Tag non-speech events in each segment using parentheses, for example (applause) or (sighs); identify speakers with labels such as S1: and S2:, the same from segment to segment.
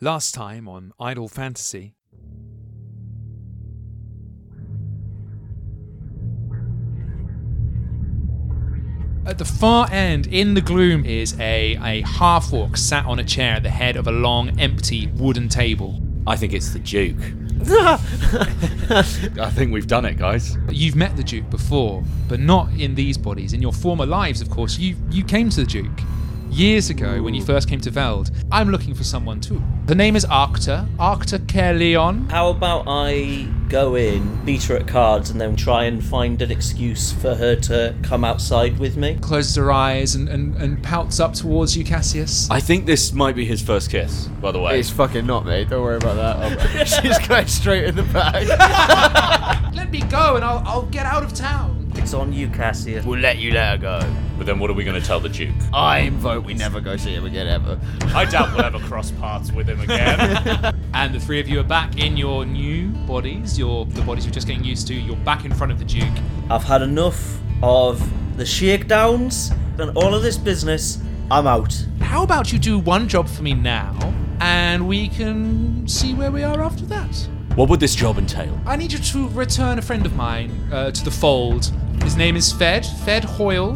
S1: Last time on Idle Fantasy. At the far end, in the gloom, is a, a half orc sat on a chair at the head of a long, empty wooden table.
S2: I think it's the (laughs) Duke. I think we've done it, guys.
S1: You've met the Duke before, but not in these bodies. In your former lives, of course, you you came to the Duke years ago when you first came to Veld. I'm looking for someone too. The name is Arcta, Arcta Kerleon.
S3: How about I go in, beat her at cards, and then try and find an excuse for her to come outside with me?
S1: Closes her eyes and, and, and pouts up towards you, Cassius.
S2: I think this might be his first kiss, by the way.
S4: It's fucking not, mate. Don't worry about
S2: (laughs)
S4: that. (laughs) She's going straight in the back.
S1: Let me go and I'll, I'll get out of town.
S3: It's on you, Cassia.
S4: we'll let you let her go.
S2: But then what are we going to tell the Duke?
S4: I vote we never go see him again ever.
S2: I doubt we'll ever cross paths with him again.
S1: And the three of you are back in your new bodies, your the bodies you're just getting used to. You're back in front of the Duke.
S3: I've had enough of the shakedowns and all of this business. I'm out.
S1: How about you do one job for me now, and we can see where we are after that?
S2: (laughs) what would this job entail?
S1: I need you to return a friend of mine uh, to the fold. His name is Fed, Fed Hoyle.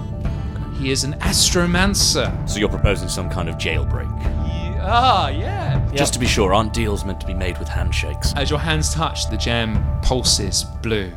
S1: He is an astromancer.
S2: So you're proposing some kind of jailbreak.
S1: Ye- ah, yeah.
S2: Just to be sure, aren't deals meant to be made with handshakes?
S1: As your hands touch, the gem pulses blue.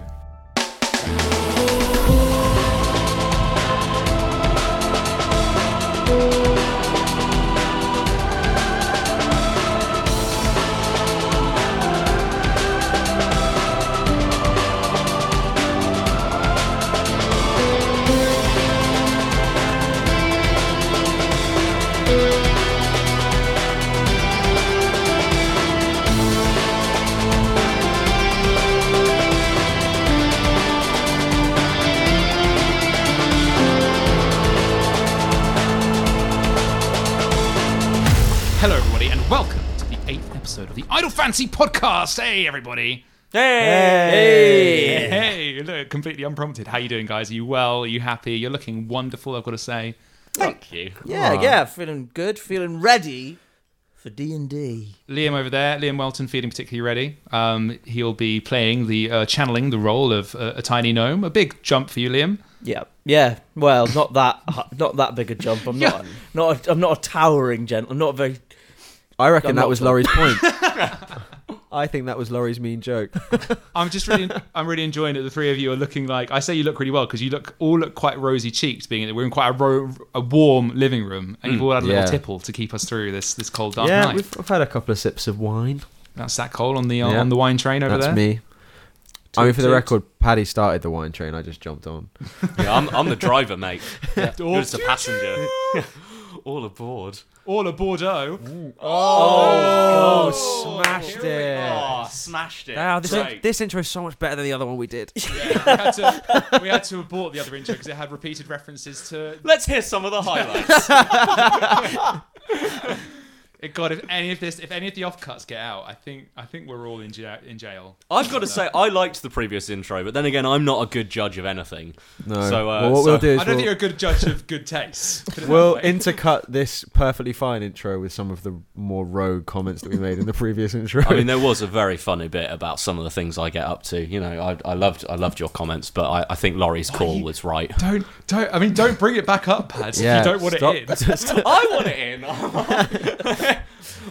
S1: Hello, everybody, and welcome to the eighth episode of the Idle Fancy Podcast. Hey, everybody. Hey. Hey. Hey. Look, completely unprompted. How you doing, guys? Are you well? Are you happy? You're looking wonderful. I've got to say.
S2: Thank you.
S3: Yeah, yeah. Feeling good. Feeling ready for D and D.
S1: Liam over there, Liam Welton, feeling particularly ready. Um, he'll be playing the uh, channeling the role of uh, a tiny gnome. A big jump for you, Liam.
S3: Yeah, yeah. Well, not that, not that big a jump. (laughs) I'm not,
S1: Yeah.
S3: not. A, I'm not a towering gent. I'm not a very.
S4: I reckon
S3: I'm
S4: that
S3: not
S4: was
S3: done.
S4: Laurie's point. (laughs) I think that was Laurie's mean joke.
S1: I'm just really, (laughs) I'm really enjoying it. The three of you are looking like I say you look really well because you look all look quite rosy cheeked. Being in we're in quite a, ro- a warm living room, and you've all had a
S4: Yeah.
S1: little tipple to keep us through this this cold dark
S4: yeah,
S1: night.
S4: (laughs) we've, I've had a couple of sips of wine.
S1: That's that Cole on the uh,
S4: Yeah.
S1: on the wine train over
S4: That's
S1: there.
S4: me. I mean, for the
S3: toot.
S4: record, Paddy started the wine train. I just jumped on.
S2: (laughs) Yeah, I'm, I'm the driver, (laughs) mate.
S1: Oh,
S2: You're just a passenger. (laughs) All aboard.
S1: All a Bordeaux.
S4: Oh, smashed it!
S2: Oh, smashed it.
S3: Oh,
S4: this,
S2: Great.
S4: this intro is so much better than the other one we did.
S1: we, had (laughs) to, we had to abort the other intro because it had repeated references to.
S2: Let's hear some of the highlights.
S1: God, if any of this, if any of the offcuts get out, I think I think we're all in jail. In jail.
S2: I've got to say, I liked the previous intro, but then again, I'm not a good judge of anything.
S4: No.
S2: So, uh,
S4: well, what
S2: so-
S4: we'll do
S1: I
S4: is
S1: don't think
S4: we'll-
S1: you're a good judge of good taste. Put it that
S4: (laughs) We'll
S1: way.
S4: intercut this perfectly fine intro with some of the more rogue comments that we made in the previous intro.
S2: I mean, there was a very funny bit about some of the things I get up to. You know, I, I loved I loved your comments, but I, I think Laurie's call was (laughs) right.
S1: don't don't. I mean, don't bring it back up, Pads.
S4: Yeah,
S1: if you don't want
S4: stop.
S1: it in.
S4: (laughs)
S2: I want it in. (laughs)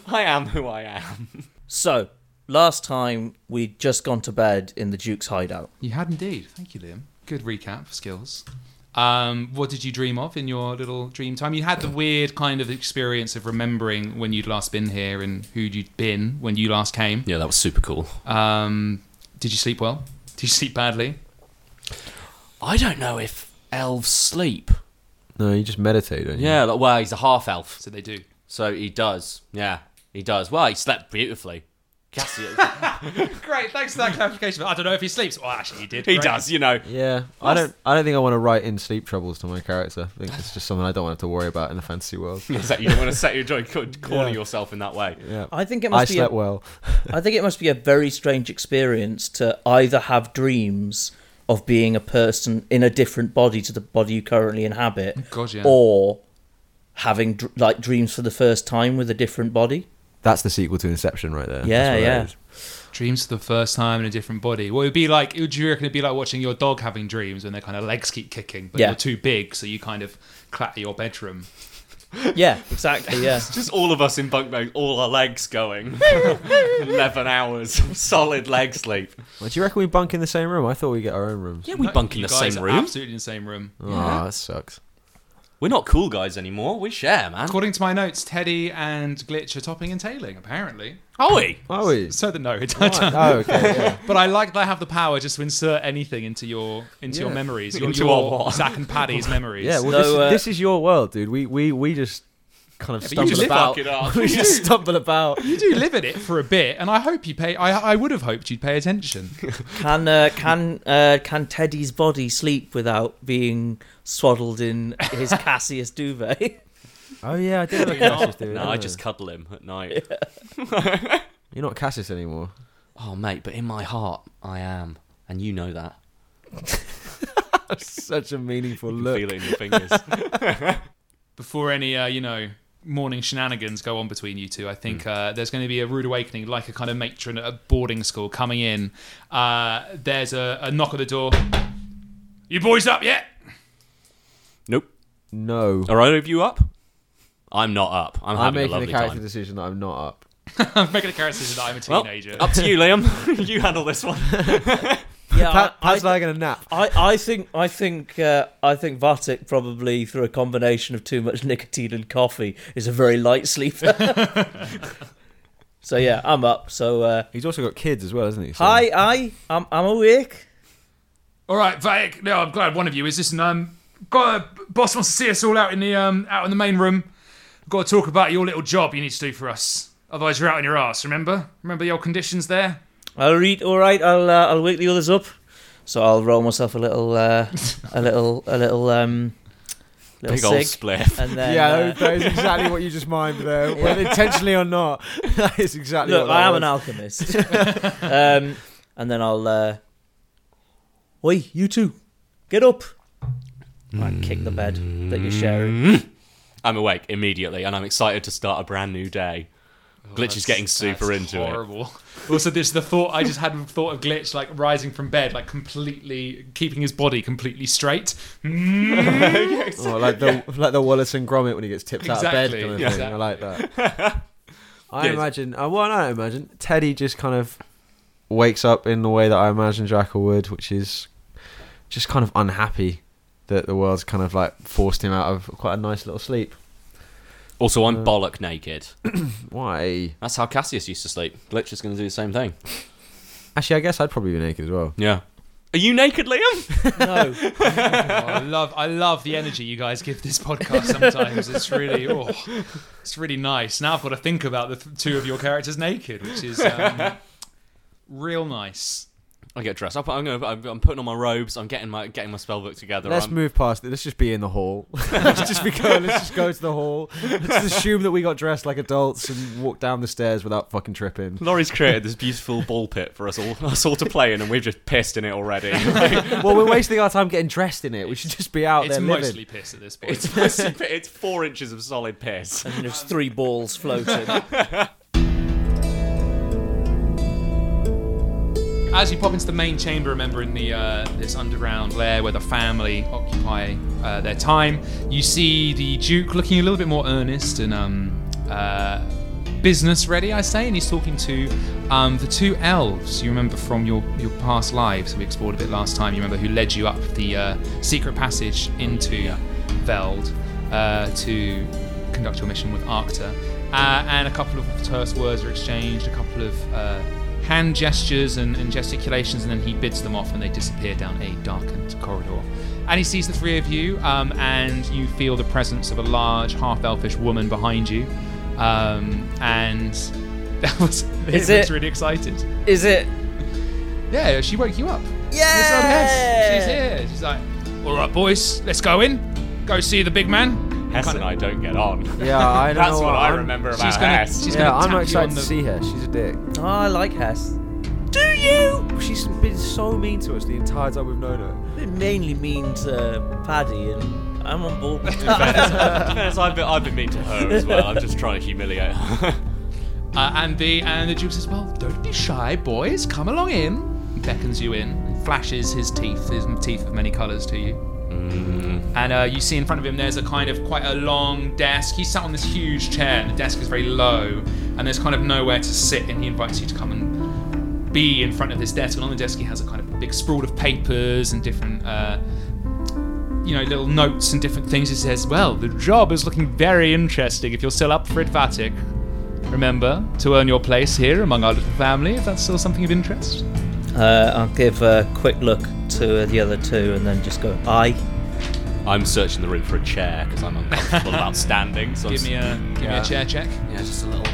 S2: I am who I am.
S3: So last time we'd just gone to bed in the Duke's hideout.
S1: You had indeed. Thank you, Liam. Good recap skills. Um, what did you dream of in your little dream time? You had the weird kind of experience of remembering when you'd last been here and who you'd been when you last came.
S2: Yeah, that was super cool.
S1: Um, did you sleep well? Did you sleep badly?
S2: I don't know if elves sleep.
S4: (laughs) no, you just meditate, don't you?
S2: Yeah, like, well, he's a half elf,
S1: So they do.
S2: so he does. Yeah, he does. Well, he slept beautifully. Cassius,
S1: Great. Thanks for that clarification. I don't know if he sleeps. Well, actually, he did.
S2: (laughs) he
S1: Great.
S2: does. You know.
S4: Yeah. I don't. I don't think I want to write in sleep troubles to my character. I think it's just something I don't want to worry about in the fantasy world.
S2: Is that- you don't want to set your joy corner yourself in that way.
S4: Yeah.
S3: I think it
S4: I
S3: must be.
S4: slept
S3: a,
S4: well. (laughs)
S3: I think it must be a very strange experience to either have dreams of being a person in a different body to the body you currently inhabit,
S1: God, yeah.
S3: or having dr- like dreams for the first time with a different body.
S4: That's the sequel to Inception, right there.
S3: Yeah,
S4: That's what that
S3: yeah.
S4: is.
S1: Dreams for the first time in a different body. Well, it would be like, would you reckon it'd be like watching your dog having dreams when their kind of legs keep kicking, but
S3: Yeah.
S1: you're too big, so you kind of clatter your bedroom.
S3: (laughs) Yeah, exactly. Yeah.
S2: Just all of us in bunk beds, all our legs going. (laughs) 11 hours of solid leg sleep.
S4: Well, do you reckon we bunk in the same room? I thought we get our own rooms.
S2: Yeah, we
S1: No,
S2: bunk in
S1: you
S2: the
S1: guys
S2: same
S1: are
S2: room.
S1: Absolutely in the same room.
S4: Ah, that sucks.
S2: We're not cool guys anymore. We share, man.
S1: According to my notes, Teddy and Glitch are topping and tailing, apparently.
S2: Are we?
S4: Are (laughs) we?
S1: So the note.
S4: Oh, okay. Yeah.
S1: (laughs) But I like that I have the power just to insert anything into your into your
S4: Yeah.
S1: memories,
S2: (laughs)
S1: your,
S2: Into
S1: your
S2: our what?
S1: Zach and Paddy's
S2: (laughs)
S1: memories.
S4: Yeah, well,
S3: So,
S4: this,
S3: uh,
S4: this is your world, dude. We we we just kind of
S1: Yeah, but you
S4: stumble
S1: just
S4: about.
S2: fuck it up.
S4: (laughs) we just stumble about.
S1: you (laughs) do live in it for a bit, and I hope you pay. I I would have hoped you'd pay attention.
S3: Can uh, can uh, can Teddy's body sleep without being swaddled in
S4: (laughs)
S3: his Cassius duvet?
S4: Oh yeah, I did have a Cassius, dude.
S2: No,
S4: didn't
S2: I just cuddle him at night.
S4: You're not
S3: (laughs)
S4: Cassis anymore.
S2: Oh, mate, but in my heart, I am. And you know that.
S4: Such a meaningful
S2: You
S4: look.
S2: feel it in your (laughs) fingers.
S1: (laughs) Before any uh, you know morning shenanigans go on between you two, I think uh, there's going to be a rude awakening, like a kind of matron at a boarding school coming in. Uh, there's a, a knock at the door. You boys up yet? (laughs)
S2: nope.
S4: No,
S2: Are either of you up? I'm not up. I'm,
S4: I'm
S2: having a
S4: making the
S2: lovely
S4: character
S2: time.
S4: decision that I'm not up.
S1: I'm making a character that I'm a
S2: Well,
S1: teenager.
S2: Oh, up to you, Liam. (laughs) you handle this one.
S3: yeah,
S4: Pat,
S3: I,
S4: Pat's
S3: I,
S4: like in a nap.
S3: I, I think I think uh, I think Vatic probably through a combination of too much (laughs) nicotine and coffee is a very light sleeper. so yeah, I'm up. So uh,
S4: He's also got kids as well, hasn't he? So-
S3: hi, I I'm I'm awake.
S1: All right, Vatic. No, I'm glad one of you is. Listen, um, got a, boss wants to see us all out in the um out in the main room. We've got to talk about your little job you need to do for us. Otherwise, you're out on your ass. Remember, remember the old conditions there.
S3: I'll read. All right, I'll uh, I'll wake the others up. So I'll roll myself a little uh, a little a little um little
S2: Big old
S3: cig,
S2: spliff.
S3: and then
S4: yeah,
S3: uh,
S4: that is exactly what you just
S3: (laughs)
S4: mimed there, whether intentionally or not. (laughs) That is exactly
S3: Look,
S4: what that
S3: I am
S4: was.
S1: (laughs)
S3: an alchemist. um, and then I'll. Uh, Oi, you two, get up! And I kick the bed that you're
S1: Mm.
S3: sharing.
S2: I'm awake immediately, and I'm excited to start a brand new day. Glitch is getting super into it.
S1: horrible. also, this the thought I just had thought of Glitch like rising from bed, like completely keeping his body completely straight. Mm,
S4: Oh, like the like the Wallace and Gromit when he gets tipped out of bed
S1: Exactly,
S4: kind of
S1: yeah.
S4: thing. I like that.
S1: (laughs)
S4: I
S2: Yeah.
S4: imagine. Uh, well, I imagine Teddy just kind of wakes up in the way that I imagine Jackal would, which is just kind of unhappy that the world's kind of like forced him out of quite a nice little sleep.
S2: Also, I'm bollock naked.
S4: Why?
S2: That's how Cassius used to sleep. Glitch is going to do the same thing.
S4: Actually, I guess I'd probably be naked as well.
S2: Yeah. Are you naked, Liam?
S3: No,
S2: (laughs)
S1: I love I love the energy you guys give this podcast sometimes. It's really
S2: (laughs)
S1: oh, it's really nice. Now I've got to think about the th- two of your characters naked, which is
S2: (laughs)
S1: um, real nice.
S2: I get dressed. up. I'm going. to I'm putting on my robes. I'm getting my getting my spellbook together.
S4: Let's
S2: I'm-
S4: move past it. Let's just be in the hall. (laughs) let's just be go. Let's just go to the hall. Let's assume that we got dressed like adults and walked down the stairs without fucking tripping.
S2: Laurie's created this beautiful ball pit for us all (laughs) us all to play in, and we've just pissed in it
S4: (laughs)
S2: already. Like,
S4: well, we're wasting our time getting dressed in it. We should just be out
S1: it's
S4: there
S1: mostly
S4: living.
S1: piss at this point.
S2: it's, it's four inches of solid piss.
S3: and there's three balls floating.
S1: (laughs) As you pop into the main chamber, remember in the uh, this underground lair where the family occupy uh, their time, you see the Duke looking a little bit more earnest and um, uh, business ready, I say, and he's talking to um, the two elves you remember from your, your past lives we explored a bit last time. You remember who led you up the uh, secret passage into Veld uh, to conduct your mission with Arcta. Uh, and a couple of terse words are exchanged, a couple of uh, hand gestures and, and gesticulations, and then he bids them off and they disappear down a darkened corridor. And he sees the three of you, um, and you feel the presence of a large, half elfish woman behind you. Um, and (laughs) that was.
S3: Is
S1: it looks
S3: it-
S1: really excited.
S3: Is it?
S1: Yeah, she woke you up. It's not
S3: Yeah!
S1: Hess. She's here. She's like, all right, boys, let's go in. Go see the big man.
S2: Hess and I don't get on.
S4: (laughs) Yeah, I
S2: (laughs)
S4: don't
S2: That's
S4: know
S2: what I
S4: I'm-
S2: remember about
S1: She's gonna,
S2: Hess.
S1: she's
S4: Yeah,
S1: gonna
S4: I'm
S1: tap
S4: not
S1: you
S4: excited
S1: on
S4: to
S1: the,
S4: see her. She's a dick.
S3: Oh, I like Hess.
S4: Do you? She's been so mean to us the entire time we've known her.
S3: It mainly means uh, Paddy, and I'm on board with
S1: (laughs)
S2: To
S3: that.
S2: be fair, I've been, I've been mean to her as well. I'm just trying to humiliate her.
S1: Uh, and the and the Duke says, "Well, don't be shy, boys. Come along in." And beckons you in. And flashes his teeth, his teeth of many colours to you. And uh, you see in front of him, there's a kind of quite a long desk. He's sat on this huge chair, and the desk is very low, and there's kind of nowhere to sit. And he invites you to come and be in front of this desk, and on the desk he has a kind of big sprawl of papers and different, uh, you know, little notes and different things. He says, "Well, the job is looking very interesting. If you're still up for it, Vatic, remember to earn your place here among our little family. If that's still something of interest."
S3: Uh, I'll give a quick look to the other two and then just go, aye.
S2: I'm searching the room for a chair because I'm uncomfortable about standing. So
S1: Give
S2: I'm
S1: me
S2: s-
S1: a give me
S2: Yeah.
S1: a chair check.
S2: yeah, just a little.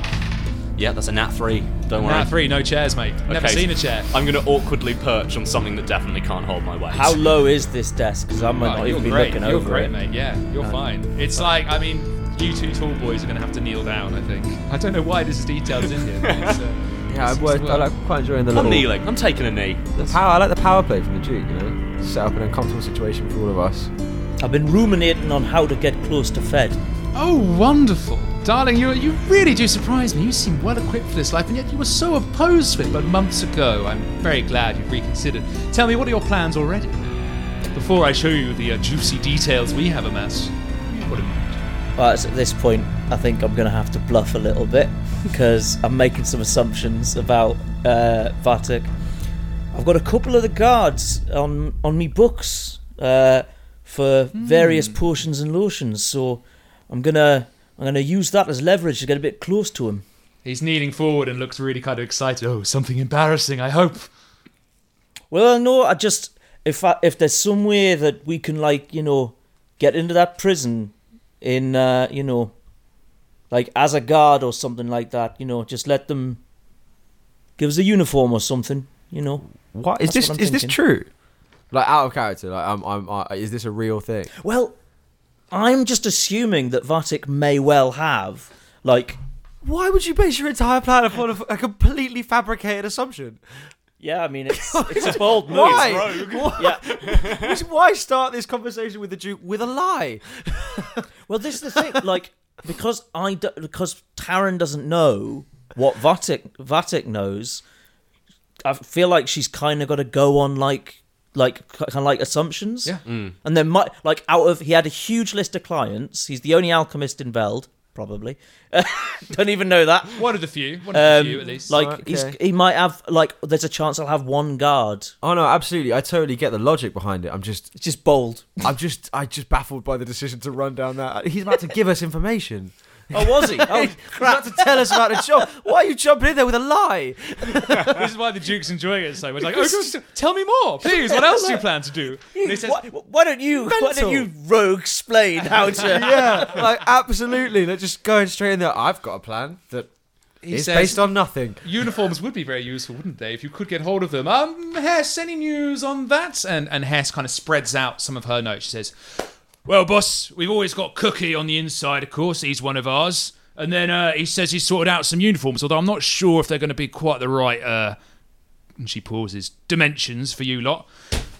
S2: Yeah, that's a nat three. Don't worry.
S1: Nah, three, no chairs, mate. Never
S2: Okay.
S1: seen a chair.
S2: I'm gonna awkwardly perch on something that definitely can't hold my weight.
S3: How low is this desk? Because I might
S1: Oh,
S3: not
S1: you're
S3: even be
S1: great.
S3: looking
S1: you're
S3: over
S1: great,
S3: it.
S1: mate. Yeah, you're fine. It's like I mean, you two tall boys are going to have to kneel down. I think. I don't know why this detail is in here. But it's, uh,
S4: Yeah,
S1: it's-
S4: I'm,
S1: it's
S4: worth,
S1: worth-
S4: I like quite enjoying the
S2: I'm
S4: little
S2: kneeling. I'm taking
S1: (laughs)
S2: a knee.
S4: The power. I like the power play from the Duke. You know, set up an uncomfortable situation for all of us.
S3: I've been ruminating on how to get close to Fed.
S1: Oh, wonderful. Darling, you, you really do surprise me. You seem well equipped for this life, and yet you were so opposed to it but months ago. I'm very glad you've reconsidered. Tell me, what are your plans already? Before I show you the uh, juicy details we have amassed, what in mind?
S3: But at this point, I think I'm going to have to bluff a little bit because I'm making some assumptions about uh, Vatic. I've got a couple of the guards on on me books uh, for various potions and lotions, so I'm gonna I'm gonna use that as leverage to get a bit close to him.
S1: He's kneeling forward and looks really kind of excited. Oh, something embarrassing, I hope.
S3: Well, no, I just if I, if there's some way that we can like you know get into that prison in uh, you know like as a guard or something like that, you know, just let them give us a uniform or something, you know.
S4: What is
S3: That's
S4: this?
S3: what I'm
S4: is this
S3: thinking.
S4: true? Like out of character. Like I'm. I'm. I, is this a real thing?
S3: Well, I'm just assuming that Vatic may well have like
S4: Why would you base your entire plan upon a, a completely fabricated assumption?
S3: yeah, I mean (laughs) it's it's a bold move.
S4: Why? Why?
S3: Yeah.
S4: (laughs) Why start this conversation with the Duke with a lie?
S3: Well, this is the thing. Like, because I do, because Taryn doesn't know what Vatic Vatic knows, I feel like she's kind of got to go on like like kind of like assumptions.
S1: Yeah.
S3: And then might like out of he had a huge list of clients. He's the only alchemist in Veld, probably. (laughs) Don't even know that.
S1: One of the few, one of the
S3: Um,
S1: few at least.
S3: like
S4: Okay.
S3: he's, he might have like there's a chance I'll have one guard.
S4: Oh no, absolutely. I totally get the logic behind it. I'm just,
S3: It's just bold.
S4: I'm just, I just baffled by the decision to run down that. He's about to give us information.
S3: Oh, was he?
S4: (laughs)
S3: Oh,
S4: He's about to tell us about the job. Why are you jumping in there with a lie?
S1: this is why the Duke's enjoying it so much. (laughs) Like, oh, just tell me more, please. What else do you plan to do? And he says,
S3: why, why don't you? Why don't
S4: Mental.
S3: you rogue explain how to?
S4: Yeah, like absolutely. Let's just go in straight in there. I've got a plan that
S1: he
S4: is
S1: says-
S4: based on nothing.
S1: uniforms would be very useful, wouldn't they, if you could get hold of them? Um, Hess, any news on that? And and Hess kind of spreads out some of her notes. She says, "Well, boss, we've always got Cookie on the inside. Of course, he's one of ours. And then uh, he says he's sorted out some uniforms, although I'm not sure if they're going to be quite the right." Uh, and she pauses. Dimensions for you lot.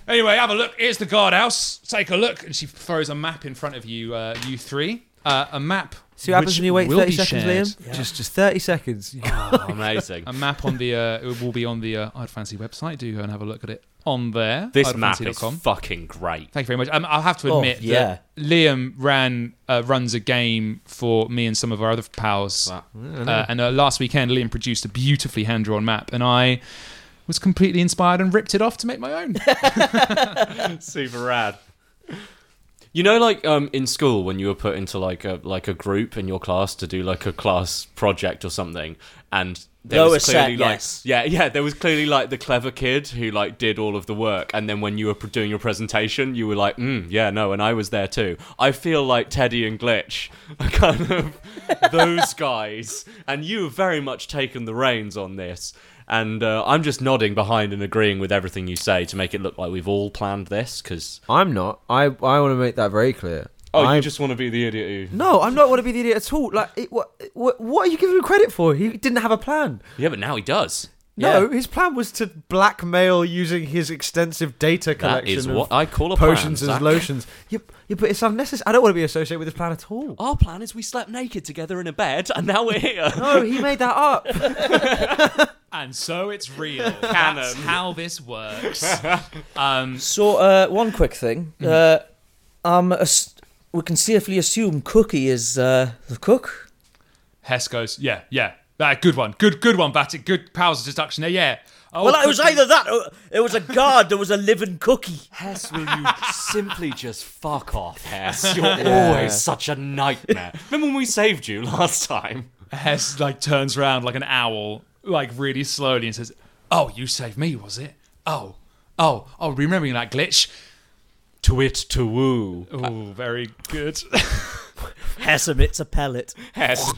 S1: Anyway, have a look. Here's the guardhouse. Take a look. And she throws a map in front of you, uh, you three. Uh, a map.
S4: See what happens
S1: which
S4: when you wait
S1: will
S4: thirty
S1: be
S4: seconds,
S1: shared
S4: Liam. Just, just thirty seconds.
S2: amazing.
S1: a map on the uh, it will be on the uh, I'd Fancy website. Do go and have a look at it on there.
S2: this map is
S1: idfancy.com.
S2: fucking great.
S1: Thank you very much. Um, I'll have to
S3: Oh,
S1: admit
S3: yeah.
S1: that Liam ran uh, runs a game for me and some of our other pals,
S2: Wow.
S1: uh, and uh, last weekend Liam produced a beautifully hand drawn map, and I was completely inspired and ripped it off to make my
S3: (laughs)
S1: own.
S2: Super rad. You know, like um, in school when you were put into like a like a group in your class to do like a class project or something, and there
S3: Lower
S2: was
S3: set,
S2: clearly like
S3: yes.
S2: yeah yeah there was clearly like the clever kid who like did all of the work, and then when you were pr- doing your presentation, you were like mm, yeah no, and I was there too. I feel like Teddy and Glitch are kind of (laughs) those guys, and you have very much taken the reins on this. And uh, I'm just nodding behind and agreeing with everything you say to make it look like we've all planned this because
S4: I'm not. I, I want to make that very clear.
S2: Oh,
S4: I'm
S2: you just want to be the idiot who.
S4: No, I'm not want to be the idiot at all. Like, it, what, what, what are you giving him credit for? He didn't have a plan.
S2: Yeah, but now he does.
S4: No,
S3: Yeah.
S4: his plan was to blackmail using his extensive data
S2: That
S4: collection
S2: is
S4: of
S2: what I call a
S4: potions
S2: plan,
S4: and
S2: Zach.
S4: lotions. Yeah, yeah, but it's unnecessary. I don't want to be associated with this plan at all.
S2: Our plan is we slept naked together in a bed, and now we're here.
S4: No, he made that up.
S1: And so it's real. (laughs) That's how this works. (laughs) Um,
S3: So, uh, one quick thing. Uh, um, ass- we can safely assume Cookie is uh, the cook.
S1: Hess goes, yeah, yeah. Ah, good one. Good good one, Batic. Good powers of deduction there, yeah. Oh,
S3: Well, it was
S1: cookie.
S3: either that or it was a guard, there was a living cookie.
S2: (laughs) Hess, will you simply just fuck off, (laughs) Hess? You're always such a nightmare. Remember when we saved you last time?
S1: Hess like turns around like an owl, like really slowly and says, Oh, you saved me, was it? Oh, oh, oh, remembering that glitch.
S2: To it, to woo.
S1: Oh, very good.
S3: Hesam, it's a pellet.
S2: Hess.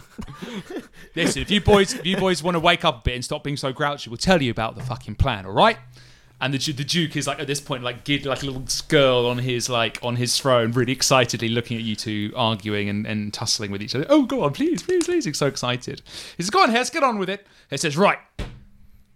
S1: (laughs) Listen, if you boys if you boys want to wake up a bit and stop being so grouchy, we'll tell you about the fucking plan, all right? And the, Ju- the Duke is like at this point, like gid, like a little girl on his like on his throne, really excitedly looking at you two arguing and, and tussling with each other. Oh, go on, please, please, please! He's so excited. He says, "Go on, Hess, get on with it." He says, "Right,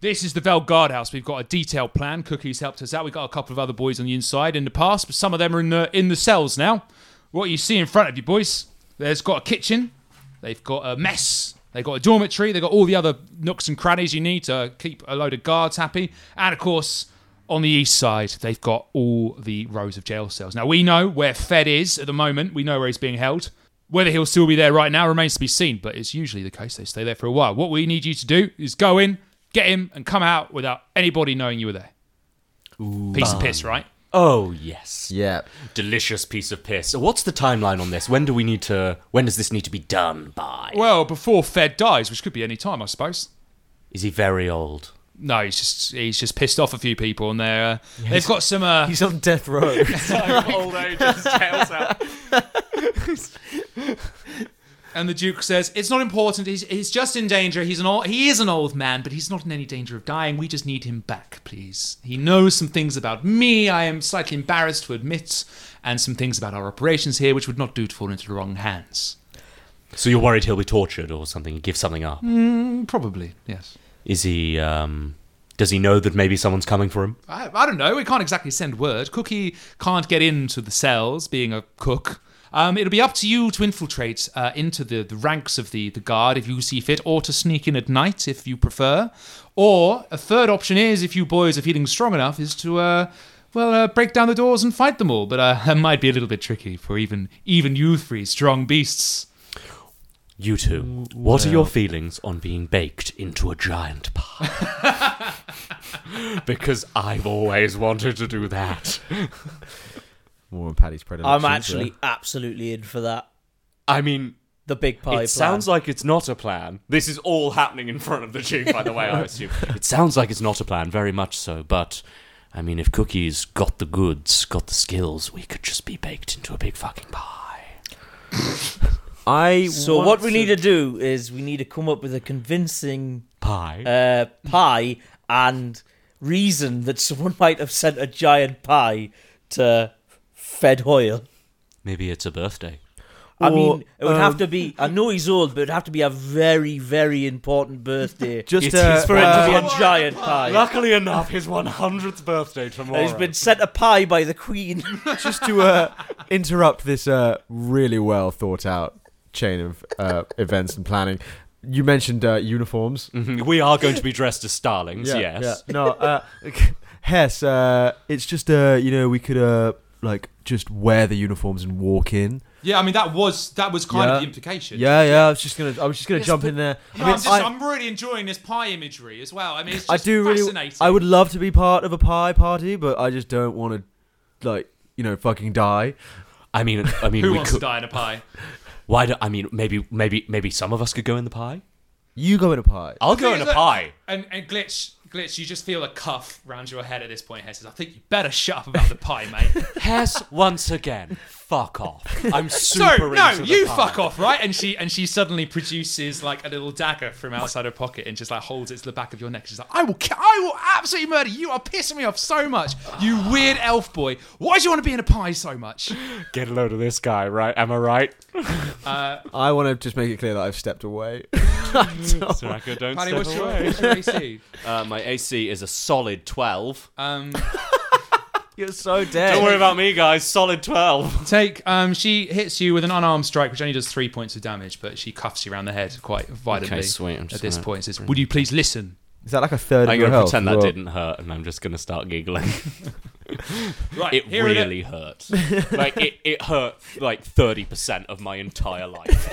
S1: This is the Vel Guardhouse. We've got a detailed plan. Cookie's helped us out. We've got a couple of other boys on the inside in the past, but some of them are in the in the cells now. What you see in front of you, boys, there's got a kitchen, they've got a mess, they've got a dormitory, they've got all the other nooks and crannies you need to keep a load of guards happy. And of course, on the east side, they've got all the rows of jail cells. Now we know where Fed is at the moment, we know where he's being held. Whether he'll still be there right now remains to be seen, but it's usually the case they stay there for a while. What we need you to do is go in, get him, and come out without anybody knowing you were there. Piece of piss, right?
S2: Oh, yes.
S4: yeah.
S2: Delicious piece of piss. So what's the timeline on this? When do we need to. When does this need to be done by?
S1: Well, before Fed dies, which could be any time, I suppose.
S2: Is he very old?
S1: No, he's just he's just pissed off a few people, and they're uh, they've got some. Uh,
S4: He's on
S1: (laughs)
S4: death row.
S2: old age is
S4: (laughs)
S2: tails out.
S1: and the Duke says it's not important. He's, he's just in danger. He's an old, he is an old man, but he's not in any danger of dying. We just need him back, please. He knows some things about me. I am slightly embarrassed to admit, and some things about our operations here, which would not do to fall into the wrong hands.
S2: So you're worried he'll be tortured or something? Give something up?
S1: Mm, Probably, yes.
S2: Is he. um... Does he know that maybe someone's coming for him?
S1: I, I don't know. We can't exactly send word. Cookie can't get into the cells, being a cook. Um, it'll be up to you to infiltrate uh, into the, the ranks of the, the guard if you see fit, or to sneak in at night if you prefer. Or a third option is, if you boys are feeling strong enough, is to uh, well uh, break down the doors and fight them all. But uh, (laughs) that might be a little bit tricky for even even you three strong beasts.
S2: You two, what are your feelings on being baked into a giant pie? (laughs) because I've always wanted to do that.
S4: More on Paddy's predilections.
S3: I'm actually absolutely in for that.
S2: I mean,
S3: The big pie
S2: it
S3: plan.
S2: sounds like it's not a plan. This is all happening in front of the Duke, by the way, I assume. (laughs) It sounds like it's not a plan, very much so, but I mean, if Cookie's got the goods, got the skills, we could just be baked into a big fucking (laughs) pie.
S4: I
S3: so
S4: want
S3: what we
S4: to-
S3: need to do is we need to come up with a convincing
S2: Pie?
S3: uh, pie and reason that someone (laughs) might have sent a giant pie to Fed Hoyle.
S2: Maybe it's a birthday.
S3: I
S4: Or,
S3: mean, it would have
S4: um,
S3: to be. I know he's old, but it'd have to be a very, very important
S4: (laughs)
S3: birthday
S4: just
S2: It
S4: uh,
S2: is for
S3: for it to be
S2: uh,
S3: a giant pie.
S2: Luckily enough, his 100th birthday tomorrow.
S3: He's been sent a pie by the
S4: (laughs)
S3: Queen. (laughs)
S4: just to uh, interrupt this uh, really well thought out chain of uh, events and planning. You mentioned uh, uniforms.
S2: (laughs) we are going to be dressed as starlings, Mm, yes.
S4: yeah. No, uh, (laughs) Hess, uh, it's just, uh, you know, we could, uh, like, just wear the uniforms and walk in.
S1: Yeah, I mean that was that was kind
S4: Yeah.
S1: of the implication.
S4: Yeah, yeah, I was just gonna, I was just gonna jump in there.
S1: No,
S4: I, mean,
S1: I'm, just,
S4: I-
S1: I, am really enjoying this pie imagery as well. I mean, it's
S4: I
S1: just
S4: do really,
S1: fascinating.
S4: I would love to be part of a pie party, but I just don't want to, like, you know, fucking die.
S2: I mean, I mean,
S1: Who
S2: we
S1: wants
S2: could.
S1: to die in a pie?
S2: Why do I mean? Maybe, maybe, maybe some of us could go in the pie.
S4: You go in a pie.
S2: I'll
S1: The
S2: go
S1: thing
S2: in a
S1: is that-
S2: pie.
S1: And, and glitch, glitch, you just feel a cuff round your head at this point. Hess says, "I think you better shut up about the pie,
S2: (laughs)
S1: mate."
S2: Hess, once again, fuck off.
S1: (laughs)
S2: I'm
S1: so
S2: super
S1: no,
S2: into the
S1: you
S2: pie.
S1: fuck off, right? And she and she suddenly produces like a little dagger from outside her pocket and just like holds it to the back of your neck. She's like, "I will, ki- I will absolutely murder you. You are pissing me off so much, you weird elf boy. Why do you want to be in a pie so much?"
S2: Get a load of this guy, right? Am I right?
S4: I want to just make it clear that I've stepped away. (laughs)
S2: Soraka, don't
S1: Oh, Paddy,
S2: step
S1: what's your,
S2: away.
S1: what's your AC?
S2: Uh, my AC is a solid 12.
S1: Um,
S4: You're so dead.
S2: Don't worry about me, guys. Solid 12.
S1: take. Um, she hits you with an unarmed strike, which only does three points of damage, but she cuffs you around the head quite violently.
S2: sweet. I'm
S1: At
S2: just
S1: this
S2: gonna-
S1: point, and says, "Would you please listen?"
S4: Is that like a third of
S2: I'm
S4: your
S2: going to
S4: health?
S2: pretend that
S4: Well,
S2: didn't hurt, and I'm just going to start giggling.
S1: Right,
S2: it
S1: here are the-
S2: really hurt. Like, it, it hurt, like, 30% of my entire life.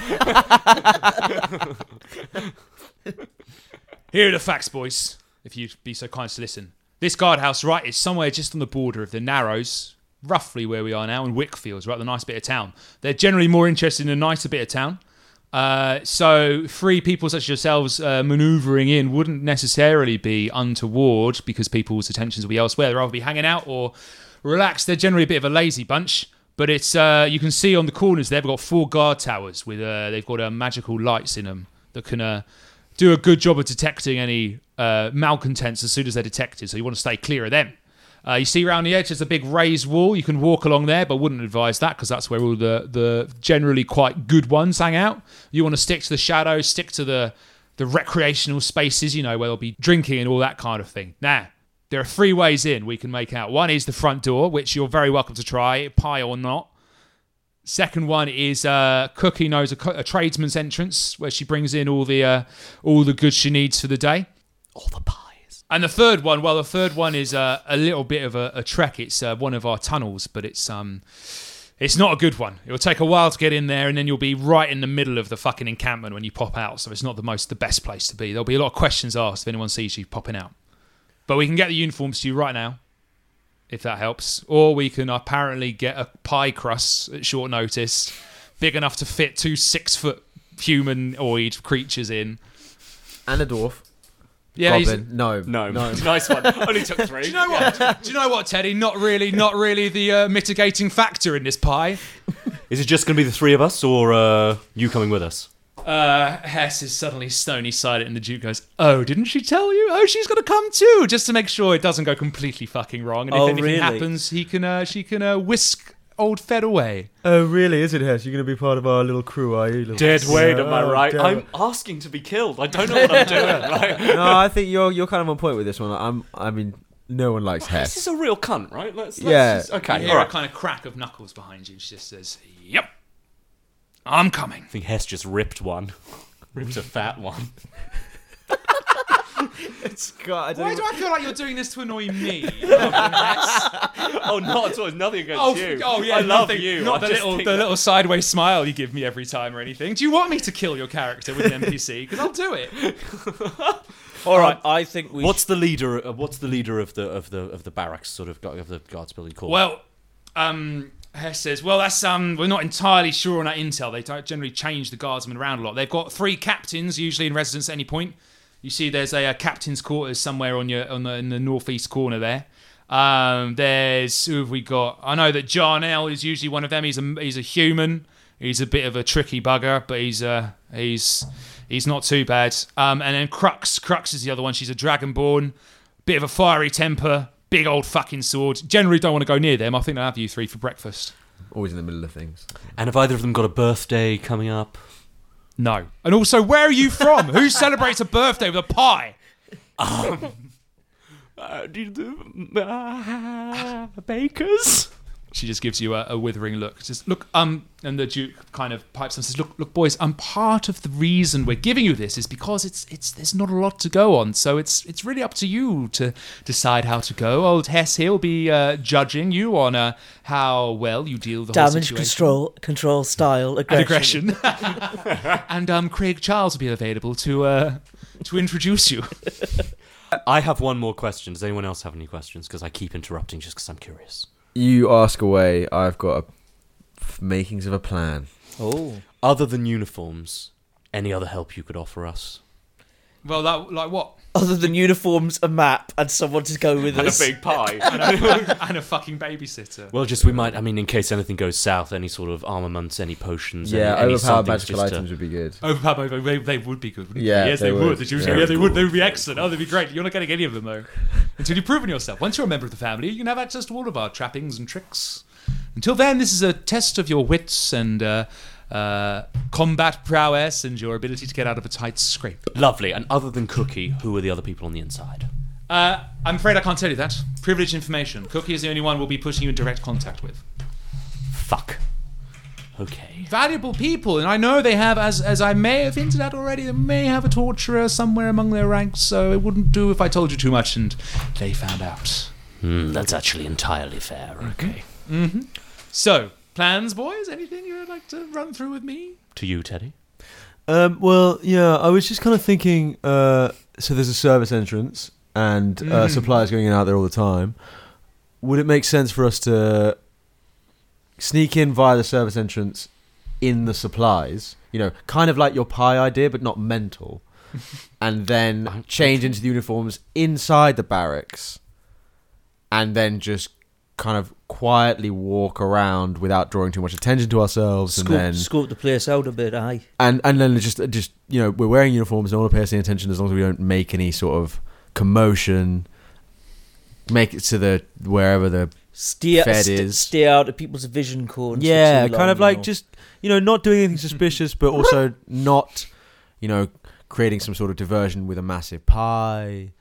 S1: Here are the facts, boys, if you'd be so kind as to listen. This guardhouse, right, is somewhere just on the border of the Narrows, roughly where we are now, in Wickfields, right, the nice bit of town. They're generally more interested in a nicer bit of town. Uh, so, free people such as yourselves uh, manoeuvring in wouldn't necessarily be untoward because people's attentions will be elsewhere. They'll either be hanging out or relaxed. They're generally a bit of a lazy bunch. But it's uh, you can see on the corners there, they've got four guard towers with uh, they've got uh, magical lights in them that can uh, do a good job of detecting any uh, malcontents as soon as they're detected. So you want to stay clear of them. Uh, you see around the edge, there's a big raised wall. You can walk along there, but wouldn't advise that because that's where all the, the generally quite good ones hang out. You want to stick to the shadows, stick to the the recreational spaces, you know, where they'll be drinking and all that kind of thing. Now, there are three ways in we can make out. One is the front door, which you're very welcome to try, pie or not. Second one is uh, Cookie knows a, co- a tradesman's entrance where she brings in all the uh, all the goods she needs for the day.
S2: All the pies.
S1: And the third one, well, the third one is uh, a little bit of a, a trek. It's uh, one of our tunnels, but it's um, it's not a good one. It will take a while to get in there, and then you'll be right in the middle of the fucking encampment when you pop out. So it's not the most the best place to be. There'll be a lot of questions asked if anyone sees you popping out. But we can get the uniforms to you right now, if that helps, or we can apparently get a pie crust at short notice, big enough to fit two six foot humanoid creatures in.
S4: And a dwarf.
S1: Yeah, he's-
S4: Goblin. No.
S2: No.
S4: No.
S2: (laughs) nice one.
S1: (laughs)
S2: Only took three.
S1: Do you know what? Do you know what, Teddy? Not really, not really the uh, mitigating factor in this pie.
S2: Is it just going to be the three of us, or uh, you coming with us?
S1: Uh, Hess is suddenly stony silent, and the Duke goes, "Oh, didn't she tell you? Oh, she's gonna come too, just to make sure it doesn't go completely fucking wrong. And if
S3: Oh,
S1: anything
S3: really?
S1: happens, he can, uh, she can uh, whisk old Fed away.
S4: Oh, really? Is it, Hess? You're going to be part of our little crew, are you?
S2: Dead weight, am I
S4: Oh,
S2: right?
S4: damn
S2: I'm
S4: it.
S2: asking to be killed. I don't know what I'm doing.
S4: (laughs)
S2: Like,
S4: no, I think you're you're kind of on point with this one. I'm. I mean, no one likes
S2: this
S4: Hess.
S2: is a real cunt, right? Let's, let's
S4: Yeah.
S2: just-
S1: You
S2: okay,
S1: hear
S2: all right.
S1: a kind of crack of knuckles behind you, and she just says, "Yep, I'm coming."
S2: I think Hess just ripped one. ripped a fat one.
S4: God,
S1: Why do I feel like you're doing this to annoy me?
S2: (laughs) (laughs) oh, not at all. It's Nothing against
S1: Oh,
S2: you.
S1: oh yeah,
S2: I love
S1: nothing-
S2: you.
S1: Not the
S2: I just
S1: little, the
S2: think that-
S1: little sideways smile you give me every time or anything. Do you want me to kill your character with
S2: (laughs)
S1: an NPC? Because I'll do it.
S3: All
S4: Um,
S3: right, I think
S2: (laughs)
S3: we.
S2: What's the leader? Uh, what's the leader of the of the of the barracks sort of gu- of the guards building called?
S1: Well, um, Hess says, well, that's um, we're not entirely sure on that intel. They don't generally change the guardsmen around a lot. They've got three captains usually in residence at any point. You see, there's a, uh captain's quarters somewhere on your on the in the northeast corner there. Um, there's who have we got? I know that Jarnell is usually one of them. He's a he's a human. He's a bit of a tricky bugger, but he's uh he's he's not too bad. Um, and then Crux, Crux is the other one. She's a dragonborn bit of a fiery temper, big old fucking sword. Generally, don't want to go near them. I think they'll have you three for breakfast.
S4: Always in the middle of things.
S2: and have either of them got a birthday coming up?
S1: No. And also, where are you from? Who celebrates a birthday with a pie?
S2: Uh, do you do- uh, (laughs) bakers.
S1: She just gives you a, a withering look. Says, look, um, and the Duke kind of pipes and says, look, look, boys, um, part of the reason we're giving you this is because it's, it's, there's not a lot to go on. So it's, it's really up to you to decide how to go. Old Hess here will be uh, judging you on uh, how well you deal with the whole
S3: damage
S1: situation.
S3: control control style aggression?
S1: and aggression. (laughs) and um, Craig Charles will be available to uh, to introduce you.
S2: I have one more question. Does anyone else have any questions? Because I keep interrupting just because I'm curious.
S4: You ask away. I've got a f- makings of a plan.
S3: Oh,
S2: Other than uniforms, any other help you could offer us?
S1: Well, that, like what?
S3: other than uniforms, a map, and someone to go with us.
S2: pie.
S1: (laughs) and a fucking babysitter.
S2: (laughs) well, just we might. I mean, in case anything goes south, any sort of armaments, any potions.
S4: Yeah,
S2: any, any
S4: overpowered
S2: somethings
S4: magical
S2: just to-
S4: items would be good.
S1: Overpowered, over, oh, they, they would be good. Wouldn't
S4: Yeah,
S1: they? yes, they,
S4: they
S1: would.
S4: would.
S1: The Jews,
S4: Yeah.
S1: yeah, they would. They would be excellent. Oh, they'd be great. You're not getting any of them though, until you've proven yourself. Once you're a member of the family, you can have access to all of our trappings and tricks. Until then, this is a test of your wits and uh, uh, combat prowess, and your ability to get out of a tight scrape.
S2: Lovely. And other than Cookie, who are the other people on the inside?
S1: Uh, I'm afraid I can't tell you that. Privileged information. Cookie is the only one we'll be putting you in direct contact with.
S2: Fuck. Okay.
S1: Valuable people, and I know they have, as as I may have hinted at already, they may have a torturer somewhere among their ranks. So it wouldn't do if I told you too much, and they found out.
S2: Hmm, that's actually entirely fair. Okay.
S1: So plans, boys. Anything you would like to run through with me?
S2: To you, Teddy.
S4: Um, well, yeah, I was just kind of thinking. Uh, so there's a service entrance, and uh, suppliers going in and out there all the time. Would it make sense for us to sneak in via the service entrance in the supplies? You know, kind of like your pie idea, but not mental. and then change into the uniforms inside the barracks, and then just kind of quietly walk around without drawing too much attention to ourselves.
S3: Scoop,
S4: and then
S3: scoop the place out a bit, aye.
S4: and and then just just you know we're wearing uniforms. No one will pay us any attention as long as we don't make any sort of commotion. Make it to the wherever the
S3: Steer,
S4: Fed
S3: st-
S4: is.
S3: steer out of people's vision cones. for
S4: yeah,
S3: too long,
S4: kind of
S3: you
S4: like
S3: know.
S4: just you know not doing anything suspicious, but also not you know creating some sort of diversion with a massive pie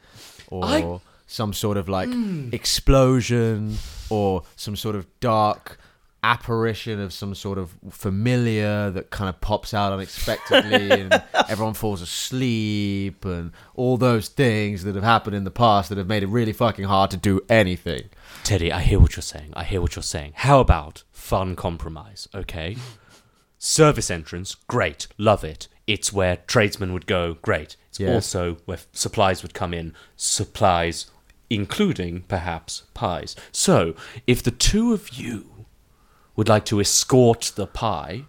S4: or
S2: I-
S4: some sort of like
S3: Hmm.
S4: explosion or some sort of dark apparition of some sort of familiar that kind of pops out unexpectedly
S3: (laughs)
S4: and everyone falls asleep and all those things that have happened in the past that have made it really fucking hard to do anything.
S2: Teddy, I hear what you're saying. I hear what you're saying. How about fun compromise, okay? Service entrance, great. Love it. It's where tradesmen would go, great. It's
S4: Yeah.
S2: also where f- supplies would come in, supplies including perhaps pies. So, if the two of you would like to escort the pie,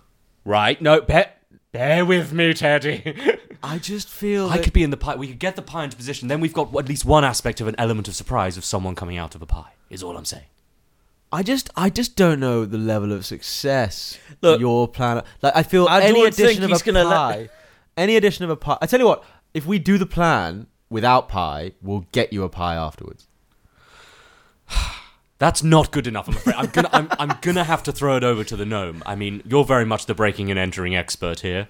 S2: right? No, bear, bear with me, Teddy.
S4: I just feel
S2: I could be in the pie. We could get the pie into position. Then we've got at least one aspect of an element of surprise of someone coming out of a pie. Is all I'm saying.
S4: I just I just don't know the level of success
S3: Look-
S4: your plan. Like I feel
S3: I
S4: any
S3: don't think
S4: addition of
S3: he's
S4: a
S3: gonna let-
S4: pie, any addition of a pie. I tell you what, if we do the plan without pie, we'll get you a pie afterwards.
S2: That's not good enough. I'm afraid. I'm gonna. I'm, I'm gonna have to throw it over to the gnome. I mean, you're very much the breaking and entering expert here.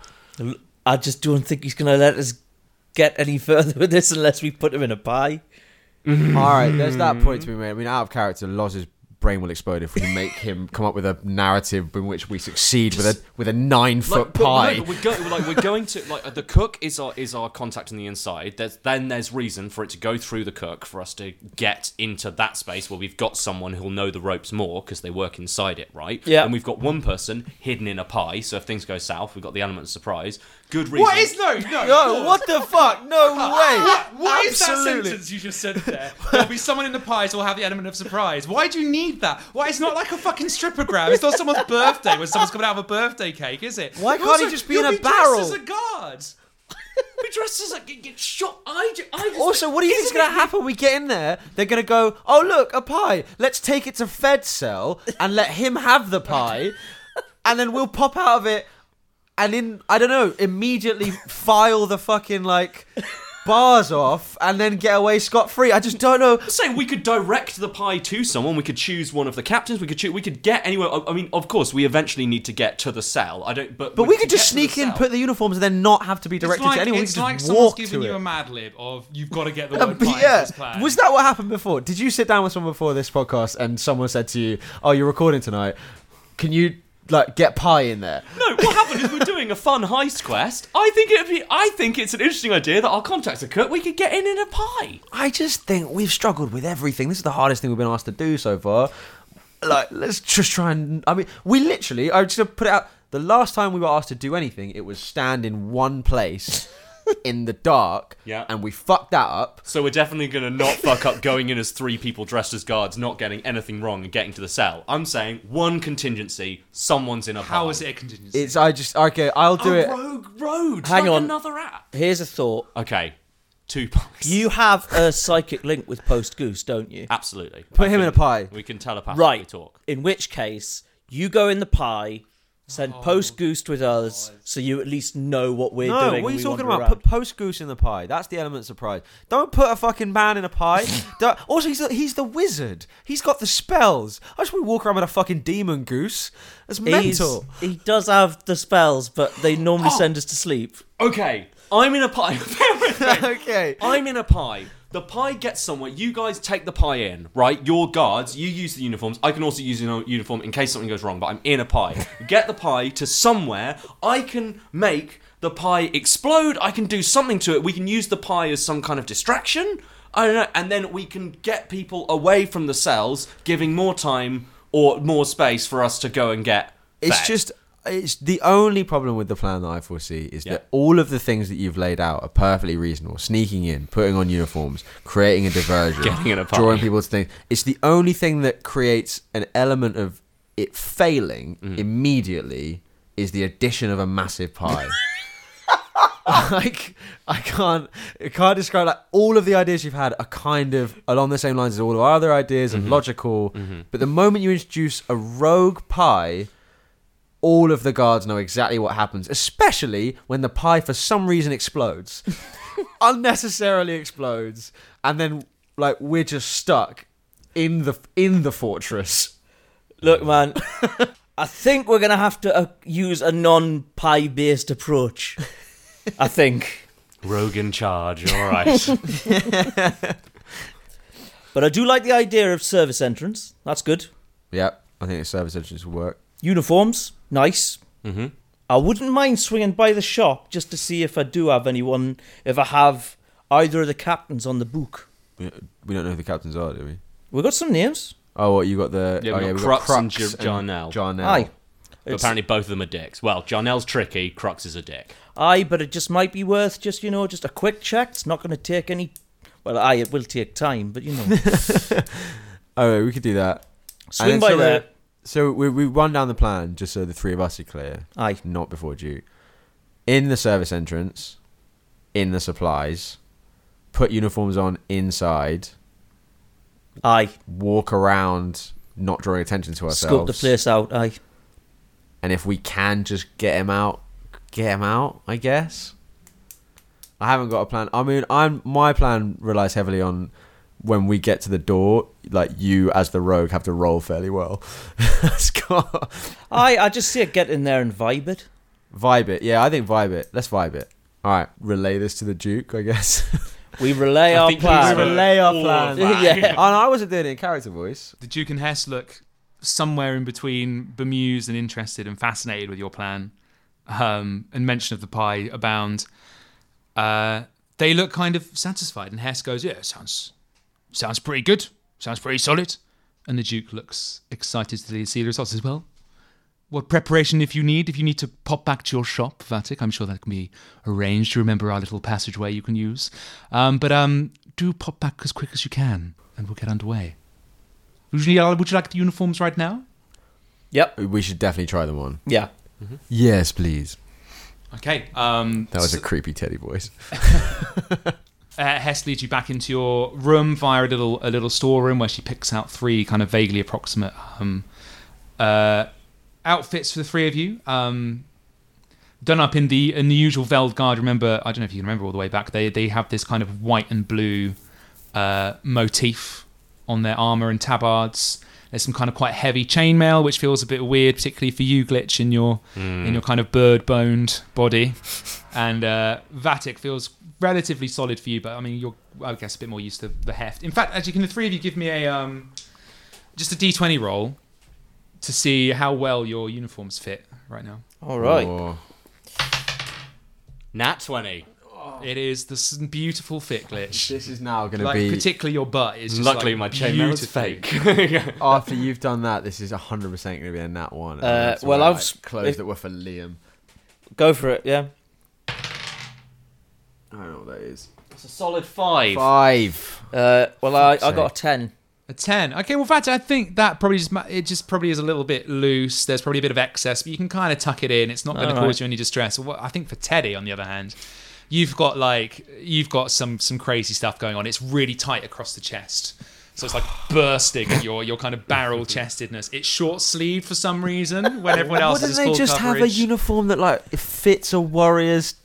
S3: I just don't think he's going to let us get any (laughs) further with this unless we put him in a pie.
S4: All right, there's that point to be made. I mean, out of character, Loz's brain will explode if we make him come up with a narrative in which we succeed with a with a nine foot
S2: but-
S4: pie.
S2: no, but we're, go- like, we're going to like uh, the cook is our is our contact on the inside. There's, then there's reason for it to go through the cook for us to get into that space where we've got someone who'll know the ropes more because they work inside it, right?
S3: Yeah.
S2: And we've got one person hidden in a pie, so if things go south, we've got the element of surprise. Good reason.
S1: What is no no
S4: no, what the fuck?
S3: (laughs)
S4: No way.
S1: What, what is that
S4: Absolutely.
S1: sentence you just said there? There'll be someone in the pies who will have the element of surprise. Why do you need that? Why it's not like a fucking strippogram. It's not someone's birthday when someone's coming out of a birthday cake, is it?
S4: Why
S1: You
S4: can't he just be in
S1: you'll
S4: a
S1: dressed
S4: barrel?
S1: as a guard.
S2: We dress as a get, get shot. I, ju- I just,
S4: Also, what do you think's
S2: Isn't
S4: going
S2: it-
S4: to happen? We get in there, they're going to go, "Oh look, a pie. Let's take it to Fed cell and let him have the pie, and then we'll pop out of it, and in I don't know, immediately file the fucking like bars off, and then get away scot free. I just don't know.
S2: Say we could direct the pie to someone. We could choose one of the captains. We could choose. We could get anywhere. I, I mean, of course, we eventually need to get to the cell. I don't. But
S4: But we
S2: to
S4: could just
S2: get to the
S4: sneak in,
S2: cell-
S4: put the uniforms, and then not have to be directed
S1: it's like,
S4: to anyone. We
S1: It's
S4: could
S1: like
S4: just
S1: someone's
S4: walk
S1: giving
S4: to
S1: you
S4: it.
S1: a mad lib of you've got to get the
S4: Uh,
S1: word
S4: but
S1: pies
S4: yeah,
S1: as planned.
S4: was that what happened before? Did you sit down with someone before this podcast and someone said to you, "Oh, you're recording tonight. Can you like get pie in there?"
S2: No, what happened is we're doing a fun heist quest. I think it'd be. I think it's an interesting idea that our contacts are cooked. We could get in in a pie.
S4: I just think we've struggled with everything. This is the hardest thing we've been asked to do so far. Like, let's just try and. I mean, we literally. I just put it out. The last time we were asked to do anything, it was stand in one (laughs) place in the dark.
S2: Yeah.
S4: And we fucked that up.
S2: So we're definitely gonna not fuck up going in as three people dressed as guards, not getting anything wrong, and getting to the cell. I'm saying one contingency: someone's in a pie.
S1: How is it a contingency?
S4: It's. I just. Okay, I'll do
S2: a
S4: it.
S2: rogue road?
S3: Hang
S2: like
S3: on.
S2: another app.
S3: Here's a thought.
S2: Okay, two pies.
S3: You have a psychic link with Post Goose, don't you?
S2: Absolutely.
S4: Put
S2: I
S4: him in
S2: can-
S4: a pie.
S2: We can telepathically
S3: Right.
S2: talk.
S3: In which case, you go in the pie, Send
S1: Oh,
S3: post goose to us so you at least know what we're
S4: no,
S3: doing.
S4: what are
S3: when
S4: you
S3: we
S4: talking
S3: wander
S4: about?
S3: around.
S4: Put post goose in the pie. That's the element of surprise. Don't put a fucking man in a pie. (laughs) Don't- also, he's the, he's the wizard. He's got the spells. I just want to walk around with a fucking demon goose. That's
S3: He's-
S4: mental.
S3: he does have the spells, but they
S4: (gasps)
S3: normally
S2: Oh.
S3: send us to sleep.
S2: Okay, I'm in a pie. (laughs)
S4: (laughs) okay.
S2: I'm in a pie. The pie gets somewhere. You guys take the pie in, right? Your guards, you use the uniforms. I can also use a uniform in case something goes wrong, but I'm in a pie.
S4: (laughs)
S2: Get the pie to somewhere. I can make the pie explode. I can do something to it. We can use the pie as some kind of distraction. I don't know. And then we can get people away from the cells, giving more time or more space for us to go and get.
S4: It's
S2: fed.
S4: just it's the only problem with the plan that I foresee is
S2: Yeah.
S4: that all of the things that you've laid out are perfectly reasonable. Sneaking in, putting on uniforms, creating a diversion,
S2: Getting in a party.
S4: drawing people to things. It's the only thing that creates an element of it failing
S2: Mm.
S4: immediately is the addition of a
S2: (laughs)
S4: massive pie. (laughs) like I can't I can't describe like all of the ideas you've had are kind of along the same lines as all of our other ideas
S2: Mm-hmm.
S4: and logical. But the moment you introduce a rogue pie, all of the guards know exactly what happens, especially when the pie for some reason explodes. Unnecessarily explodes, and then like we're just stuck in the in the fortress.
S3: Look, man, I think we're gonna have to uh, use a non-pie based approach. I
S4: (laughs)
S3: think,
S2: rogue in charge. All right.
S3: but I do like the idea of service entrance. That's good.
S4: Yep, I think the service entrance will work.
S3: Uniforms, nice.
S2: mm-hmm.
S3: I wouldn't mind swinging by the shop just to see if I do have anyone. If I have either of the captains on the book,
S4: We we don't know who the captains are, do we?
S3: we got some names.
S4: Oh, what you got the
S2: Yeah,
S4: oh,
S2: we got
S4: we
S2: Crux and Jar- Jarnell.
S4: Jarnell.
S3: Aye,
S2: But
S3: It's-
S2: apparently both of them are dicks. Well, Jarnell's tricky, Crux is a dick.
S3: aye, but it just might be worth just you know just a quick check. It's not going to take any. Well, aye, it will take time, but
S2: (laughs)
S3: you know,
S4: Oh, we could do that.
S3: swing
S4: then
S3: by
S4: so
S3: there.
S4: So we we run down the plan just so the three of us are clear.
S3: Aye,
S4: not before due. In the service entrance, in the supplies, put uniforms on inside,
S3: aye.
S4: walk around, not drawing attention
S3: Scope
S4: to ourselves.
S3: the place out. Aye.
S4: And if we can just get him out, get him out, I guess. I haven't got a plan. I mean, I'm my plan relies heavily on when we get to the door, like you as the rogue have to roll fairly well. (laughs) Scott,
S3: I I just say get in there and vibe it.
S4: vibe it. Yeah, I think vibe it. Let's vibe it. All right, relay this to the Duke, I
S3: (laughs)
S4: guess.
S3: We relay
S2: I
S3: our
S2: think
S3: plan.
S2: we
S4: We relay our
S2: all
S4: plan.
S2: of
S3: (laughs)
S2: that.
S4: (laughs) and I wasn't doing it in character voice.
S1: The Duke and Hess look somewhere in between bemused and interested and fascinated with your plan, um, and mention of the pie abound. Uh, they look kind of satisfied, and Hess goes, "Yeah, sounds sounds pretty good. Sounds pretty solid." And the Duke looks excited to see the results as well. What preparation if you need? If you need to pop back to your shop, Vatic, I'm sure that can be arranged. You remember our little passageway you can use. Um, but um, do pop back as quick as you can, and we'll get underway. Would you, would you like the uniforms right now?
S3: Yep.
S4: We should definitely try them on.
S3: Yeah.
S4: Yes, please.
S1: Okay. Um,
S4: That was a
S1: so-
S4: creepy Teddy voice.
S1: uh, Hess leads you back into your room via a little a little storeroom where she picks out three kind of vaguely approximate um, uh, outfits for the three of you. Um, done up in the in the usual Veld Guard. Remember, I don't know if you can remember all the way back. They they have this kind of white and blue uh, motif on their armor and tabards. There's some kind of quite heavy chainmail, which feels a bit weird, particularly for you, Glitch, in your
S4: Hmm.
S1: in your kind of bird boned body. and uh, Vatic feels relatively solid for you, but I mean, you're I guess a bit more used to the heft. In fact, actually, can the three of you give me a um, just a D20 roll to see how well your uniforms fit right now?
S3: All right.
S2: Oh.
S4: Or-
S2: Nat 20.
S1: It is this beautiful fit glitch.
S4: this is now going to
S1: Like
S4: be.
S1: particularly your butt is just
S2: Luckily,
S1: like,
S2: my chainmail is
S1: beautifully-
S2: fake.
S4: after you've done that, this is 100% going to be a nat one. And
S3: Uh,
S4: I'm gonna have to
S3: well,
S4: wear,
S3: I've
S4: like,
S3: sp-
S4: clothes
S3: if-
S4: that were for Liam.
S3: Go for it. Yeah.
S4: I don't know what that is.
S2: (laughs) It's a solid five.
S4: Five.
S3: Uh, well, I, I
S4: sake.
S3: got a ten.
S1: A ten. Okay, well, Vatic, I think that probably just ma- it just probably is a little bit loose. There's probably a bit of excess, but you can kind of tuck it in. It's not going to
S3: All
S1: cause
S3: right.
S1: you any distress. Well, I think for Teddy, on the other hand, you've got like you've got some some crazy stuff going on. It's really tight across the chest. So it's like bursting your your kind of
S4: (laughs)
S1: barrel chestedness. It's short sleeved for some reason when everyone else
S4: Wouldn't
S1: is
S4: they
S1: full
S4: just
S1: coverage.
S4: have a uniform that like fits a warrior's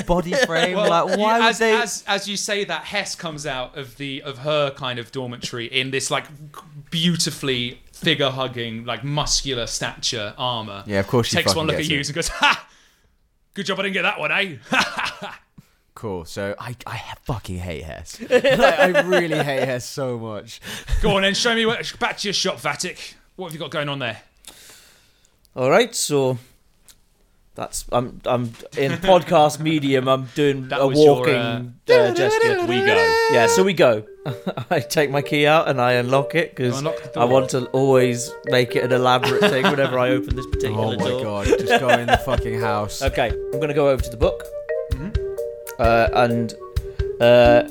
S1: (laughs)
S4: body frame?
S1: Well,
S4: like
S1: you-
S4: why
S1: as,
S4: would they?
S1: as as you say that, Hess comes out of the of her kind of dormitory in this like beautifully figure hugging, like muscular stature armor.
S4: Yeah, of course she
S1: takes
S4: fucking
S1: one look at
S4: gets
S1: you
S4: it.
S1: and goes, "Ha! Good job I didn't get that one, eh?" (laughs)
S4: Cool. So I, I fucking hate Hess. (laughs) like, I really hate Hess so much.
S1: Go on then, show me where, back to your shop, Vatic. What have you got going on there?
S3: All right, so that's I'm I'm in podcast medium. I'm doing
S1: That
S3: a
S1: was your,
S3: walking
S1: uh,
S3: uh, gesture.
S2: We go.
S3: Yeah, so we go. (laughs) I take my key out and I unlock it
S1: You
S3: because
S1: unlock the door.
S3: I want to always make it an elaborate thing whenever I open this particular
S4: Oh my
S3: door.
S4: god! Just go in the
S3: (laughs)
S4: fucking house.
S3: Okay, I'm gonna go over to the book, uh, and uh,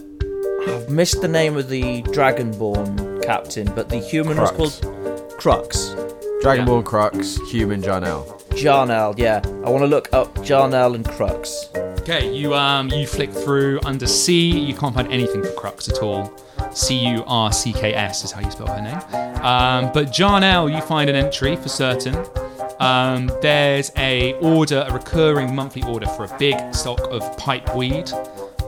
S3: I've missed the name of the Dragonborn captain, but the human
S4: Crux.
S3: was called Crux.
S4: Dragon Ball Crux, human Jarnell.
S3: Jarnel, yeah. I want to look up Jarnel and Crux.
S1: Okay, you um you flick through under C. You can't find anything for Crux at all. C U R C K S is how you spell her name. Um, but Jarnell, you find an entry for certain. Um, there's a order, a recurring monthly order for a big stock of pipe weed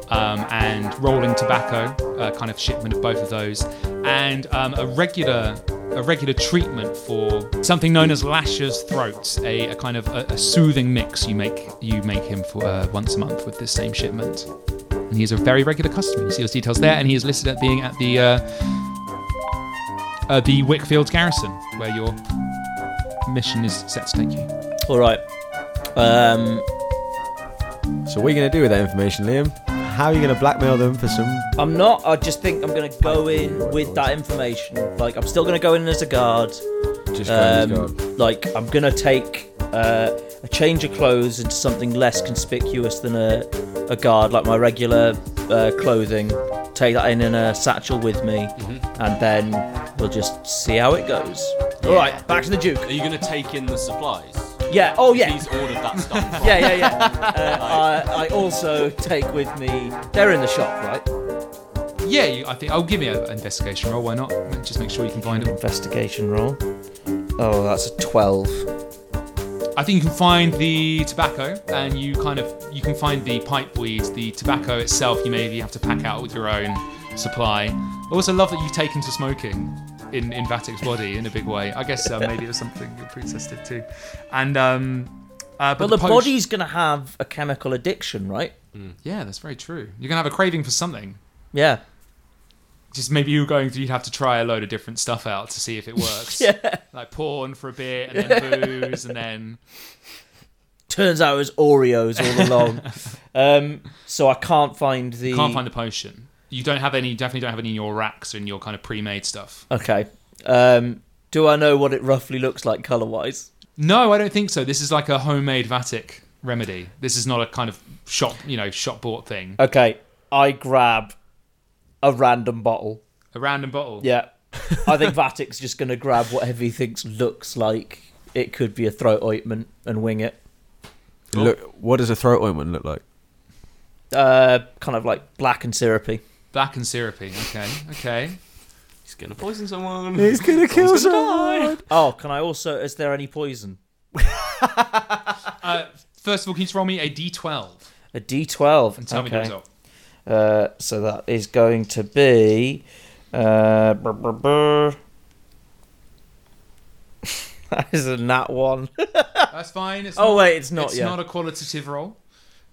S1: um, and rolling tobacco, uh, kind of shipment of both of those, and um, a regular a regular treatment for something known as Lasher's throat, a, a kind of a, a soothing mix you make you make him for uh, once a month with this same shipment. And he is a very regular customer. You see those details there, and he is listed at being at the uh, uh, the Wickfields Garrison, where your mission is set to take you.
S3: All right. Um,
S4: So what are you gonna do with that information, Liam? How are you gonna blackmail them for some?
S3: I'm not. I just think I'm gonna go in with that information. Like, I'm still gonna go in as a guard.
S4: Just go in this
S3: Um,
S4: guard.
S3: like, I'm gonna take uh, a change of clothes into something less conspicuous than a, a guard, like my regular uh, clothing. Take that in in a satchel with me, and then we'll just see how it goes. All right, back to the Duke.
S2: Are you going to take in the supplies?
S3: Yeah. Oh yeah.
S2: He's ordered that stuff. from-
S3: Yeah, yeah, (laughs) yeah. Uh, I, I also take with me. They're in the shop, right?
S1: Yeah, you, I think I'll give me an investigation roll. Why not? Just make sure you can find it.
S3: Investigation roll. Oh, that's a twelve.
S1: I think you can find the tobacco, and you kind of you can find the pipe weed. The tobacco itself, you maybe have to pack out with your own supply. I also love that you've taken to smoking in in Vatic's body in a big way. I guess uh, maybe it was something your princess did too. And um, uh, but
S3: Well, the,
S1: potion-
S3: body's gonna have a chemical addiction, right?
S1: yeah, that's very true. You're gonna have a craving for something.
S3: Yeah.
S1: Just maybe you were going through, you'd have to try a load of different stuff out to see if it works.
S3: (laughs) Yeah.
S1: Like porn for a bit, and then booze, and then
S3: Turns out it was Oreos
S1: (laughs)
S3: all along. um, so I can't find the.
S1: can't find the potion. You don't have any. Definitely don't have any in your racks and your kind of pre-made stuff.
S3: Okay. Um, do I know what it roughly looks like color wise?
S1: No, I don't think so. This is like a homemade Vatic remedy. This is not a kind of shop, you know, shop bought thing.
S3: Okay. I grab a random bottle.
S1: A random bottle.
S3: Yeah.
S1: (laughs)
S3: I think Vatic's just going to grab whatever he thinks looks like it could be a throat ointment and wing it.
S4: Look, what does a throat ointment look like?
S3: Uh, kind of like black and syrupy.
S1: Black and syrupy. Okay. Okay.
S2: He's going to poison someone.
S4: gonna kill
S2: Someone's gonna die.
S3: Oh, can I also? Is there any poison?
S1: Uh, first of all, can you just roll me a d12
S3: A D12.
S1: and tell me the (laughs) result?
S3: Uh, so that is going to be. Uh, brr, brr, brr. (laughs) that is a nat one.
S1: That's fine. It's
S3: Oh
S1: not,
S3: wait, it's not
S1: it's
S3: yet.
S1: not a qualitative roll.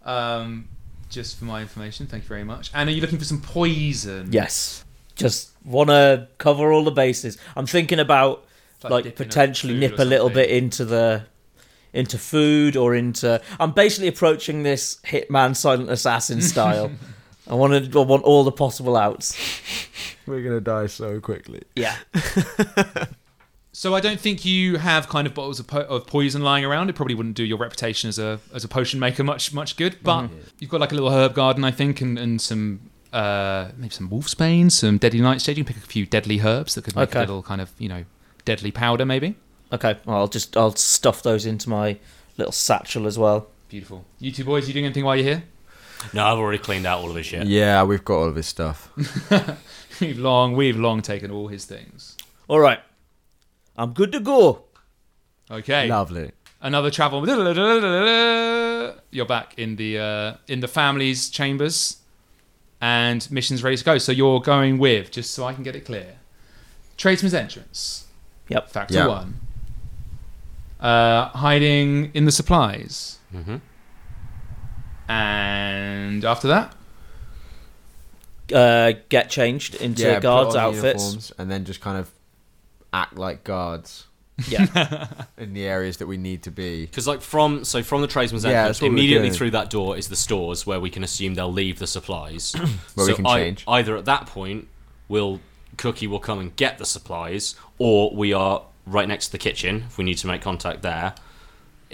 S1: Um, just for my information, thank you very much. And are you looking for some poison?
S3: Yes. Just want to cover all the bases. I'm thinking about
S1: Like
S3: like,
S1: dipping a
S3: potentially
S1: food
S3: nip
S1: or
S3: a little
S1: something.
S3: bit into the into food or into. I'm basically approaching this hitman,
S1: (laughs)
S3: silent assassin style. I want to. I want all the possible outs.
S4: We're gonna die so quickly.
S3: Yeah.
S1: So I don't think you have kind of bottles of, po- of poison lying around. It probably wouldn't do your reputation as a as a potion maker much much good. But you've got like a little herb garden, I think, and, and some uh, maybe some wolfsbane, some deadly nightshade. You can pick a few deadly herbs that could make
S3: Okay.
S1: a little kind of you know deadly powder, maybe.
S3: Okay. Well, I'll just I'll stuff those into my little satchel as well.
S1: Beautiful. You two boys, you doing anything while you're here? (laughs)
S2: No, I've already cleaned out all of his
S4: Yeah.
S2: shit.
S4: we've got all of his stuff.
S1: We've long, we've long taken all his things.
S3: All right, I'm good to go.
S1: Okay,
S4: Lovely.
S1: another travel. You're back in the uh, in the family's chambers, and mission's ready to go. So you're going with just so I can get it clear. Tradesman's entrance.
S3: Yep.
S1: Factor
S4: Yeah.
S1: one. Uh, hiding in the supplies,
S2: Mm-hmm.
S1: and after that,
S3: Uh, get changed into
S4: yeah, put
S3: guards
S4: on
S3: outfits.
S4: uniforms and then just kind of act like guards
S3: Yeah,
S4: in the areas that we need to be.
S2: Because like from so from the tradesman's
S4: Yeah,
S2: entrance,
S4: that's what we're
S2: immediately
S4: doing.
S2: through that door is the stores where we can assume they'll leave the supplies.
S4: (clears throat) Where we
S2: So
S4: can
S2: ei-
S4: change.
S2: either at that point, will Cookie will come and get the supplies, or we are right next to the kitchen if we need to make contact there.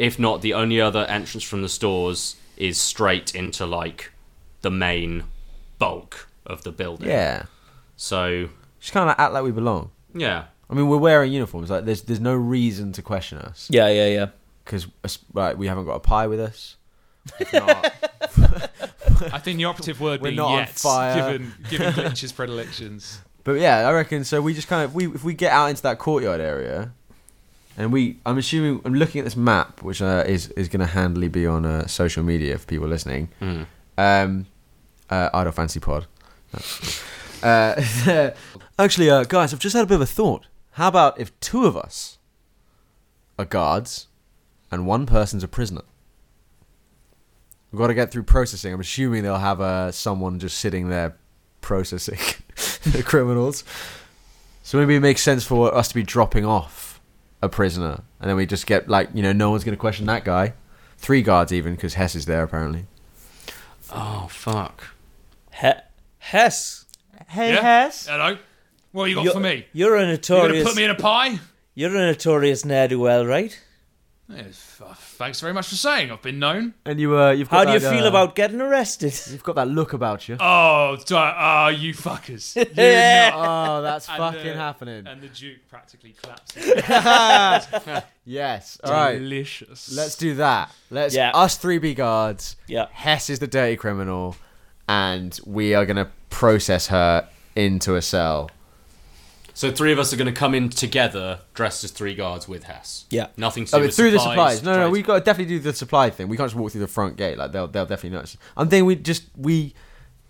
S2: If not, the only other entrance from the stores is straight into like the main bulk of the building.
S4: Yeah.
S2: So
S4: Just kind of act like we belong.
S2: yeah,
S4: I mean, we're wearing uniforms. Like, there's there's no reason to question us
S3: yeah, yeah, yeah.
S4: because like, we haven't got a pie with us. If not,
S1: I think the operative word
S4: (laughs) We're
S1: being
S4: not on
S1: yet,
S4: fire.
S1: given
S4: (laughs)
S1: given Glitch's predilections.
S4: but yeah, I reckon. So we just kind of we if we get out into that courtyard area, and we I'm assuming I'm looking at this map, which uh, is is going to handily be on uh, social media for people listening.
S2: Mm.
S4: Um, uh, Idol Fancy Pod. (laughs) uh, (laughs) actually, uh, guys, I've just had a bit of a thought. How about if two of us are guards and one person's a prisoner? We've got to get through processing. I'm assuming they'll have uh, someone just sitting there processing (laughs) the criminals. So maybe it makes sense for us to be dropping off a prisoner, and then we just get like you know no one's going to question that guy. Three guards even because Hess is there apparently.
S2: Oh fuck.
S3: He- Hess,
S4: Hey
S1: Yeah?
S4: Hess.
S1: Hello, what you got for me?
S3: you're
S1: You're
S3: a
S1: gonna
S3: notorious.
S1: put me in a pie?
S3: You're a notorious ne'er do well, right?
S1: Yes, f- thanks very much for saying. I've been known.
S4: And you, uh, you've.
S3: How
S4: got
S3: do you
S4: that,
S3: feel
S4: uh,
S3: about getting
S4: (laughs)
S3: arrested? (laughs)
S4: You've got that look about you.
S1: Oh, d- oh you
S4: (laughs)
S1: fuckers. You
S3: Yeah.
S1: nut.
S3: (laughs)
S4: Oh, that's
S1: And,
S4: fucking
S1: uh,
S4: happening.
S1: And the Duke practically claps.
S4: yes. All right.
S1: Delicious.
S4: Let's do that. Let's
S3: Yeah.
S4: us three be guards.
S3: Yeah.
S4: Hess is the dirty criminal, and we are gonna process her into a cell.
S2: So three of us are going to come in together, dressed as three guards with Hess.
S3: Yeah.
S2: Nothing to do
S4: Oh, but
S2: with
S4: through the
S2: supplies.
S4: supplies. No, no,
S2: trades-
S4: we got to definitely do the supply thing. We can't just walk through the front gate. Like they'll, they'll definitely notice. I'm thinking we just, we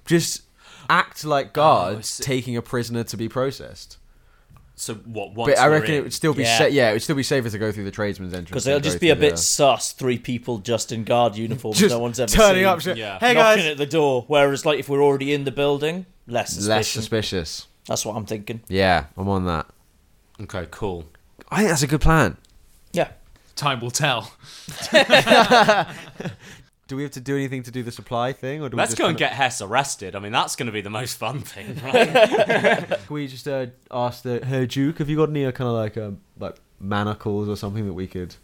S4: just act like
S3: Oh,
S4: guards
S2: see.
S4: taking a prisoner to be processed.
S2: So what? Once
S4: But I
S2: we're
S4: reckon
S2: in-
S4: it would still be
S3: Yeah.
S4: yeah. yeah, it would still be safer to go through the tradesman's entrance.
S3: Because
S4: than
S3: they'll
S4: go
S3: just be a
S4: through
S3: bit
S4: the-
S3: sus. Three people just in guard uniforms.
S4: just
S3: no one's ever seen.
S4: turning up. shit.
S2: Yeah.
S4: Hey
S3: knocking
S4: guys,
S3: at the door. Whereas, like, if we're already in the building, less suspicion.
S4: less suspicious.
S3: That's what I'm thinking.
S4: Yeah, I'm on that.
S2: Okay, cool.
S4: I think that's a good plan.
S3: Yeah.
S1: Time will tell.
S4: Do we have to do anything to do the supply thing, or do
S2: Let's
S4: we just
S2: go and
S4: kinda-
S2: get Hess arrested. I mean, that's going to be the most fun thing,
S4: (laughs)
S2: right?
S4: Can we just uh, ask the her Duke? Have you got any uh, kind of like um, like manacles or something that we could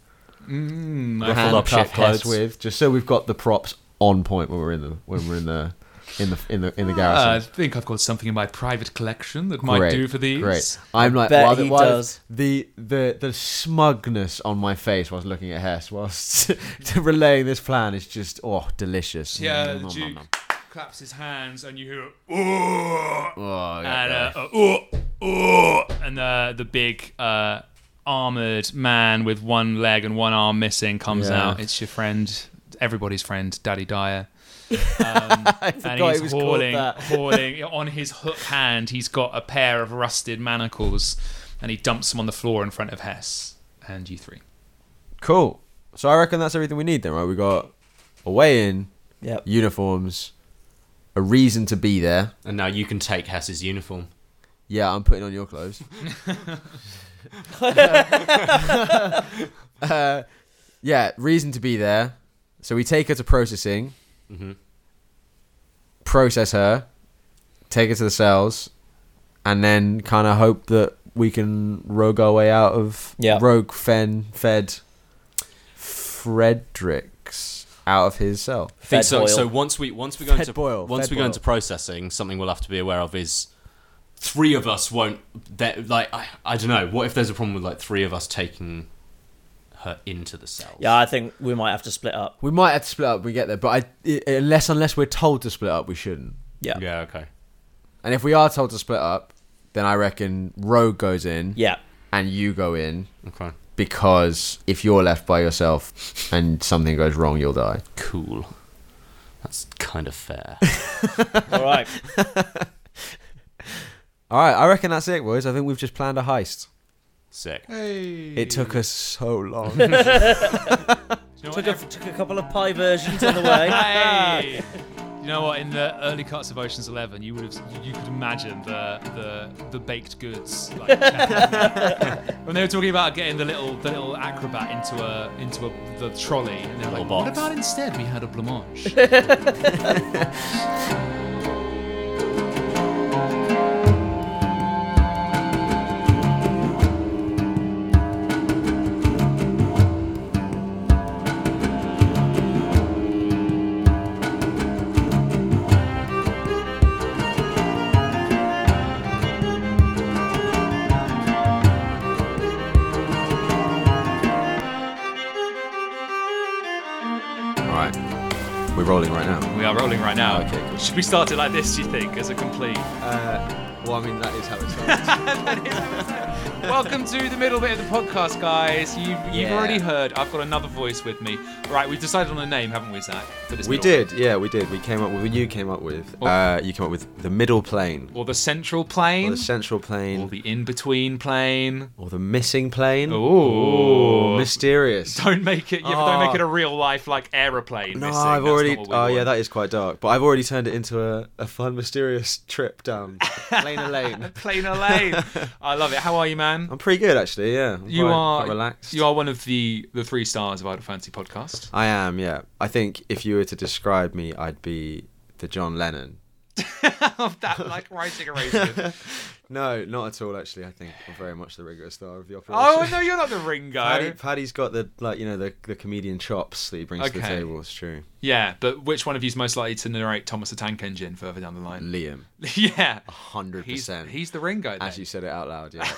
S4: Hmm,
S1: Mm, I-
S2: Ruffled up shit
S4: handcuff Hess
S2: clothes.
S4: with, just so we've got the props on point when we're in the when we're in the in the in the in the
S1: I
S4: garrison.
S1: think I've got something in my private collection that might
S4: Great,
S1: do for these.
S4: Great. I'm like,
S3: bet
S4: while the,
S3: he
S4: while
S3: does.
S4: the the the smugness on my face whilst looking at Hess whilst (laughs) relaying this plan is just oh delicious.
S1: Yeah, the
S4: Nom, nom, nom,
S1: Duke
S4: nom.
S1: claps his hands, and you hear, "Ooh!"
S4: Oh, yeah,
S1: and
S4: yeah.
S1: uh, oh, oh, and uh, the big uh, armored man with one leg and one arm missing comes
S4: Yeah.
S1: out. It's your friend, everybody's friend, Daddy
S4: (laughs)
S1: Dyer. Um, and
S4: forgot
S1: he's
S4: he was called
S1: hauling,
S4: that. (laughs)
S1: hauling on his hook hand. He's got a pair of rusted manacles, and he dumps them on the floor in front of Hess and you three.
S4: Cool. So I reckon that's everything we need then, right? We got a way in,
S3: Yeah.
S4: uniforms, a reason to be there.
S2: and now you can take Hess's uniform.
S4: Yeah, I'm putting on your clothes. (laughs) uh, yeah, reason to be there. So we take her to processing,
S2: Mhm.
S4: process her, take her to the cells, and then kind of hope that we can rogue our way out of
S3: Yeah.
S4: rogue Fen Fed Fredericks out of his cell.
S3: Fed
S2: so,
S3: Boyle.
S2: so once we once we go
S4: Fed
S2: into
S4: Boyle,
S2: once
S4: Fed
S2: we go
S4: Boyle.
S2: into processing, something we'll have to be aware of is three of us won't. That like I, I don't know. What if there's a problem with like three of us taking her into the cells.
S3: Yeah, I think we might have to split up.
S4: We might have to split up. when We get there, but I, i- unless unless we're told to split up, we shouldn't.
S3: Yeah. Yeah.
S2: Yeah. Okay.
S4: And if we are told to split up, then I reckon Rogue goes in
S3: Yeah.
S4: and you go in
S2: Okay.
S4: because if you're left by yourself and something goes wrong, you'll die.
S2: Cool. That's kind of (laughs) fair.
S3: All
S4: (laughs)
S3: right.
S4: All right, I reckon that's it, boys. I think we've just planned a heist.
S2: Sick.
S1: Hey.
S4: It took us so (laughs) long.
S1: You know
S3: took,
S1: what?
S3: a, took a couple of pie versions on the way.
S1: (laughs) Hey! You know what? In the early cuts of Ocean's Eleven, you would have, you, you could imagine the the, the baked goods. Like, (laughs) when they were talking about getting the little the little acrobat into a into a the trolley, and they're like,
S2: Little
S1: what
S2: box.
S1: about instead we had a blancmange?
S4: All right, we're rolling right now.
S1: we are rolling right now.
S4: Okay, cool.
S1: Should we start it like this? Do you think, as a complete?
S4: Well, I mean that is how it starts.
S1: Welcome to the middle bit of the podcast, guys. You've, you've
S4: Yeah.
S1: already heard. I've got another voice with me. Right, we've decided on a name, haven't we, Zach? For this
S4: (laughs) we
S1: middle bit?
S4: did, yeah, we did. We came up with you came up with uh, you came up with the middle plane,
S1: Or the central plane.
S4: or the central
S1: or
S4: plane,
S1: the in between plane.
S4: or the missing plane.
S1: Ooh.
S4: mysterious.
S1: Don't make it. Yeah, but don't
S4: Oh.
S1: make it a real life like aeroplane.
S4: No,
S1: missing.
S4: I've
S1: That's
S4: already.
S1: not what we
S4: Oh, yeah,
S1: want.
S4: that is quite dark. But I've already turned it into a, a fun, mysterious
S1: (laughs)
S4: trip down Plainer Lane.
S1: plainer
S4: (laughs)
S1: lane. I love it. How are you, man?
S4: I'm pretty good, actually. Yeah, I'm
S1: you
S4: quite-
S1: are
S4: quite relaxed.
S1: You are one of the the three stars of Idle Fancy
S4: (laughs)
S1: podcast.
S4: I am. Yeah. I think if you were to describe me, I'd be the John Lennon.
S1: (laughs) of that like writing
S4: (laughs)
S1: erasure.
S4: No, not at all. Actually, I think I'm very much the rigorous star of the operation.
S1: oh no, you're not the Ringo.
S4: (laughs) Paddy, Paddy's got the like you know the the comedian chops that he brings to the
S1: Okay.
S4: table. It's true.
S1: Yeah, but which one of you's most likely to narrate Thomas the Tank Engine further down the line?
S4: Liam,
S1: (laughs) yeah.
S4: hundred
S1: He's,
S4: Mm. Oh, percent.
S1: he's the Ringo. Then.
S4: As you said it out
S1: (laughs)
S4: loud, yeah.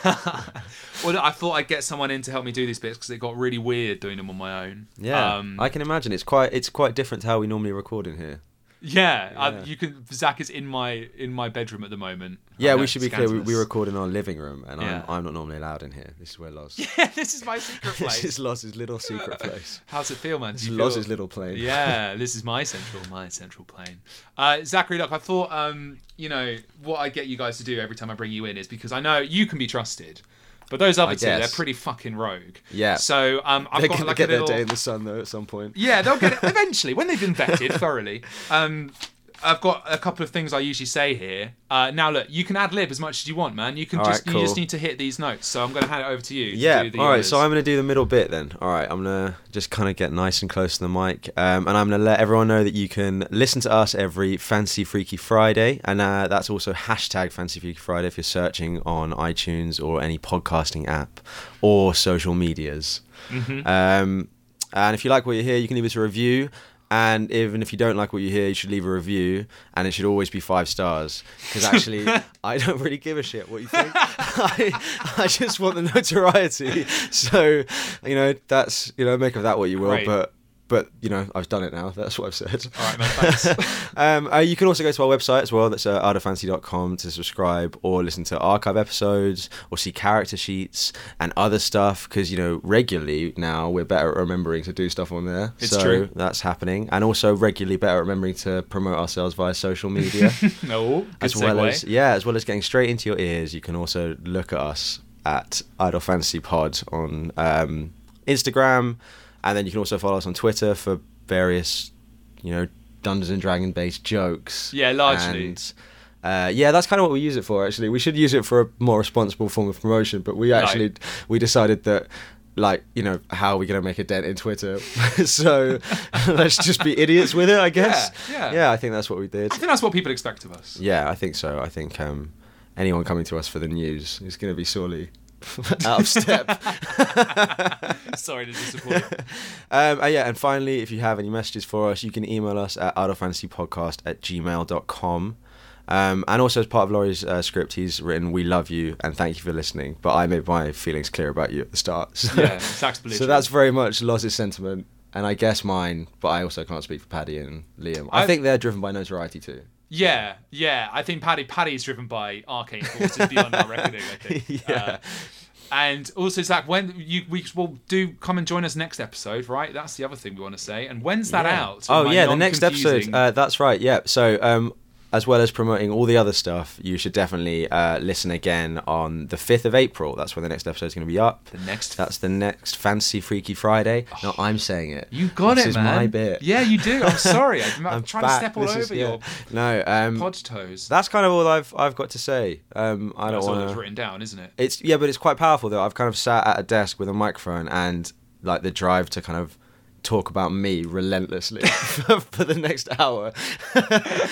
S1: Well, I thought I'd get someone in to help me do these bits because it got really weird doing them on my own.
S4: Yeah,
S1: Um,
S4: I can imagine it's quite it's quite different to how we normally record in here.
S1: Yeah, I,
S4: Yeah.
S1: you can. Zach is in my in my bedroom at the moment.
S4: Yeah,
S1: I know,
S4: we should be clear. We, we
S1: scandalous.
S4: record in our living room, and
S1: Yeah.
S4: I'm, I'm not normally allowed in here. This is where Loz.
S1: (laughs)
S4: (laughs)
S1: Yeah, this is my secret
S4: this
S1: place.
S4: is Loz's little
S1: (laughs)
S4: secret place.
S1: How's it feel, man? Do
S4: This is
S1: you
S4: Loz's
S1: feel-
S4: little (laughs) plane.
S1: yeah, this is my central, my central plane. Uh, Zachary, look, I thought, um, you know, what I get you guys to do every time I bring you in is because I know you can be trusted, but those other
S4: I
S1: two, they're
S4: guess.
S1: pretty fucking rogue.
S4: Yeah.
S1: So um, I've
S4: They're
S1: got
S4: gonna
S1: like a
S4: get
S1: little.
S4: their day in the sun though at some point.
S1: Yeah, they'll get it
S4: (laughs)
S1: eventually when they've been vetted thoroughly. Um, I've got a couple of things I usually say here. Uh, now look, you can ad lib as much as you want, man. You can
S4: All
S1: just
S4: right,
S1: you just
S4: cool.
S1: need to hit these notes. So I'm going to hand it over to you. to
S4: Yeah.
S1: do the
S4: All right.
S1: others.
S4: So I'm gonna do the middle bit then. All right. I'm gonna just kind of get nice and close to the mic, um, and I'm gonna let everyone know that you can listen to us every Fancy Freaky Friday, and uh, that's also hashtag Fancy Freaky Friday if you're searching on iTunes or any podcasting app or social medias.
S1: Mm-hmm.
S4: Um, and if you like what you hear, you can leave us a review. And even if you don't like what you hear, you should leave a review, and it should always be five stars.
S1: (laughs)
S4: Because actually, I don't really give a shit what you think. (laughs) I, I just want the notoriety. So, you know, that's you know, make of that what you will.
S1: Great.
S4: But but you know, I've done it now. That's what I've said.
S1: All right, man. Thanks.
S4: (laughs) Um, uh, you can also go to our website as well. That's uh, artoffancy.com to subscribe or listen to archive episodes or see character sheets and other stuff because, you know, regularly now we're better at remembering to do stuff on there.
S1: It's
S4: so
S1: true.
S4: That's happening. And also regularly better at remembering to promote ourselves via social media.
S1: (laughs) no, good
S4: as
S1: segue.
S4: well as, yeah, as well as getting straight into your ears, you can also look at us at Idol Fantasy Pod on um, Instagram. And then you can also follow us on Twitter for various, you know, Dungeons and Dragon based jokes.
S1: Yeah, largely.
S4: And, uh, yeah, that's kind of what we use it for. Actually, we should use it for a more responsible form of promotion. But we actually we decided that, like, you know, how are we going to make a dent in Twitter? (laughs) so let's just be idiots with it, I guess.
S1: yeah.
S4: yeah. I think that's what we did.
S1: I think that's what people expect of us.
S4: Yeah, I think so. I think um, anyone coming to us for the news is going to be sorely (laughs) out of step.
S1: (laughs) Sorry to disappoint.
S4: (laughs) um, uh, yeah, and finally, if you have any messages for us, you can email us at idlefantasypodcast at gmail.com. Um, and also, as part of Laurie's uh, script, he's written "We love you" and "Thank you for listening." But I made my feelings clear about you at the start. So,
S1: Yeah, Sax
S4: (laughs) so that's very much Loz's sentiment, and I guess mine. But I also can't speak for Paddy and Liam. I,
S1: I-
S4: think they're driven by notoriety too.
S1: Yeah, yeah. I think Paddy Paddy is driven by arcane forces beyond our reckoning. I think.
S4: (laughs) Yeah.
S1: Uh, and also, Zach, when you we will do come and join us next episode, right? That's the other thing we want to say. And when's that
S3: Yeah.
S1: out?
S4: Oh
S1: Am I
S4: yeah, the
S1: not
S4: next
S1: confusing?
S4: episode. Uh, that's right. Yeah. So um, as well as promoting all the other stuff, you should definitely uh, listen again on the fifth of April. That's when the next episode's going to be up.
S1: the next. Oh,
S4: That's the next Fancy Freaky Friday. No, I'm saying it.
S1: you got
S4: this
S1: it,
S4: is
S1: man.
S4: my bit.
S1: Yeah, you do.
S4: (laughs)
S1: I'm sorry. I'm,
S4: I'm
S1: trying
S4: back.
S1: to step all
S4: This
S1: over
S4: is- yeah.
S1: your
S4: No, um,
S1: pod toes.
S4: that's kind of all I've I've got to say. Um, I don't
S1: That's all
S4: want
S1: that's
S4: to.
S1: written down, isn't it?
S4: It's yeah, but it's quite powerful though. I've kind of sat at a desk with a microphone and like the drive to kind of talk about me relentlessly (laughs) for, for the next hour. (laughs)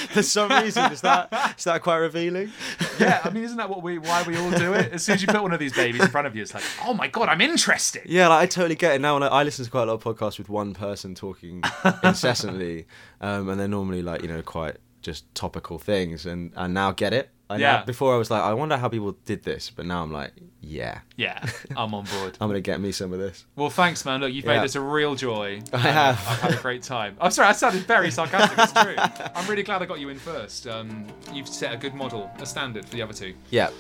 S4: for some reason, is that is that quite revealing?
S1: (laughs) yeah, I mean, isn't that what we why we all do it? As soon as you put one of these babies in front of you, it's like, oh my god, I'm interested.
S4: Yeah, like, I totally get it now. And I, I listen to quite a lot of podcasts with one person (laughs) talking incessantly, um, and they're normally like you know quite just topical things. And I now get it. I now-
S1: Yeah.
S4: before I was like, I wonder how people did this, but now I'm like, yeah,
S1: Yeah, (laughs) I'm on board.
S4: I'm gonna get me some of this.
S1: Well, thanks, man. Look, you've
S4: Yeah.
S1: made this a real joy.
S4: (laughs) I have.
S1: I've had a great time. I'm sorry, I sounded very sarcastic. It's (laughs) true. I'm really glad I got you in first. Um, you've set a good model, a standard for the other two.
S4: (laughs) Yeah,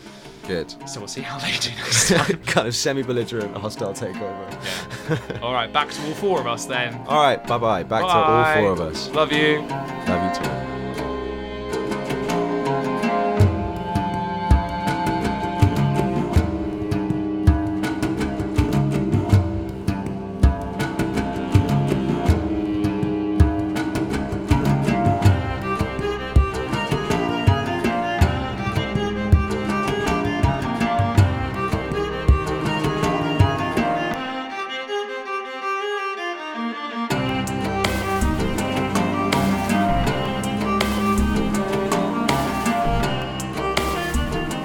S4: good.
S1: So we'll see how they do next (laughs) time.
S4: (laughs) kind of semi-belligerent, hostile takeover.
S1: all right, back to all four of us then.
S4: All right, bye bye. Back
S1: Bye.
S4: to all four of us.
S1: Love you.
S4: Love you too.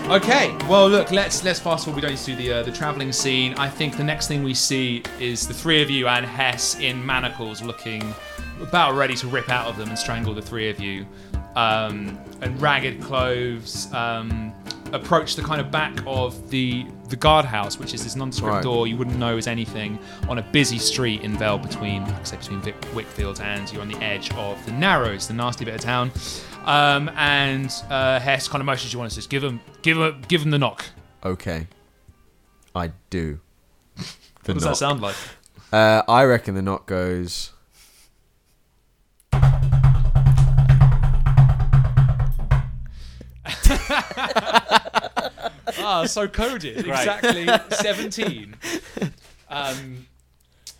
S1: Okay. Well, look. Let's let's fast forward. We don't need to do the uh, the traveling scene. I think the next thing we see is the three of you and Hess in manacles, looking about ready to rip out of them and strangle the three of you. Um, and ragged clothes um, approach the kind of back of the the guardhouse, which is this nondescript
S4: Right.
S1: door you wouldn't know is anything on a busy street in Vale between, like I say, between Vic- Wickfield and you're on the edge of the Narrows, the nasty bit of town. Um, and uh, Hess kind of motions you want us to just give him, give him, give him the knock.
S4: Okay, I do. The
S1: (laughs) What does that sound like?
S4: Uh, I reckon the knot goes.
S1: (laughs) ah, so coded.
S2: Right.
S1: Exactly
S4: (laughs)
S1: 17. Um,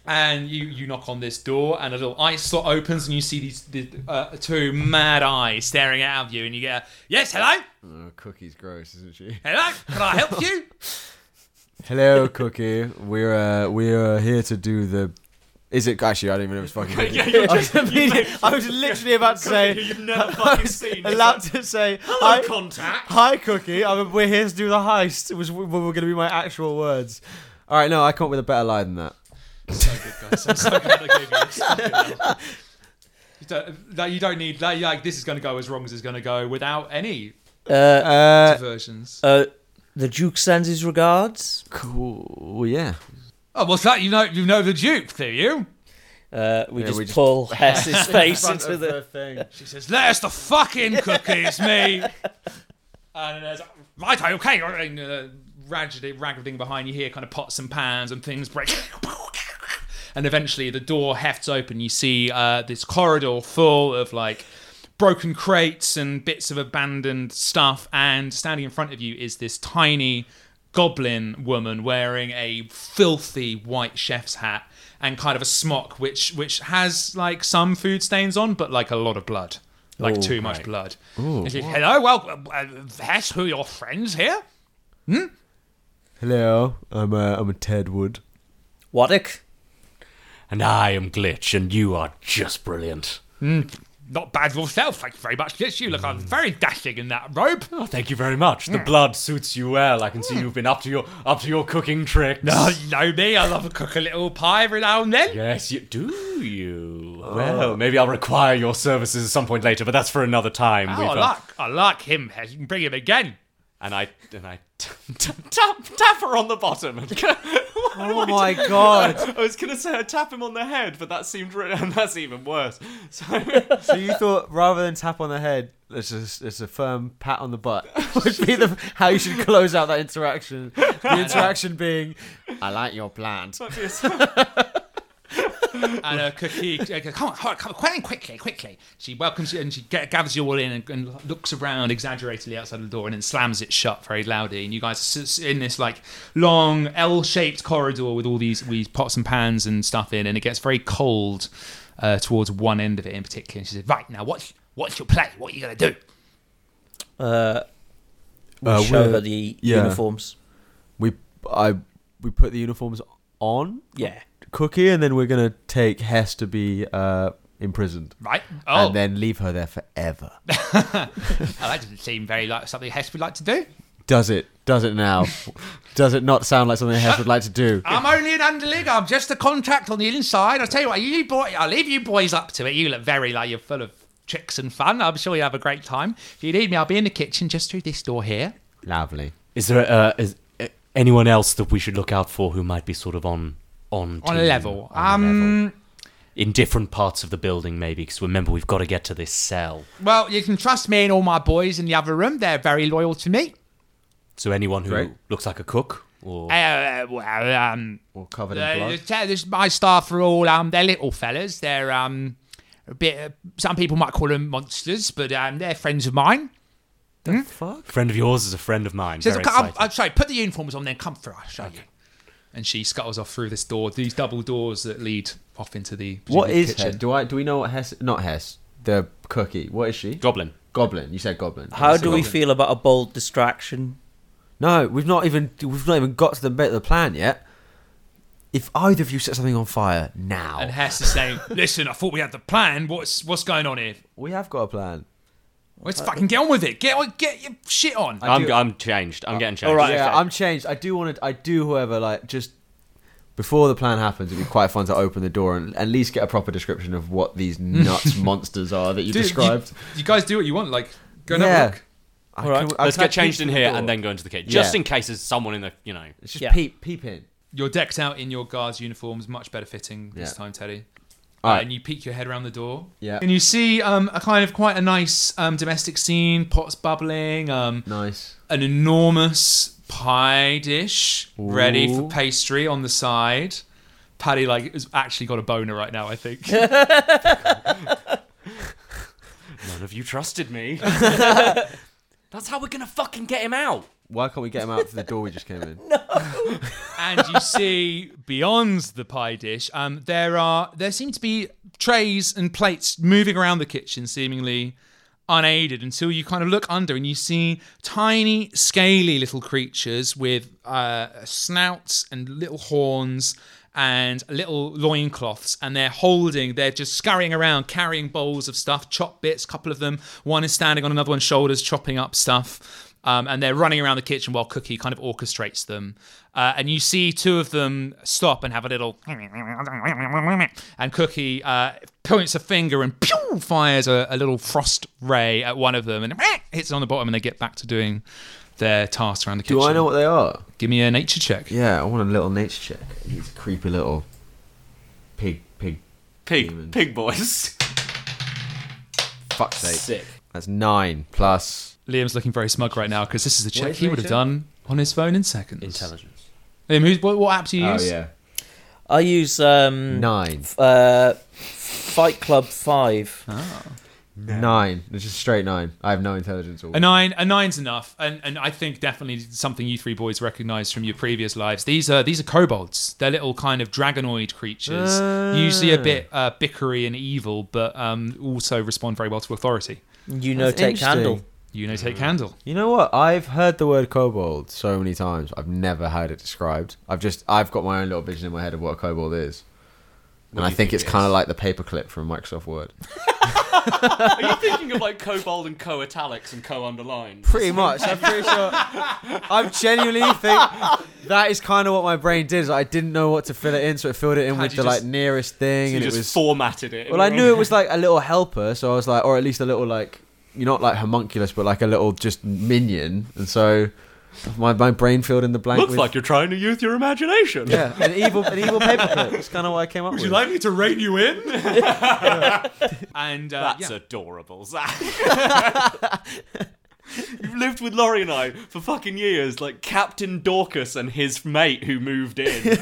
S1: and you, you knock on this door, and a little eye slot opens, and you see these the, uh, two mad eyes staring out of you, and you get, a, Yes, hello?
S4: Oh, Cookie's gross, isn't she?
S1: Hello? Can I help you?
S4: (laughs) Hello, Cookie. We're uh, we're uh, here to do the. Is it actually? I don't even know
S1: (laughs)
S4: if it's fucking.
S2: Yeah, you're
S4: (laughs) I was, immediately- I was literally about to say.
S2: You've never
S4: I
S2: fucking
S4: was (laughs)
S2: seen. It's
S4: allowed
S2: like,
S1: (laughs)
S4: to say.
S1: Oh,
S2: "Hello,
S4: Hi,
S2: contact.
S4: hi, Cookie. I mean, we're here to do the heist. It was were going to be my actual words. All right, no, I come up with a better lie than that.
S1: so good, guys. I'm so glad I gave you this. Fucking hell. You don't, like, you don't need, like, like, this is going to go as wrong as it's going to go without any
S3: Uh,
S4: Uh,
S1: diversions.
S3: uh, the Duke sends his regards.
S4: cool. Yeah.
S1: oh, what's that? You know, you know the Duke, do you?
S3: Uh, we,
S4: Yeah,
S3: just
S4: we just-
S3: pull Hess's face into the.
S4: thing.
S1: She says, "Let us the fucking cookies, me." And there's right, okay, and uh, raggedy, raggedy thing behind you here, kind of pots and pans and things break. And eventually, the door hefts open. You see uh, this corridor full of like broken crates and bits of abandoned stuff. And standing in front of you is this tiny goblin woman wearing a filthy white chef's hat and kind of a smock which which has like some food stains on but like a lot of blood like too much blood And she says, hello well uh, that's who your friends here
S4: Hello, I'm uh, I'm a Ted Wood.
S3: Waddick?
S2: And I am Glitch, and you are just brilliant.
S1: not bad yourself thank you very much yes you look I'm very dashing in that robe
S2: Mm.
S1: (laughs)
S2: Oh, thank you very much. The blood suits you well. I can see you've been up to your up to your cooking tricks.
S1: oh, you know me I love to cook a little pie every now and then
S2: Yes, you do. You.
S4: Oh.
S2: Well, maybe I'll require your services at some point later, but that's for another time.
S1: Oh,
S2: We've,
S1: I
S2: uh,
S1: like, I like him. I can bring him again.
S2: and I and I t- t- tap tap her on the bottom. (laughs) And
S4: Oh my god!
S1: (laughs)
S2: I was gonna say I tap him on the head, but that seemed really, (laughs) and that's even worse. So (laughs)
S4: So you thought rather than tap on the head, there's a, there's a firm pat on the butt (laughs) would be the, how you should close out that interaction. (laughs) The interaction being, I like your plant.
S2: might be a
S1: And uh, Cookie, uh, come on, come on, come on, quickly, quickly, quickly. She welcomes you and she ga- gathers you all in and, and looks around exaggeratedly outside the door and then slams it shut very loudly. And you guys sit in this like long L-shaped corridor with all these, these pots and pans and stuff in, and it gets very cold uh, towards one end of it in particular. And she says, "Right now, what's what's your play? What are you gonna do?"
S3: Uh, we
S4: Uh,
S3: show
S4: we're-
S3: her the
S4: yeah.
S3: uniforms.
S4: We I we put the uniforms on
S3: Yeah.
S4: Cookie, and then we're gonna take Hess to be uh, imprisoned,
S1: Right? Oh,
S4: and then leave her there forever.
S1: oh, that doesn't seem very like something Hess would like to do.
S4: Does it? Does it
S1: (laughs)
S4: now? Does it not sound like something Hess would like to do?
S1: I'm only an underling. I'm just a contact on the inside. I'll tell you what, you boy, I'll leave you boys up to it. You look very like you're full of tricks and fun. I'm sure you'll have a great time. If you need me, I'll be in the kitchen just through this door here.
S4: Lovely.
S2: Is there uh, is uh, anyone else that we should look out for who might be sort of on on
S1: On a
S2: team,
S1: level.
S2: on a
S1: um,
S2: level? in different parts of the building maybe? Because remember, we've got to get to this cell.
S1: well, you can trust me and all my boys in the other room. They're very loyal to me.
S2: So anyone who
S4: Great.
S2: looks like a cook or
S1: Uh, well, um,
S4: All covered in
S1: Uh,
S4: blood.
S1: this- this my staff are all um, they're little fellas. They're um, a bit. Uh, some people might call them monsters, but um, they're friends of mine.
S2: friend of yours is a friend of mine.
S1: She says,
S2: Very
S1: "Okay, I'm,
S2: excited.
S1: I'm sorry, put the uniforms on, then come through. I'll show you. And she scuttles off through this door, these double doors that lead off into the
S4: What
S1: presumably
S4: is
S1: kitchen.
S4: Hess? Do I do we know what Hess? Not Hess. The cookie. What is she?
S2: Goblin.
S4: goblin. You said goblin.
S3: How
S4: Obviously
S3: do we
S4: goblin.
S3: feel about a bold distraction?
S4: No, we've not even we've not even got to the bit of the plan yet. If either of you set something on fire now,
S1: And Hess is saying, (laughs) "Listen, I thought we had the plan. What's what's going on here?
S4: we have got a plan. Uh,
S1: Let's fucking get on with it. Get on, get your shit on."
S2: I'm,
S4: do-
S2: I'm changed. I'm getting changed.
S3: all right.
S4: yeah,
S3: okay.
S4: I'm changed. I do want to. I do, however, like just before the plan happens, it'd be quite fun to open the door and at least get a proper description of what (laughs) these nuts monsters are that you
S1: Dude, you-
S4: described.
S1: You, guys do what you want. Like, go and
S4: Yeah.
S1: have a look.
S4: I
S3: All right.
S4: can- I
S2: Let's
S4: can
S2: get changed in
S4: peep through the
S2: here
S4: door.
S2: and then go into the kitchen,
S4: Yeah.
S2: just in case there's someone in the you know.
S4: Let's just
S3: Yeah.
S4: peep peep in.
S1: You're decked out in your guards' uniforms, much better fitting this
S4: Yeah.
S1: time, Teddy.
S4: All
S1: Uh,
S4: right.
S1: and you peek your head around the door.
S4: Yeah.
S1: And you see um, a kind of quite a nice um, domestic scene, pots bubbling, um,
S4: Nice.
S1: an enormous pie dish ready for
S4: Ooh.
S1: pastry on the side. Paddy like has actually got a boner right now, I think.
S2: (laughs) None of you trusted (laughs) me. That's how we're gonna fucking get him out.
S4: Why can't we get him out through the door we just came in?
S1: and you see beyond the pie dish, um, there are there seem to be trays and plates moving around the kitchen, seemingly unaided, until you kind of look under and you see tiny, scaly little creatures with uh, snouts and little horns and little loincloths and they're holding they're just scurrying around carrying bowls of stuff chopped bits couple of them one is standing on another one's shoulders chopping up stuff um, and they're running around the kitchen while Cookie kind of orchestrates them. Uh, and you see two of them stop and have a little. And Cookie uh, points a finger and pew, fires a, a little frost ray at one of them and hits it on the bottom, and they get back to doing their tasks around the kitchen.
S4: Do I know what they are?
S1: Give me a nature check.
S4: Yeah, I want a little nature check. He's a creepy little pig, pig.
S2: Pig,
S4: Demons.
S2: pig boys.
S4: Fuck's sake. That's nine plus.
S1: Liam's looking very smug right now because this is the check
S4: is
S1: he would have
S4: nature?
S1: done on his phone in seconds.
S2: Intelligence.
S1: Liam, who's, what, what app do
S4: Oh,
S1: you use?
S3: I use um,
S4: Nine.
S3: f- uh, Fight Club Five.
S4: Nine. It's just straight nine. I have no intelligence. Or
S1: A nine, a nine's enough, and and I think definitely something you three boys recognise from your previous lives. These are these are kobolds. They're little kind of dragonoid creatures, usually a bit uh, bickery and evil, but um, also respond very well to authority.
S3: You know,
S4: That's
S3: take handle.
S4: interesting.
S1: You know, take handle.
S4: You know what? I've heard the word kobold so many times. I've never heard it described. I've just I've got my own little vision in my head of what a kobold is.
S2: What
S4: and
S2: do
S4: I
S2: you
S4: think
S2: think
S4: it's
S2: it
S4: kind of
S2: is?
S4: like the paperclip from Microsoft Word.
S2: Are you thinking of like co-bold and co-italics and co-underlined?
S4: Pretty much. I'm pretty sure. I genuinely think that is kind of what my brain did. Is I didn't know what to fill it in, so it filled it in
S1: Can't
S4: with
S1: you
S4: the like
S1: just-
S4: nearest thing,
S2: you
S4: and it
S2: just
S4: was.
S2: formatted it. in
S4: well, I
S2: the
S4: knew
S2: wrong
S4: it was like a little helper, so I was like, or at least a little like, you're not like homunculus, but like a little just minion, and so my my brain filled in the
S2: way. (laughs)
S4: blank.
S2: Looks
S4: with,
S2: like you're trying to use your imagination. (laughs)
S4: yeah, an evil an evil paperclip. That's kind of what I came up
S2: Would
S4: with.
S2: you like me to rein you in?
S1: (laughs) And uh,
S2: That's
S1: yeah.
S2: adorable, Zach. You've lived with Laurie and I for fucking years, like Captain Dorcas and his mate who moved
S4: (laughs)
S2: in.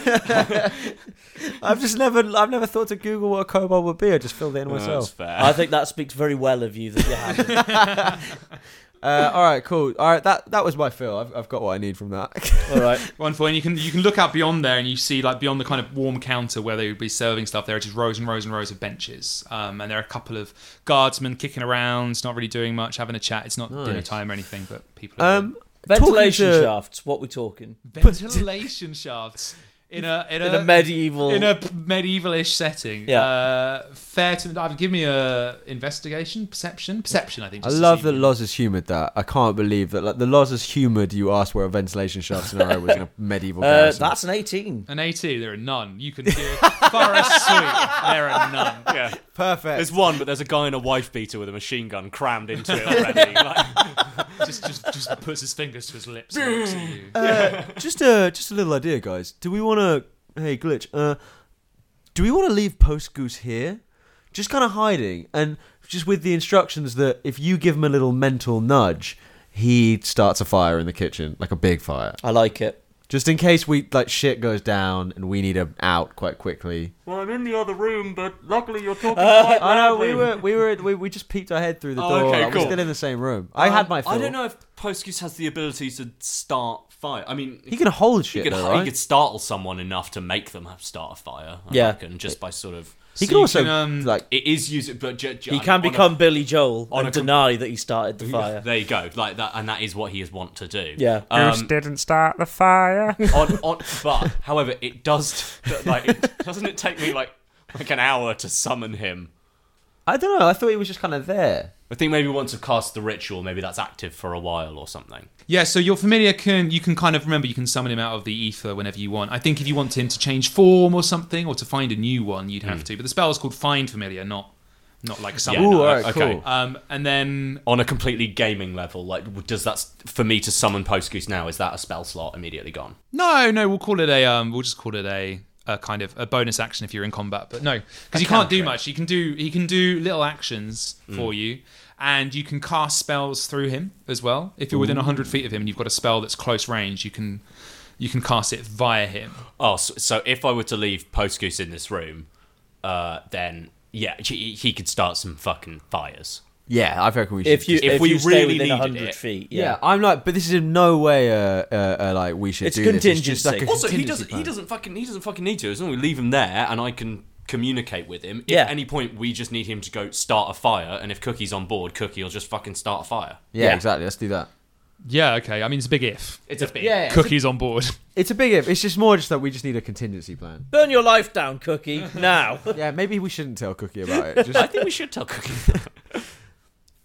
S4: I've just never I've never thought to Google what a kobold would be. I just filled it in
S2: Oh, that's
S4: myself.
S2: fair.
S3: I think that speaks very well of you that you have. it.
S4: Uh, all right, cool. All right, that that was my fill. I've, I've got what I need from that.
S3: All right.
S1: one point you can you can look out beyond there and you see like beyond the kind of warm counter where they would be serving stuff. There are just rows and rows and rows of benches, um, and there are a couple of guardsmen kicking around, not really doing much, having a chat. It's not dinner
S4: Nice.
S1: time or anything, but people. Are (laughs)
S4: Um,
S3: Ventilation
S4: talking to-
S3: shafts. What we talking?
S1: ventilation shafts in a in a,
S3: (laughs) In a medieval. uh,
S1: in a medievalish setting.
S3: Yeah.
S1: Uh, fair to I've give me a investigation, perception, perception. I think.
S4: I
S1: just to
S4: love
S1: see.
S4: that Loz has humoured that. I can't believe that like, the Loz has humoured you asked where a ventilation shaft scenario was
S3: (laughs)
S4: in a medieval
S3: uh,
S4: garrison.
S3: that's an 18.
S1: An eighty. There are none. You can do forest sweet. There are none.
S2: (laughs) yeah. (laughs)
S4: perfect.
S2: There's one, but there's a guy in a wife beater with a machine gun crammed into it
S4: (laughs)
S2: already. Like,
S1: Just just just puts his fingers to his lips. And looks at you.
S4: just a just a little idea, guys. Do we want to? Hey, glitch. Uh, do we want to leave Post Goose here, just kind of hiding, and just with the instructions that if you give him a little mental nudge, he starts a fire in the kitchen, like a big fire,
S3: I like it.
S4: just in case we like shit goes down and we need him out quite quickly.
S2: well, I'm in the other room, but luckily you're
S4: Uh,
S2: talking
S4: I know we were we were we, we just peeked our head through the
S2: Oh,
S4: door.
S2: okay,
S4: like,
S2: cool. Uh,
S4: We're still in the same room. I had my. Fill.
S2: I don't know if Postgis has the ability to start fire. I mean,
S4: He can hold
S2: he
S4: shit.
S2: could,
S4: though,
S2: he
S4: right?
S2: could startle someone enough to make them have start a fire. I
S3: Yeah.
S2: reckon, just by sort of.
S1: So
S4: He could
S1: you
S4: also
S1: can, um,
S4: like.
S2: It is using, but ju- ju-
S3: He
S2: on-
S3: can
S2: on a- (laughs)
S3: become Billy Joel
S2: on
S3: and
S2: a com-
S3: deny that he started the fire.
S2: There you go, like that, and that is what he is want to do.
S3: Yeah.
S2: Um,
S5: didn't start the fire.
S2: (laughs) on, on, but however, it does like it, doesn't it take me like like an hour to summon him?
S4: I don't know. I thought he was just kind of there.
S2: I think maybe once I've cast the ritual, maybe that's active for a while or something.
S1: Yeah, so your familiar can you can kind of remember you can summon him out of the ether whenever you want. I think if you want him to change form or something or to find a new one, you'd have to. But the spell is called Find Familiar, not not like summon.
S4: Hmm. Ooh,
S2: no,
S4: alright,
S2: okay.
S4: cool.
S1: Um, and then
S2: On a completely gaming level, like w- does that s- for me to summon Postgoose now? Is that a spell slot immediately gone?
S1: no, no, we'll call it a um, we'll just call it a, a kind of a bonus action if you're in combat. But no, because you can't do
S2: counter.
S1: much. You can do he can do little actions
S4: Hmm.
S1: for you, and you can cast spells through him as well. If you're within hundred feet of him and you've got a spell that's close range, you can you can cast it via him.
S2: Oh, so, so if I were to leave Postgoose in this room, uh, then yeah, he, he could start some fucking fires.
S4: Yeah, I reckon we should.
S3: If you
S4: just-
S3: if,
S2: If we
S3: you stay
S2: really
S3: within
S2: needed
S3: 100
S2: it.
S3: feet,
S4: yeah.
S3: yeah.
S4: I'm like, but this is in no way uh, uh, uh, like we should
S3: It's
S4: do this. just like a
S3: contingency.
S2: Also, he
S4: contingency
S2: doesn't. He
S4: plan.
S2: doesn't fucking. He doesn't fucking need to. As long as we leave him there, and I can communicate with him. If
S3: Yeah.
S2: At any point, we just need him to go start a fire, and if Cookie's on board, Cookie will just fucking start a fire.
S4: Yeah,
S3: Yeah.
S4: exactly. Let's do that.
S1: Yeah, okay. I mean it's a big if.
S2: It's a big.
S3: Yeah.
S1: Cookies on board.
S4: It's a big if. It's just more just that we just need a contingency plan.
S3: Burn your life down,
S4: (laughs)
S3: Cookie, now.
S4: Yeah, maybe we shouldn't tell Cookie about
S2: (laughs)
S4: it. Just,
S2: I think we should tell Cookie. (laughs)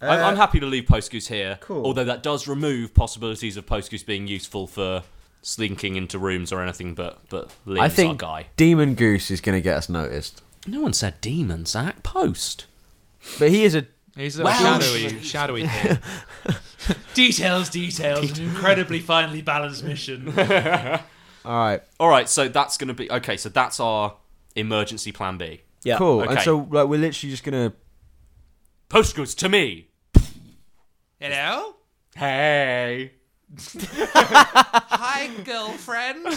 S2: I'm, I'm happy to leave Postgoose here.
S4: Cool.
S2: Although that does remove possibilities of Postgoose being useful for slinking into rooms or anything. But but Liam's
S4: I
S2: our
S4: think
S2: guy.
S4: Demon Goose is going to get us noticed,
S2: No one said demon, Zach. Post.
S4: but he is a
S1: He's a (laughs)
S2: Wow.
S1: shadowy, shadowy thing. details, details. An incredibly finely balanced mission.
S4: all right.
S2: All right. So that's gonna be okay. So that's our emergency plan B.
S3: Yeah.
S4: Cool. And
S2: Okay.
S4: so like we're literally just gonna
S2: Postgoose to me.
S1: Hello?
S2: Hey.
S1: Hi, girlfriend.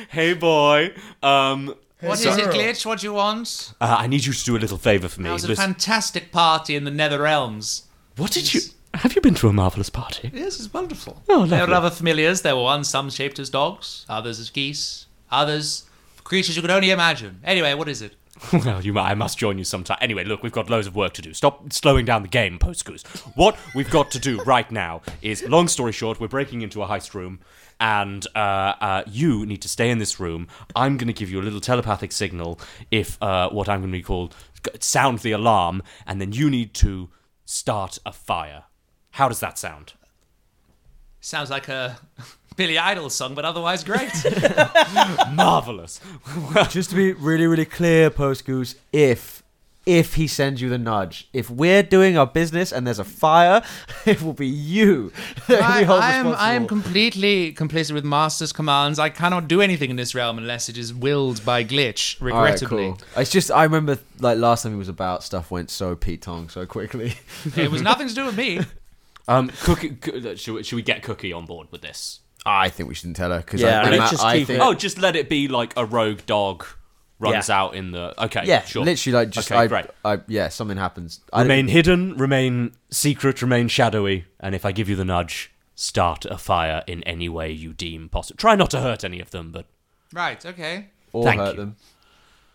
S1: (laughs)
S2: Hey, boy. Um,
S1: What is it, Glitch? What do you want?
S2: uh, I need you to do a little favour for me.
S1: That was a
S2: Listen-
S1: fantastic party in the Nether Realms.
S2: what did you? Have you been to a marvellous party?
S1: Yes, it's wonderful.
S2: Oh,
S1: there were
S2: lovely.
S1: other familiars. There were one some shaped as dogs, others as geese, others creatures you could only imagine. Anyway, what is it?
S2: (laughs) well, you might. I must join you sometime. Anyway, look, we've got loads of work to do. Stop slowing down the game, Postgoose. What we've got to do right now is, long story short, we're breaking into a heist room, and uh, uh, you need to stay in this room. I'm going to give you a little telepathic signal if uh, what I'm going to be called sound the alarm, and then you need to start a fire. How does that sound?
S1: Sounds like a (laughs) Billy Idol song, but otherwise great.
S2: Marvelous. (laughs)
S4: Just to be really, really clear, Post Goose, if if he sends you the nudge, if we're doing our business and there's a fire, (laughs) it will be you. (laughs) that
S1: I,
S4: we hold
S1: I am I am
S4: responsible.
S1: completely complacent with Master's commands. I cannot do anything in this realm unless it is willed by Glitch,
S4: All right,
S1: regrettably.
S4: cool. It's just I remember like last time it was about stuff went so petong so quickly. (laughs)
S1: (laughs) It was nothing to do with me.
S2: Um, cookie, coo- should, we- should we get Cookie on board with this?
S4: I think we shouldn't tell her because
S3: Yeah,
S4: I,
S3: let's
S4: I,
S3: just
S4: I
S3: keep
S4: think
S3: it-
S2: Oh, just let it be like a rogue dog runs out in the. Okay,
S4: yeah,
S2: sure.
S4: literally like just
S2: Okay,
S4: I,
S2: great.
S4: I, yeah, something happens. I don't-
S2: Remain hidden, remain secret, remain shadowy, and if I give you the nudge, start a fire in any way you deem possible. Try not to hurt any of them, but
S1: Right, okay.
S4: or
S2: Thank
S4: hurt
S2: you.
S4: them.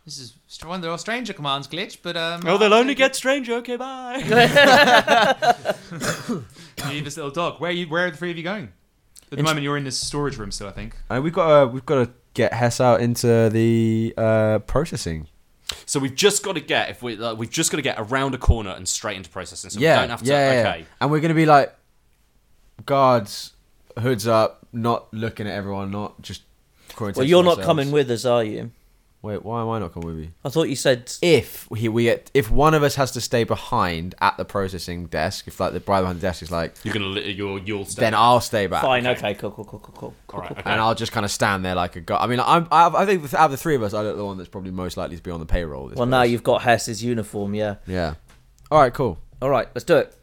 S1: This is str- one of the stranger commands glitch, but um
S2: oh, they'll only get stranger. Okay, bye.
S4: (laughs)
S1: You need this little dog. Where are you where are the three of you going? At the
S4: Int-
S1: moment you're in this storage room still, I think.
S4: Uh, we've got to, we've got to get Hess out into the uh, processing.
S2: so we've just got to get if we uh, we've just got to get around a corner and straight into processing. So
S4: yeah,
S2: we don't have to.
S4: yeah, yeah.
S2: okay.
S4: And we're gonna be like guards, hoods up, not looking at everyone, not just.
S3: Well, you're not coming with us, are you?
S4: Wait, why am I not coming with you?
S3: I thought you said.
S4: if he, we get, if one of us has to stay behind at the processing desk, if like the guy behind the desk is like,
S2: You're gonna li- you'll you'll stay.
S4: then I'll stay back.
S3: Fine. Okay. Cool. Cool. Cool. Cool. Cool.
S2: All
S3: cool,
S2: right,
S3: cool.
S2: okay.
S4: And I'll just kind of stand there like a guy. I mean, I'm, I, I think out of the three of us, I'm the one that's probably most likely to be on the payroll. This
S3: Well, now
S4: place.
S3: you've got Hess's uniform. Yeah.
S4: Yeah. All right. Cool.
S3: All right. Let's do it.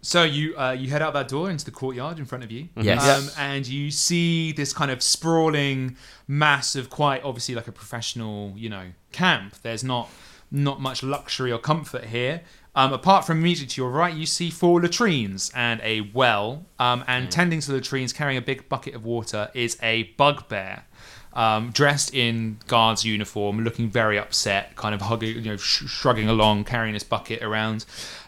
S1: So you uh, you head out that door into the courtyard in front of you.
S4: Yes.
S1: Um, and you see this kind of sprawling mass of quite obviously like a professional, you know, camp. There's not not much luxury or comfort here. Um, apart from immediately to your right, you see four latrines and a well. Um,
S4: Mm.
S1: and tending to the latrines, carrying a big bucket of water, is a bugbear. Um, dressed in guard's uniform, looking very upset, kind of hugging, you know, sh- shrugging along, carrying his bucket around.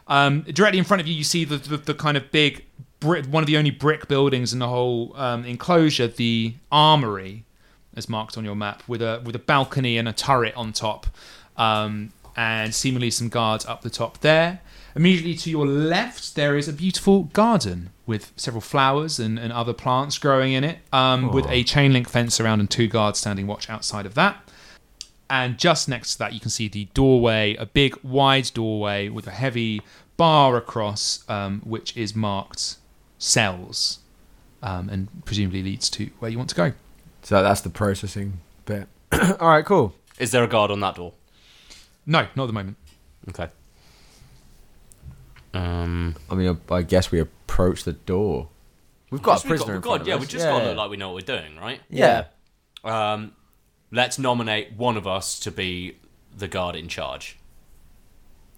S1: Um, directly in front of you, you see the, the, the kind of big brick, one of the only brick buildings in the whole um, enclosure, the armory, as marked on your map, with a with a balcony and a turret on top, um, and seemingly some guards up the top there. Immediately to your left, there is a beautiful garden with several flowers and, and other plants growing in it, um, with a chain link fence around and two guards standing watch outside of that. And just next to that, you can see the doorway, a big wide doorway with a heavy bar across, um, which is marked cells, um, and presumably leads to where you want to go.
S4: So that's the processing bit. (clears throat) All right. Cool.
S2: Is there a guard on that door?
S1: No, not at the moment.
S2: Okay. Um,
S4: I mean, I, I guess we approach the door. We've got a prisoner in front
S2: yeah,
S4: of
S2: we
S4: us.
S2: just gotta look like we know what we're doing, right?
S3: Yeah.
S2: Um, let's nominate one of us to be the guard in charge.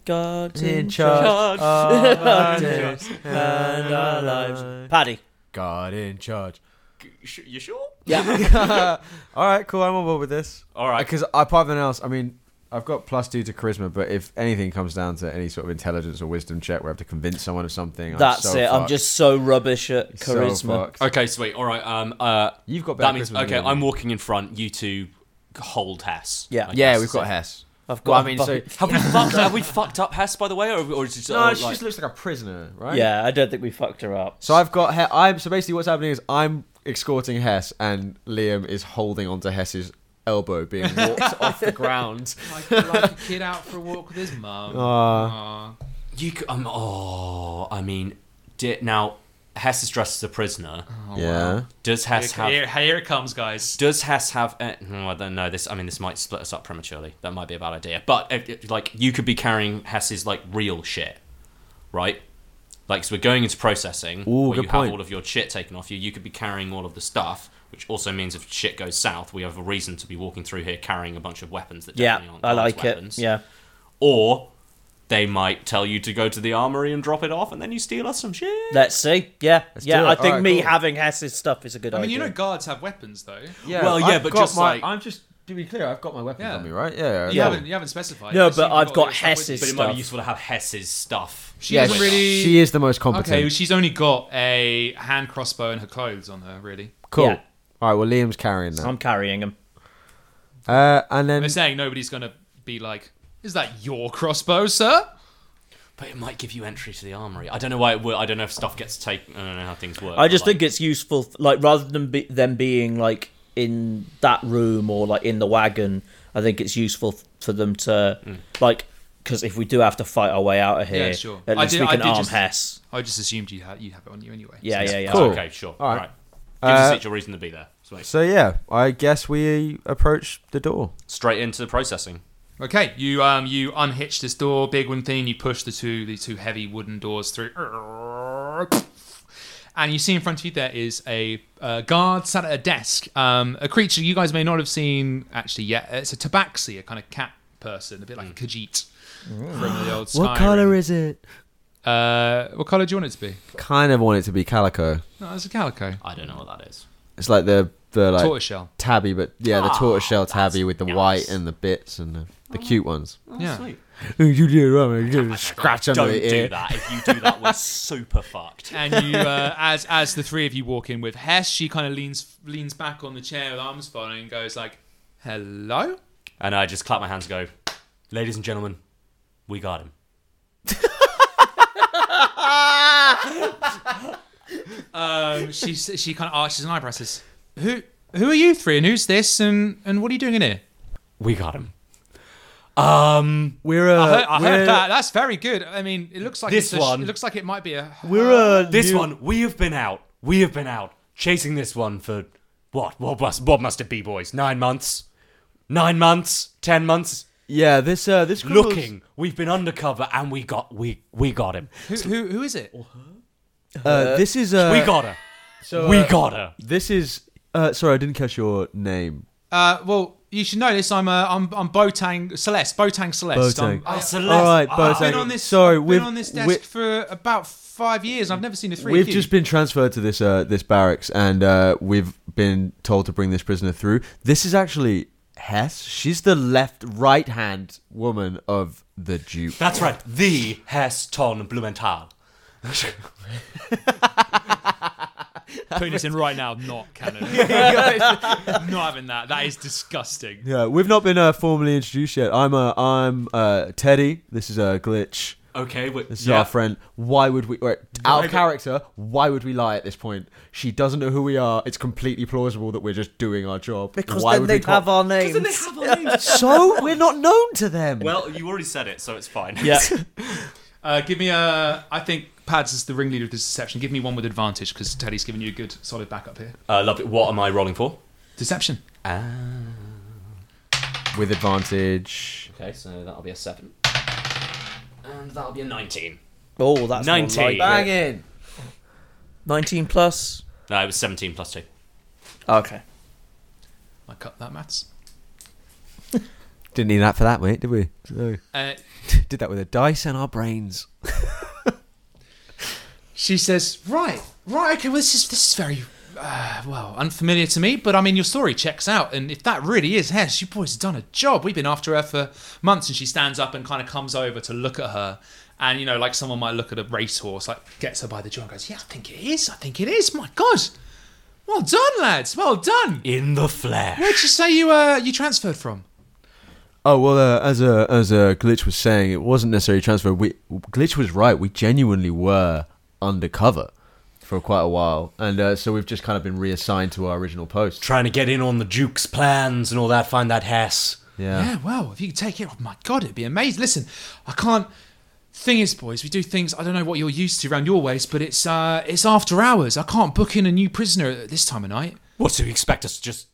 S3: God's
S4: in charge.
S2: (laughs)
S3: and our lives. Paddy.
S4: God in charge.
S2: You sure?
S3: Yeah.
S4: All right, cool. I'm on board with this.
S2: All right.
S4: because apart from else, I mean, I've got plus two to charisma, but if anything comes down to any sort of intelligence or wisdom check, where I have to convince someone of something,
S3: That's
S4: I'm so
S3: it. I'm
S4: fucked.
S3: just so rubbish at
S4: So
S3: charisma.
S4: fucked.
S2: Okay, sweet. All right. Um, uh,
S4: You've got better
S2: that means
S4: charisma than
S2: okay.
S4: me.
S2: I'm walking in front. You two hold Hess. I
S3: Yeah.
S4: Yeah,
S2: guess.
S4: we've got Hess.
S3: I've
S4: Well,
S3: got.
S4: I mean, so
S2: Have
S4: (laughs)
S2: we fucked? Have we fucked up Hess by the way, or, or is it just,
S4: no,
S2: uh,
S4: she
S2: like-
S4: just looks like a prisoner,
S3: (laughs)
S4: right?
S3: yeah, I don't think we fucked her up.
S4: So I've got Hess. I'm so basically what's happening is I'm escorting Hess, and Liam is holding onto Hess's elbow, (laughs) being walked off the ground.
S1: (laughs) Like, like a kid out for a walk with his mum. Aw.
S2: you? c- Um, oh, I mean, di- now Hess is dressed as a prisoner.
S4: Oh. yeah.
S2: Does Hess have?
S1: Here, here it comes, guys.
S2: Does Hess have? Uh, no, I don't know. This, I mean, this might split us up prematurely. That might be a bad idea. But if, if, like, you could be carrying Hess's like real shit, right? Like, so we're going into processing.
S4: Ooh,
S2: where
S4: good
S2: you
S4: point.
S2: have all of your shit taken off you. You could be carrying all of the stuff, which also means if shit goes south, we have a reason to be walking through here carrying a bunch of weapons that
S3: (laughs) yeah,
S2: definitely aren't
S3: I
S2: Bond's
S3: like
S2: weapons.
S3: it. Yeah.
S2: Or they might tell you to go to the armory and drop it off, and then you steal us some shit.
S3: Let's see. Yeah. yeah,
S4: do it.
S3: I think
S4: Alright,
S3: me
S4: cool.
S3: having Hess's stuff is a good
S1: I mean,
S3: idea.
S1: you know, guards have weapons though.
S4: Yeah,
S2: Well, yeah,
S4: I've
S2: but
S4: got
S2: just
S4: my,
S2: like-
S4: I'm just to be clear, I've got my weapons
S1: Yeah.
S4: on me, right? Yeah,
S1: You
S4: yeah.
S1: haven't you haven't specified.
S3: No,
S1: I've
S3: but
S1: seen
S3: I've
S1: you've
S3: got
S1: your stuff with
S3: Hess's
S1: you.
S2: But it might
S3: Stuff.
S2: be useful to have Hess's stuff.
S1: She
S4: Yeah,
S1: doesn't really.
S4: she is the most competent.
S1: okay, well, she's only got a hand crossbow and her clothes on her, really.
S4: Cool.
S3: Yeah.
S4: All right. Well, Liam's carrying that.
S3: I'm carrying him.
S4: Uh, and then
S1: They're saying nobody's gonna be like, "Is that your crossbow, sir?"
S2: But it might give you entry to the armory. I don't know why it would. I don't know if stuff gets taken. I don't know how things work.
S3: I just
S2: but, like,
S3: think it's useful, like rather than be, them being like in that room or like in the wagon. I think it's useful f- for them to like because if we do have to fight our way out of here,
S1: Yeah, sure.
S3: at
S1: I
S3: least
S1: did-
S3: we
S1: I
S3: can
S1: did
S3: arm
S1: just-
S3: Hess.
S1: I just assumed you had you have it on you anyway.
S3: Yeah, yeah, yeah.
S4: Cool.
S2: Okay, sure.
S4: All
S2: All
S4: right.
S2: right. Gives
S4: Uh,
S2: us each a reason to be there. Sweet.
S4: So yeah, I guess we approach the door.
S2: Straight into the processing.
S1: Okay, you um you unhitch this door, big one thing. You push the two the two heavy wooden doors through, and you see in front of you there is a uh, guard sat at a desk. Um, a creature you guys may not have seen actually yet. It's a tabaxi, a kind of cat person, a bit like a Khajiit from the old.
S4: What color
S1: Skyrim.
S4: is it?
S1: Uh, what color do you want it to be?
S4: Kind of want it to be calico.
S1: No, it's a calico,
S2: I don't know what that is.
S4: It's like the the like
S1: tortoiseshell.
S4: tabby, but yeah, the
S2: Ah,
S4: tortoiseshell
S2: that's
S4: tabby with the
S2: nice.
S4: white and the bits and the, the cute ones.
S1: yeah.
S4: you do it wrong, you do a scratch under
S2: Don't
S4: the
S2: do
S4: ear.
S2: that. If you do that, we're super fucked.
S1: and you uh, as as the three of you walk in with Hess, she kind of leans leans back on the chair with arms folded and goes like, "Hello."
S2: And I just clap my hands and go, ladies and gentlemen, we got him.
S1: Um, she s- she kind of arches an eyebrow, and says, "Who who are you three, and who's this, and and what are you doing in here?"
S2: We got him. Um,
S4: We're a
S1: I heard, I
S4: we're,
S1: heard that. That's very good. I mean, it looks like
S2: This
S1: it's a sh-
S2: one.
S1: It looks like it might be a.
S4: we're uh, a
S2: this
S4: new-
S2: one, we have been out. We have been out chasing this one for what? What must, what must it be, boys? Nine months? Nine months? Ten months?
S4: Yeah, this uh this criminal's-
S2: Looking, we've been undercover and we got we we got him.
S1: Who, who who is it?
S4: Uh, this is uh
S2: We got her.
S4: so,
S2: we
S4: uh,
S2: got her.
S4: This is uh sorry, I didn't catch your name.
S1: Uh, well, you should know this. I'm uh, I'm I'm Botang Celeste. Botang Celeste. I'm,
S4: Botang.
S2: Oh,
S1: I,
S2: Celeste.
S4: All right,
S2: Ah,
S4: Botang.
S1: I've been on this.
S4: Sorry,
S1: I've
S4: we've-
S1: been on this
S4: we-
S1: desk for about five years. I've never seen the three.
S4: We've
S1: of you.
S4: just been transferred to this uh, this barracks, and uh, we've been told to bring this prisoner through. This is actually Hess. She's the left right hand woman of the Duke.
S2: That's right. The Hess Ton Blumenthal.
S1: (laughs) putting this in right now. Not
S2: (laughs)
S1: canon. (laughs) not having that. That is disgusting.
S4: Yeah, we've not been uh, formally introduced yet. I'm uh, I'm uh, Teddy. This is uh, glitch.
S2: Okay, we,
S4: This is
S2: yeah.
S4: our friend. Why would we? Wait, out
S2: would-
S4: of character. Why would we lie at this point? She doesn't know who we are. It's completely plausible that we're just doing our job.
S3: Because
S4: why
S3: then
S4: would
S3: they'd
S4: we co-
S3: have our names.
S4: (laughs)
S3: (laughs)
S4: so we're not known to them.
S2: Well, you already said it, so it's fine.
S3: yeah.
S1: Uh, give me a. I think Pads is the ringleader of this deception. Give me one with advantage because Teddy's giving you a good solid backup here.
S2: (laughs) Uh, love it. What am I rolling for?
S1: Deception.
S4: with advantage.
S2: Okay, so that'll be a seven, and that'll be a nineteen.
S3: Oh, that's more
S2: 19.
S3: like it.
S2: Bang
S4: in.
S3: Nineteen plus.
S2: No, it was seventeen plus two.
S3: Okay.
S1: I cut that maths.
S4: Didn't need that for that, mate, did we? No.
S1: Uh,
S4: (laughs) Did that with a dice and our brains.
S1: she says, "Right, right, okay. Well, this is this is very." Uh, well, unfamiliar to me, but I mean, your story checks out. And if that really is Hess, you boys have done a job. We've been after her for months, and she stands up and kind of comes over to look at her. And, you know, like someone might look at a racehorse, like gets her by the jaw and goes, Yeah, I think it is. I think it is. My God. Well done, lads. Well done.
S2: In the flesh.
S1: Where'd you say you uh you transferred from?
S4: Oh well, uh, as uh, as uh, glitch was saying, it wasn't necessarily transfer. We glitch was right. We genuinely were undercover for quite a while, and uh, so we've just kind of been reassigned to our original post.
S2: Trying to get in on the Duke's plans and all that. Find that Hess.
S4: Yeah.
S1: Yeah. well, if you could take it, oh my god, it'd be amazing. Listen, I can't. Thing is, boys, we do things. I don't know what you're used to around your ways, but it's uh it's after hours. I can't book in a new prisoner at this time of night.
S2: What do you expect us to just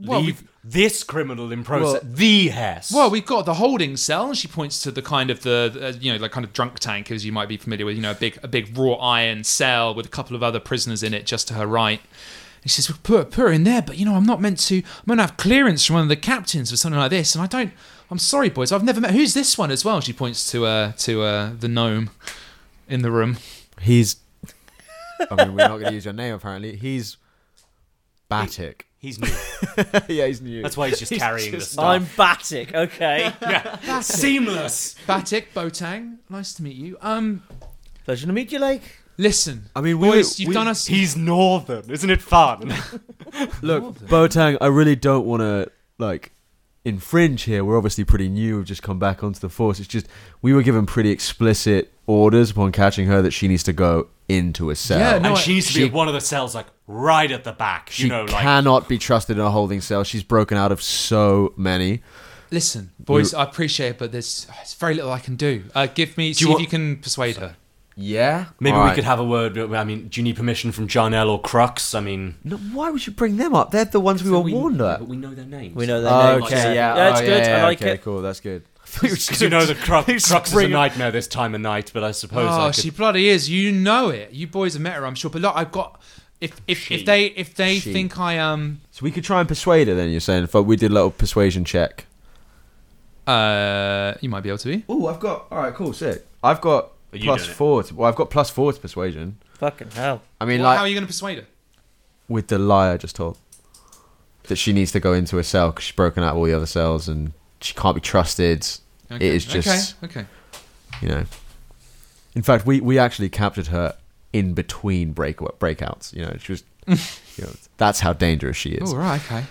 S1: Well,
S2: leave this criminal in process?
S4: Well-
S2: the Hess.
S1: Well, we've got the holding cell, and she points to the kind of the, the uh, you know like kind of drunk tank, as you might be familiar with. You know, a big a big raw iron cell with a couple of other prisoners in it, just to her right. And she says, well, put, her- "Put her in there," but you know, I'm not meant to. I'm going to have clearance from one of the captains for something like this, and I don't. I'm sorry, boys. I've never met. Who's this one as well? She points to uh to uh the gnome in the
S4: (laughs)
S1: room.
S4: He's. I mean, we're not going to use your name apparently. He's Batic.
S2: he's new.
S4: (laughs) yeah, he's new.
S2: That's why he's just carrying the stuff.
S3: I'm
S1: (laughs)
S3: Batic. Okay.
S2: Seamless.
S1: Batik Botang, nice to meet you. Um,
S3: Pleasure to meet you, Lake.
S1: listen,
S4: I mean, we,
S1: boys, you've
S4: we-
S1: done us.
S2: He's northern. Isn't it fun?
S4: Look, Botang, I really don't want to like infringe here. We're obviously pretty new. We've just come back onto the force. It's just we were given pretty explicit orders upon catching her that she needs to go into a cell.
S1: Yeah, no,
S2: and
S1: I-
S2: she needs to
S4: she-
S2: be at one of the cells, like right at the back.
S4: she
S2: you know, like
S4: cannot be trusted in a holding cell. She's broken out of so many.
S1: Listen, boys, I appreciate it, but there's, there's very little I can do. Uh, give me, see
S2: want-
S1: if you can persuade her.
S4: Yeah,
S2: maybe we
S4: Alright.
S2: could have a word. but, I mean, do you need permission from Jarnell or Crux? I mean,
S4: No, why would you bring them up? They're the ones we were warned
S2: yeah,
S4: at.
S2: but we know their names.
S3: We know their names.
S4: Okay, yeah,
S3: yeah, it's
S4: oh,
S3: good.
S4: yeah,
S3: I
S4: yeah,
S3: like
S4: okay,
S3: it.
S4: Cool, that's good.
S2: Because (laughs) you know the Crux, Crux is a
S4: bring it-
S2: nightmare this time of night. But I suppose I
S1: Oh,
S2: could-
S1: she bloody is. You know it. You boys have met her, I'm sure. But look, I've got. If if,
S2: She.
S1: if they if they
S4: She.
S1: think I um
S4: So we could try and persuade her. Then you're saying, "Fuck, we did a little persuasion check."
S1: uh you might be able to.
S4: Oh, I've got. All right, cool, sick. I've got
S2: Are you
S4: plus
S2: doing it?
S4: four. To, well, I've got plus four to persuasion.
S3: Fucking hell.
S4: I mean,
S1: Well,
S4: like
S1: how are you going to persuade her?
S4: with the lie I just told, that she needs to go into a cell because she's broken out of all the other cells and she can't be trusted.
S1: Okay,
S4: It is just,
S1: okay. okay.
S4: you know. In fact, we we actually captured her in between break breakouts. You know,
S1: (laughs)
S4: she was. you know, that's how dangerous she is.
S1: All right, okay.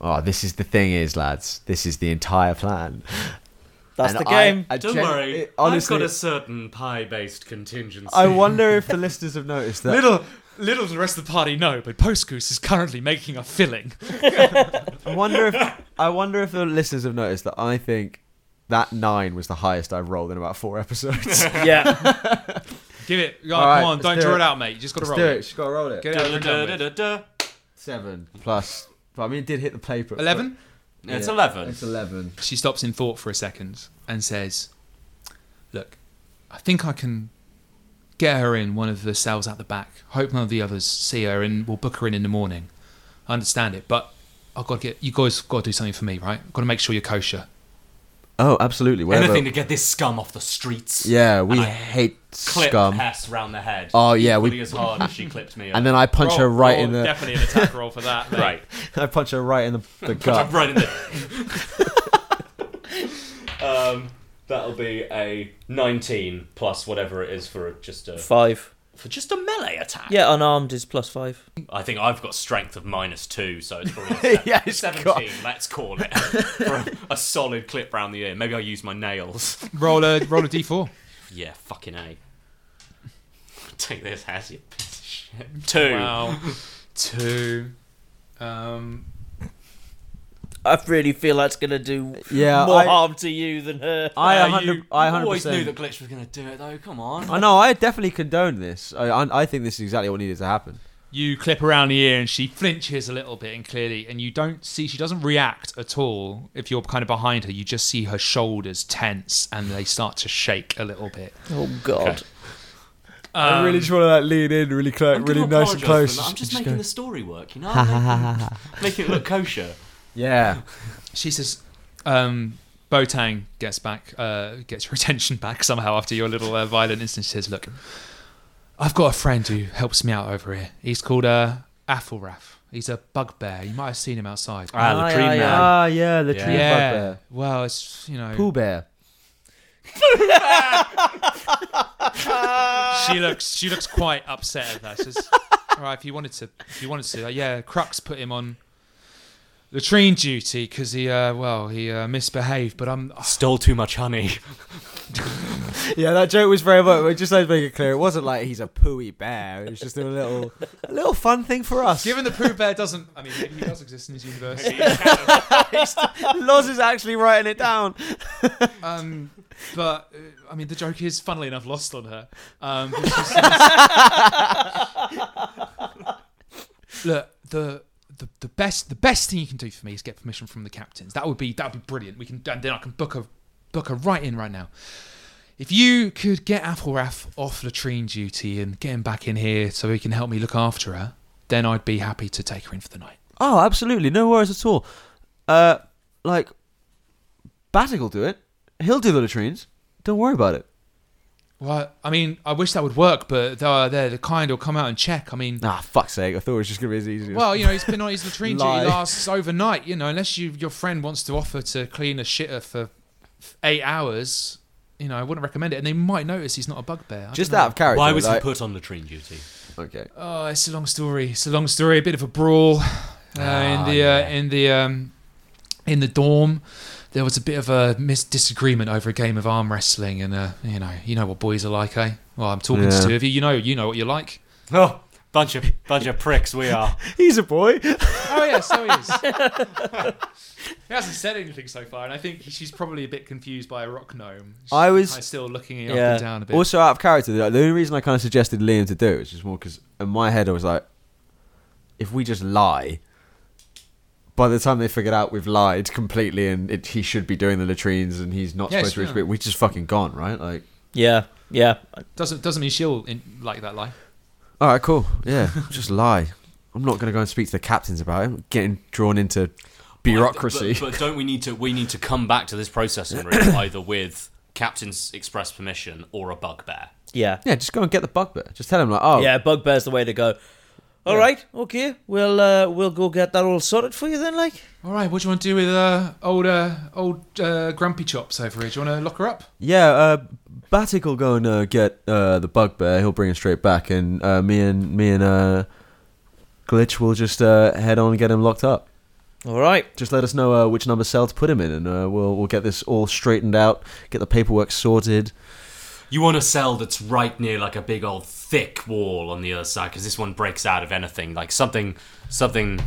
S4: Oh, this is the thing, is lads. This is the entire plan.
S3: That's
S4: And
S3: the
S4: I- (laughs)
S3: game.
S4: I
S2: Don't
S4: gen-
S2: worry,
S4: it- honestly,
S2: I've got a certain pie-based contingency.
S4: I wonder
S2: (laughs)
S4: if the listeners have noticed that.
S1: Little little the rest of the party know, but Post Goose is currently making a filling.
S4: I
S2: (laughs)
S4: wonder if I wonder if the listeners have noticed that I think that nine was the highest I've rolled in about four (laughs) episodes.
S3: (laughs) yeah.
S1: Give it. Oh,
S4: All right,
S1: come on,
S4: let's
S1: don't
S4: do
S1: draw
S4: it.
S1: it. out, mate. You just got to
S4: Let's
S1: roll.
S4: do
S1: it.
S4: it. She's got to roll it.
S1: Get it out and done with.
S2: Da-da-da-da-da.
S4: Seven plus. I mean, it did hit the paper.
S1: Eleven.
S4: Yeah.
S2: It's eleven.
S4: It's eleven.
S1: She stops in thought for a second and says, "Look, I think I can get her in one of the cells at the back. Hope none of the others see her, and we'll book her in in the morning. I understand it, but I've got to get you guys. Got to do something for me, right? Got to make sure you're kosher.
S4: Oh, absolutely. Whatever.
S2: Anything to get this scum off the streets.
S4: (laughs) yeah, we
S2: And I
S4: hate
S2: Clip
S4: scum.
S2: Hess round the head.
S4: Oh yeah,
S2: Equally
S4: we.
S2: as hard as she clipped me.
S4: And then I punch her right in the.
S1: Definitely an attack roll for that.
S2: right,
S4: (laughs) I punch her right
S2: (laughs)
S4: in the, the
S2: I'm
S4: gut.
S2: right in the.
S4: (laughs)
S2: um, that'll be a nineteen plus whatever it is for a, just a
S3: Five.
S2: for just a melee attack.
S3: Yeah, unarmed is plus five.
S2: I think I've got strength of minus two, so it's
S4: (laughs)
S2: probably
S4: Yeah, it's
S2: seventeen.
S4: got-
S2: Let's call it (laughs) for a, a solid clip round the ear. Maybe I'll use my nails.
S1: Roll a roll a d4.
S2: Yeah, fucking A. (laughs) Take this, has you piece of shit. Two.
S1: Wow. (laughs) Two. Um,
S3: I really feel that's gonna do
S4: Yeah,
S3: more
S4: I-
S3: harm to you than her.
S4: I
S2: Uh,
S4: 100.
S2: you
S4: I 100.
S2: always knew that Glitch was going to do it, though. Come on.
S4: I know. I definitely condone this. I, I I think this is exactly what needed to happen.
S1: you clip around the ear and she flinches a little bit and clearly and you don't see she doesn't react at all if you're kind of behind her you just see her shoulders tense and they start to shake a little bit
S3: Oh god.
S4: I really just want to like lean in, really close,
S2: I'm
S4: really
S2: gonna
S4: nice and
S2: apologise for
S4: close.
S2: that. I'm just, making
S4: go-
S2: the story work, you (laughs) know? I'm making, making it look kosher. (laughs)
S4: Yeah.
S1: she says um Botang gets back, uh, gets (laughs) your attention back somehow after your little uh, violent instance. She says, "Look, I've got a friend who helps me out over here. He's called uh, Athelrath. He's a bugbear. You might have seen him outside.
S2: Ah, Latrine Man.
S4: Ah, yeah, the tree
S1: yeah.
S4: bugbear.
S1: Well, it's you know,
S4: Pooh Bear.
S1: she looks she looks quite upset at that. She says, "All right, if you wanted to, if you wanted to, like, yeah." Crux put him on latrine duty because he, uh, well, he uh, misbehaved. But I'm
S2: Stole too much honey.
S4: Yeah, that joke was very much. Just to make it clear, it wasn't like he's a pooey bear. It was just a little, a little fun thing for us.
S1: given the Pooh Bear doesn't. I mean, maybe he does exist in his universe.
S4: Loz is actually writing it down.
S1: Um, but uh, I mean, the joke is, funnily enough, lost on her. Um, but she says- look, the. The, the best the best thing you can do for me is get permission from the captains. That would be that would be brilliant. We can and then I can book a book her right in right now. If you could get Athelrath off latrine duty and get him back in here so he can help me look after her, then I'd be happy to take her in for the night.
S4: Oh, absolutely, no worries at all. Uh, like, Batic will do it. He'll do the latrines. Don't worry about it.
S1: Well, I mean, I wish that would work, but they're, they're the kind who'll come out and check. I mean,
S4: Ah, fuck's sake! I thought it was just gonna be as easy. as-
S1: Well, you know, he's been on his latrine duty
S4: Lie.
S1: lasts overnight. You know, unless you your friend wants to offer to clean a shitter for f- eight hours, you know, I wouldn't recommend it. And they might notice he's not a bugbear. I
S4: just
S1: don't know.
S4: out of character.
S2: Why was he
S4: like,
S2: put on latrine duty?
S4: Okay.
S1: Oh, it's a long story. It's a long story. A bit of a brawl uh,
S2: Ah,
S1: in the
S2: yeah.
S1: uh, in the um, in the dorm, there was a bit of a mis- disagreement over a game of arm wrestling, and uh, you know, you know what boys are like, eh? Well, I'm talking
S4: Yeah.
S1: to two of you. You know, you know what you're like.
S2: (laughs) Oh, bunch of bunch of pricks we (laughs) are.
S4: He's a boy.
S1: Oh yeah, so he is. (laughs) he hasn't said anything so far, and I think she's probably a bit confused by a rock gnome. She's
S4: I was-
S1: kinda still looking it up
S3: Yeah.
S1: and down a bit.
S4: Also, out of character, like, the only reason I kind of suggested Liam to do it was just more because in my head I was like, if we just lie, by the time they figured out we've lied completely and it, he should be doing the latrines and he's not
S1: Yes,
S4: supposed
S1: yeah.
S4: to, be, we're just fucking gone, right? Like,
S3: Yeah, yeah.
S1: doesn't doesn't mean she'll in, like that lie.
S4: all right, cool, yeah, (laughs) just lie. I'm not gonna go and speak to the captains about it. I'm getting drawn into bureaucracy.
S2: But, but don't we need to? We need to come back to this processing (coughs) room either with captain's express permission or a bugbear.
S3: Yeah.
S4: (laughs) yeah, just go and get the bugbear. Just tell him like, oh,
S3: Yeah, bugbear's the way to go. All right, okay. We'll uh, we'll go get that all sorted for you then, like.
S1: All right, what do you want to do with uh, old uh, old uh, Grumpy Chops over here? Do you want to lock her up?
S4: Yeah, uh, Batik will go and uh, get uh, the bugbear. He'll bring him straight back, and uh, me and me and uh, Glitch will just uh, head on and get him locked up.
S3: All right.
S4: Just let us know uh, which number cell to put him in, and uh, we'll we'll get this all straightened out, get the paperwork sorted.
S2: You want a cell that's right near like a big old thick wall on the other side because this one breaks out of anything. Like something, something,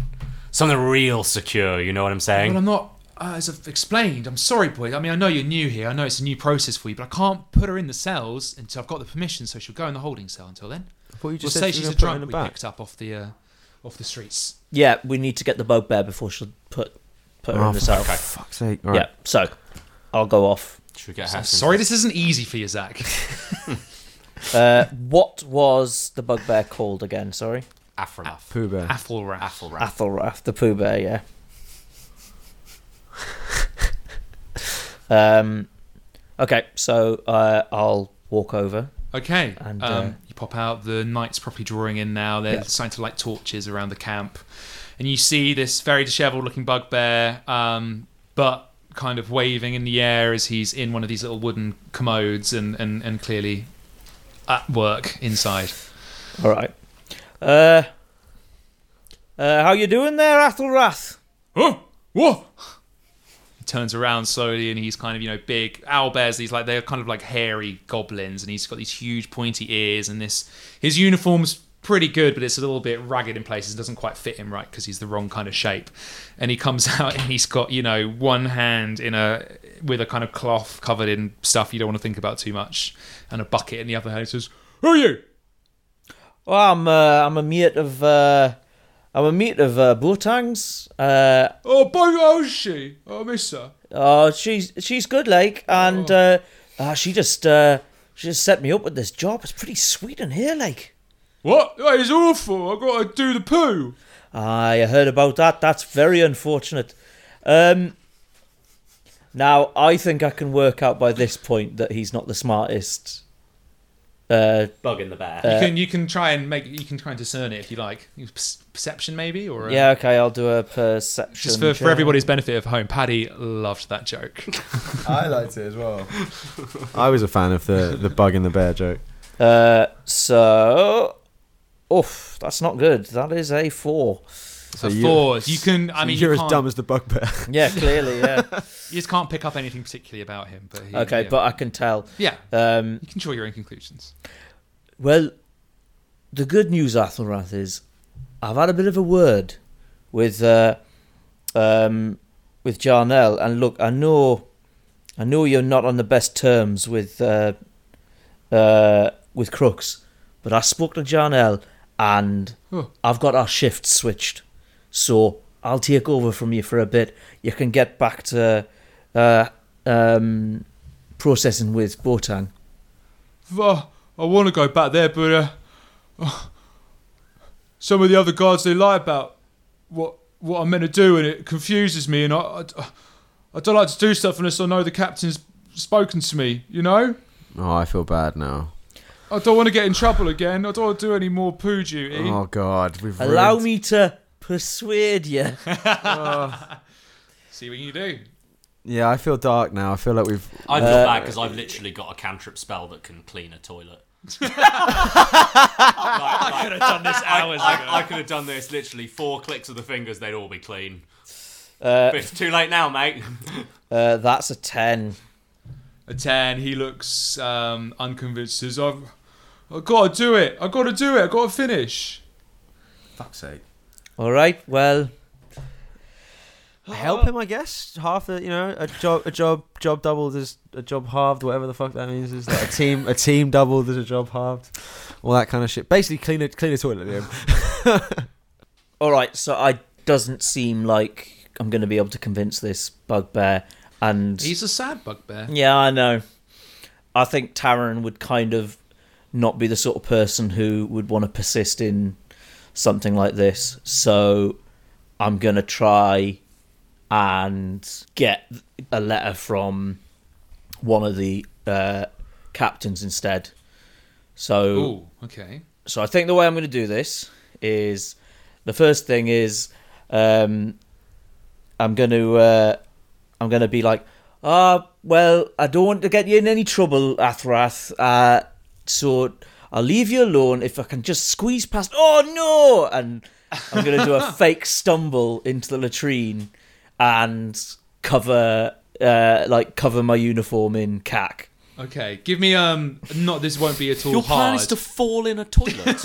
S2: something real secure. You know what I'm saying?
S1: Well, I'm not. Uh, as I've explained, I'm sorry, boy. I mean, I know you're new here. I know it's a new process for you, but I can't put her in the cells until I've got the permission. So she'll go in the holding cell until then.
S4: Well, you
S1: We'll say she's a drunk we picked up off the uh, off the streets.
S3: Yeah, we need to get the bugbear before she'll put put her
S4: Oh,
S3: in the cell.
S4: Fuck's sake! All
S3: Yeah.
S4: right.
S3: So, I'll go off.
S2: Should we get
S1: So-
S2: Heston-
S1: sorry, this isn't easy for you, Zach.
S3: Uh, what was the bugbear called again? Sorry,
S2: Afrolath.
S4: Pooh Bear.
S1: (laughs) Apple wrap.
S2: Athelrath.
S3: Athelrath, the Pooh Bear. Yeah. um. Okay, so uh, I'll walk over.
S1: Okay.
S3: And,
S1: um,
S3: uh,
S1: you pop out. The night's properly drawing in now. They're
S3: Yeah.
S1: starting to light torches around the camp, and you see this very dishevelled-looking bugbear, um, but kind of waving in the air as he's in one of these little wooden commodes and and, and clearly at work inside.
S3: All right. Uh. Uh, how you doing there, Athelrath?
S1: Oh, whoa! He turns around slowly and he's kind of, you know, big owl bears. These like they're kind of like hairy goblins, and he's got these huge pointy ears. And this his uniform's pretty good, but it's a little bit ragged in places. It doesn't quite fit him right because he's the wrong kind of shape. And he comes (laughs) out and he's got, you know, one hand in a with a kind of cloth covered in stuff you don't want to think about too much, and a bucket in the other hand. He says, "Who are you?"
S3: Oh, I'm uh, I'm a mate of uh, I'm a mate of uh, Botangs. Uh,
S1: Oh, boy, oh, is she? Oh, I miss her.
S3: oh, she's she's good, like, and
S1: Oh.
S3: uh, uh, she just uh, she just set me up with this job. It's pretty sweet in here, like.
S1: What? That is awful. I got to do the poo.
S3: I Ah, heard about that. That's very unfortunate. Um, now I think I can work out by this point that he's not the smartest. Uh,
S2: Bug in the bear.
S1: You can you can try and make you can try and discern it if you like. You- perce- Perception maybe or uh,
S3: yeah, okay, I'll do a perception.
S1: Just for,
S3: check.
S1: for everybody's benefit of home, Paddy loved that joke.
S4: I liked it as well. I was a fan of the the bug in the bear joke.
S3: Uh, so, oof, that's not good. That is a four.
S1: So
S4: So
S1: of
S4: you-
S1: course, you can. (laughs) I mean,
S4: you're
S1: you
S4: as
S1: can't,
S4: dumb as
S1: (laughs)
S4: the bugbear.
S3: Yeah, clearly, yeah.
S1: you just can't pick up anything particularly about him. But he,
S3: (laughs) okay,
S1: yeah.
S3: but I can tell.
S1: yeah,
S3: Um,
S1: you can draw your own conclusions.
S3: well, the good news, Athelrath, is I've had a bit of a word with uh, um, with Jarnell, and look, I know, I know you're not on the best terms with uh, uh, with Crooks, but I spoke to Jarnell, and
S1: Oh.
S3: I've got our shift switched, so I'll take over from you for a bit. You can get back to uh, um, processing with Botan.
S1: Well, I want to go back there, but uh, (sighs) some of the other guards they lie about what what I'm meant to do, and it confuses me. And I, I, I don't like to do stuff unless I know the captain's spoken to me. You know.
S4: Oh, I feel bad now.
S1: I don't want to get in trouble again. I don't want to do any more poo duty.
S4: Oh God, we've
S3: Allow
S4: ruined-
S3: me to persuade you.
S1: See what you do.
S4: Yeah, I feel dark now. I feel like we've
S2: I feel
S4: Uh,
S2: bad because I've literally got a cantrip spell that can clean a (laughs) toilet. I could have done this hours I, ago. I, could have done this literally four clicks of the fingers, they'd all be clean.
S3: Uh,
S2: But it's too late now, mate.
S3: uh, that's a 10.
S1: A 10. He looks um, unconvinced. Says, I've, I've got to do it. I've got to do it. I've got to finish.
S4: Fuck's sake.
S3: All right, well,
S4: Help him, I guess. Half the, you know, a job, a job, job doubled is a job halved, whatever the fuck that means. Is like a team, a team doubled is a job halved, all that kind of shit. Basically, clean a clean a toilet.
S3: (laughs)
S4: Liam.
S3: all right, so I doesn't seem like I'm going to be able to convince this bugbear. And
S1: He's a sad bugbear.
S3: yeah, I know. I think Taran would kind of not be the sort of person who would want to persist in something like this. So I'm going to try and get a letter from one of the uh, captains instead. So
S1: Ooh, okay.
S3: so I think the way I'm going to do this is the first thing is um, I'm going to uh, I'm going to be like, ah, well, I don't want to get you in any trouble, Athrath. Uh, so I'll leave you alone if I can just squeeze past. Oh no! And I'm going to do
S4: (laughs)
S3: a fake stumble into the latrine and cover uh, like cover my uniform in cack.
S1: Okay. Give me, um, not, this won't be at all
S2: Your plan
S1: hard.
S2: is to fall in a
S3: (laughs)
S2: toilet.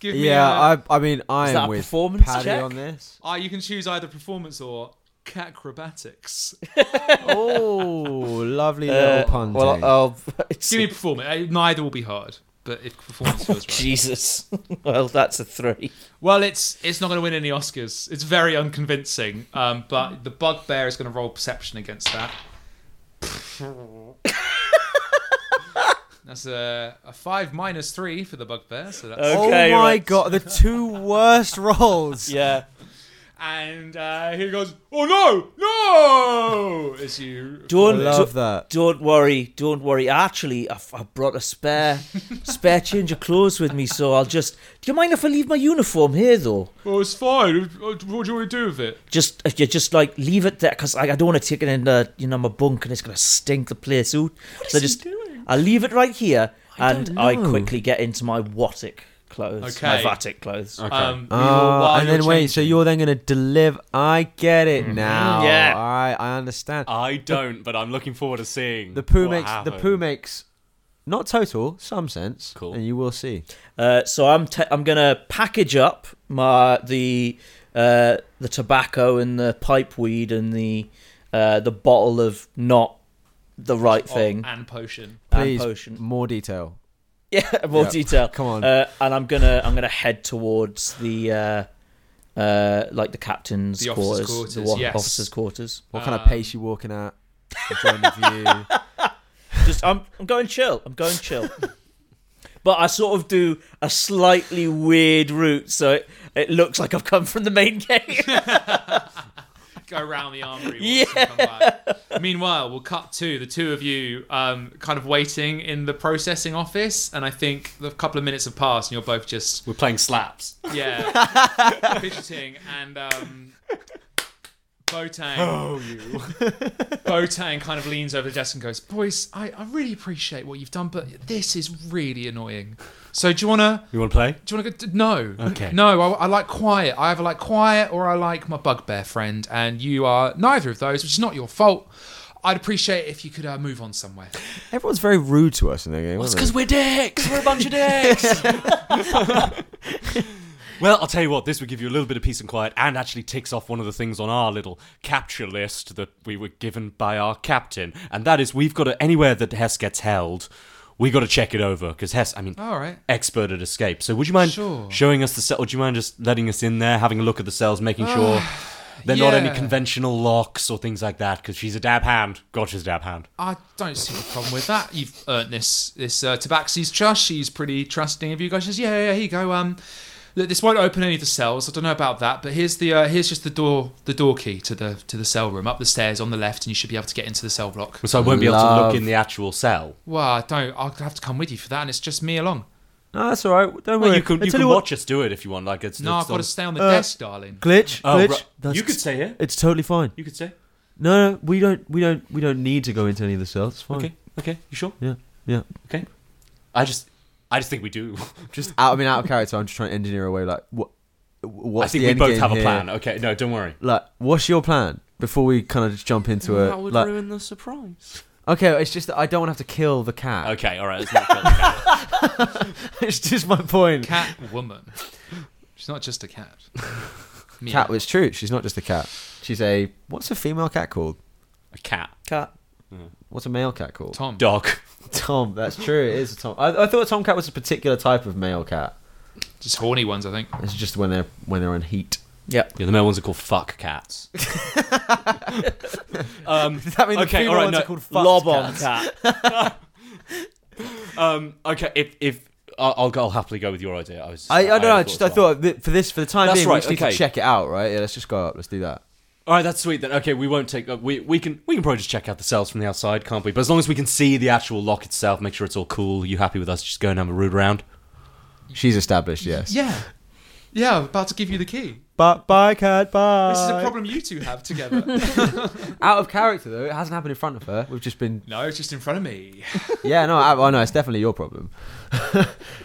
S1: Give me, uh,
S4: yeah, I, I mean,
S3: Is
S4: I am
S3: that a
S4: with
S3: performance
S4: Paddy
S3: check?
S4: on this.
S1: ah, you can choose either performance or acrobatics.
S3: (laughs)
S4: Oh, lovely little pun.
S3: Uh, well, uh,
S4: Dave.
S3: I'll, (laughs)
S1: Give me performance. Uh, Neither will be hard, but if performance feels right.
S3: Jesus. (laughs) well, that's a three.
S1: Well, it's it's not going to win any Oscars. It's very unconvincing. Um, but the bugbear is going to roll perception against that. that's a, a five minus three for the bugbear. So that's
S3: Oh.
S4: oh
S3: okay,
S4: my
S3: right.
S4: god, the two worst (laughs) rolls.
S3: Yeah.
S1: and uh, he goes, oh no, no! As you
S4: I
S3: Don't
S4: love
S3: don't-
S4: that.
S3: Don't worry, don't worry. Actually, I've, I brought a spare spare change of clothes with me, so I'll just. Do you mind if I leave my uniform here, though?
S1: well, Oh, it's fine. What do you want to do with it?
S3: Just if you just like leave it there, because I, I don't want to take it in the you know my bunk and it's gonna stink the place out. so just I leave it right here, and I
S4: know.
S3: quickly get into my Watic clothes, my
S1: Okay.
S3: Vatic clothes.
S1: Um,
S4: Ah,
S1: while while
S4: and
S1: you're
S4: then wait,
S1: changing-
S4: so you're then going to deliver. I get it now.
S3: Mm-hmm. Yeah.
S4: All right, I understand.
S2: I don't, but I'm looking forward to seeing
S4: the poo
S2: what
S4: makes the
S2: happens.
S4: poo makes not total, some sense.
S2: Cool.
S4: And you will see.
S3: Uh, so I'm t- I'm gonna package up my the uh, the tobacco and the pipe weed and the uh, the bottle of not the right thing (laughs)
S1: Oh, and potion.
S3: and,
S4: Please,
S3: potion.
S4: more detail.
S3: Yeah, more
S4: Yeah,
S3: detail.
S4: come on.
S3: Uh, and I'm gonna I'm gonna head towards the uh, uh, like the captain's
S1: The officers'
S3: quarters, the
S1: quarters, yes.
S3: officers' quarters.
S4: What kind
S2: Um,
S4: of pace you walking at? Enjoying the
S2: (laughs)
S4: view.
S3: Just I'm I'm going chill. I'm going
S1: (laughs)
S3: chill. But I sort of do a slightly weird route, so it, it looks like I've come from the main gate.
S2: (laughs)
S1: go around the armory once and come back. Meanwhile, we'll cut to the two of you um, kind of waiting in the processing office, and I think a couple of minutes have passed, and you're both just
S2: We're playing slaps.
S1: yeah fidgeting and. Um, Botang, oh you! Botang kind of leans over the desk and goes, "Boys, I, I really appreciate what you've done, but this is really annoying. So do you wanna
S2: You want to play?
S1: do you want to go? No.
S2: Okay.
S1: No, I, I like quiet. I either like quiet or I like my bugbear friend, and you are neither of those, which is not your fault. I'd appreciate it if you could uh, move on somewhere.
S4: Everyone's very rude to us in their game. aren't they?
S2: we're dicks. We're a bunch of dicks. (laughs) well, I'll tell you what. This would give you a little bit of peace and quiet, and actually ticks off one of the things on our little capture list that we were given by our captain, and that is we've got to anywhere that Hess gets held, we got to check it over because Hess, I mean,
S1: All right.
S2: expert at escape. So would you mind
S1: Sure.
S2: showing us the cell? Would you mind just letting us in there, having a look at the cells, making sure they're not any
S1: yeah.
S2: conventional locks or things like that? Because she's a dab hand. God, she's a dab hand.
S1: I don't see a problem with that. You've earned this this uh, Tabaxi's trust. She's pretty trusting of you guys. She says, yeah, yeah, yeah, here you go. Um, look, this won't open any of the cells. I don't know about that, but here's the uh, here's just the door the door key to the to the cell room up the stairs on the left, and you should be able to get into the cell block.
S2: So I won't be able to
S4: Love.
S2: look in the actual cell.
S1: Well, I don't. I'll have to come with you for that, and it's just me along.
S4: No, that's all right. Don't
S2: Well,
S4: worry.
S2: you could
S4: I
S2: you
S4: tell
S2: can
S4: what-
S2: watch us do it if you want. Like it's
S1: No,
S2: it's
S1: I've got
S2: on-
S1: to stay on the
S4: uh,
S1: desk, darling.
S4: Glitch,
S2: Oh,
S4: glitch.
S2: right.
S4: That's-
S2: You could stay here.
S4: It's totally fine.
S2: You could stay.
S4: No, no, we don't, we don't, we don't need to go into any of the cells. It's fine.
S2: Okay. Okay. You sure?
S4: Yeah, yeah.
S2: Okay. I just I just think we do. (laughs)
S4: Just out. I mean, out of character. I'm just trying to engineer a way. Like, what, what's
S2: I think
S4: the
S2: we
S4: end
S2: both
S4: game
S2: have a
S4: here?
S2: plan. Okay, no, don't worry.
S4: Like, what's your plan before we kind of just jump into it? Like,
S2: ruin the surprise.
S4: okay, it's just that I don't want to have to kill the cat.
S2: Okay, all right. Let's not kill the cat.
S4: (laughs) it's just my point.
S1: Cat woman. She's not just a
S4: (laughs)
S1: cat. Meow.
S4: Cat, it's true. She's not just a cat. She's a what's a female cat called?
S2: A cat,
S3: Cat.
S4: What's a male cat called?
S1: Tom.
S2: dog.
S4: Tom. That's true. It is a tom. I, I thought a tomcat was a particular type of male cat.
S1: Just horny ones, I think.
S4: It's just when they're when they're on heat.
S3: Yep.
S2: Yeah, the male ones are called fuck cats. um,
S4: (laughs) Does that mean the
S2: Okay,
S4: female
S2: all right,
S4: ones
S2: no.
S4: are called fucked
S3: Lob on
S4: cats?
S3: cat.
S2: um, (laughs) okay, if if I'll, I'll go- I'll happily go with your idea. I was. Just,
S4: I, I don't know. I
S2: had
S4: just I
S2: thoughts
S4: thought that for this for the time
S2: That's
S4: being, we
S2: right,
S4: just need
S2: okay.
S4: to check it out, right? Yeah, let's just go up. Let's do that.
S2: All right, that's sweet. Then okay, we won't take. Uh, we we can we can probably just check out the cells from the outside, can't we? But as long as we can see the actual lock itself, make sure it's all cool. You happy with us just going have a rude round?
S4: She's established. Yes.
S1: Yeah. Yeah, I'm about to give you the key.
S4: But bye, cat. Bye.
S1: This is a problem you two have
S4: (laughs)
S1: together.
S4: Out of character though, it hasn't happened in front of her. We've just (laughs) been.
S1: no, it's just in front of me.
S4: Yeah, no, I, I know. It's definitely your problem.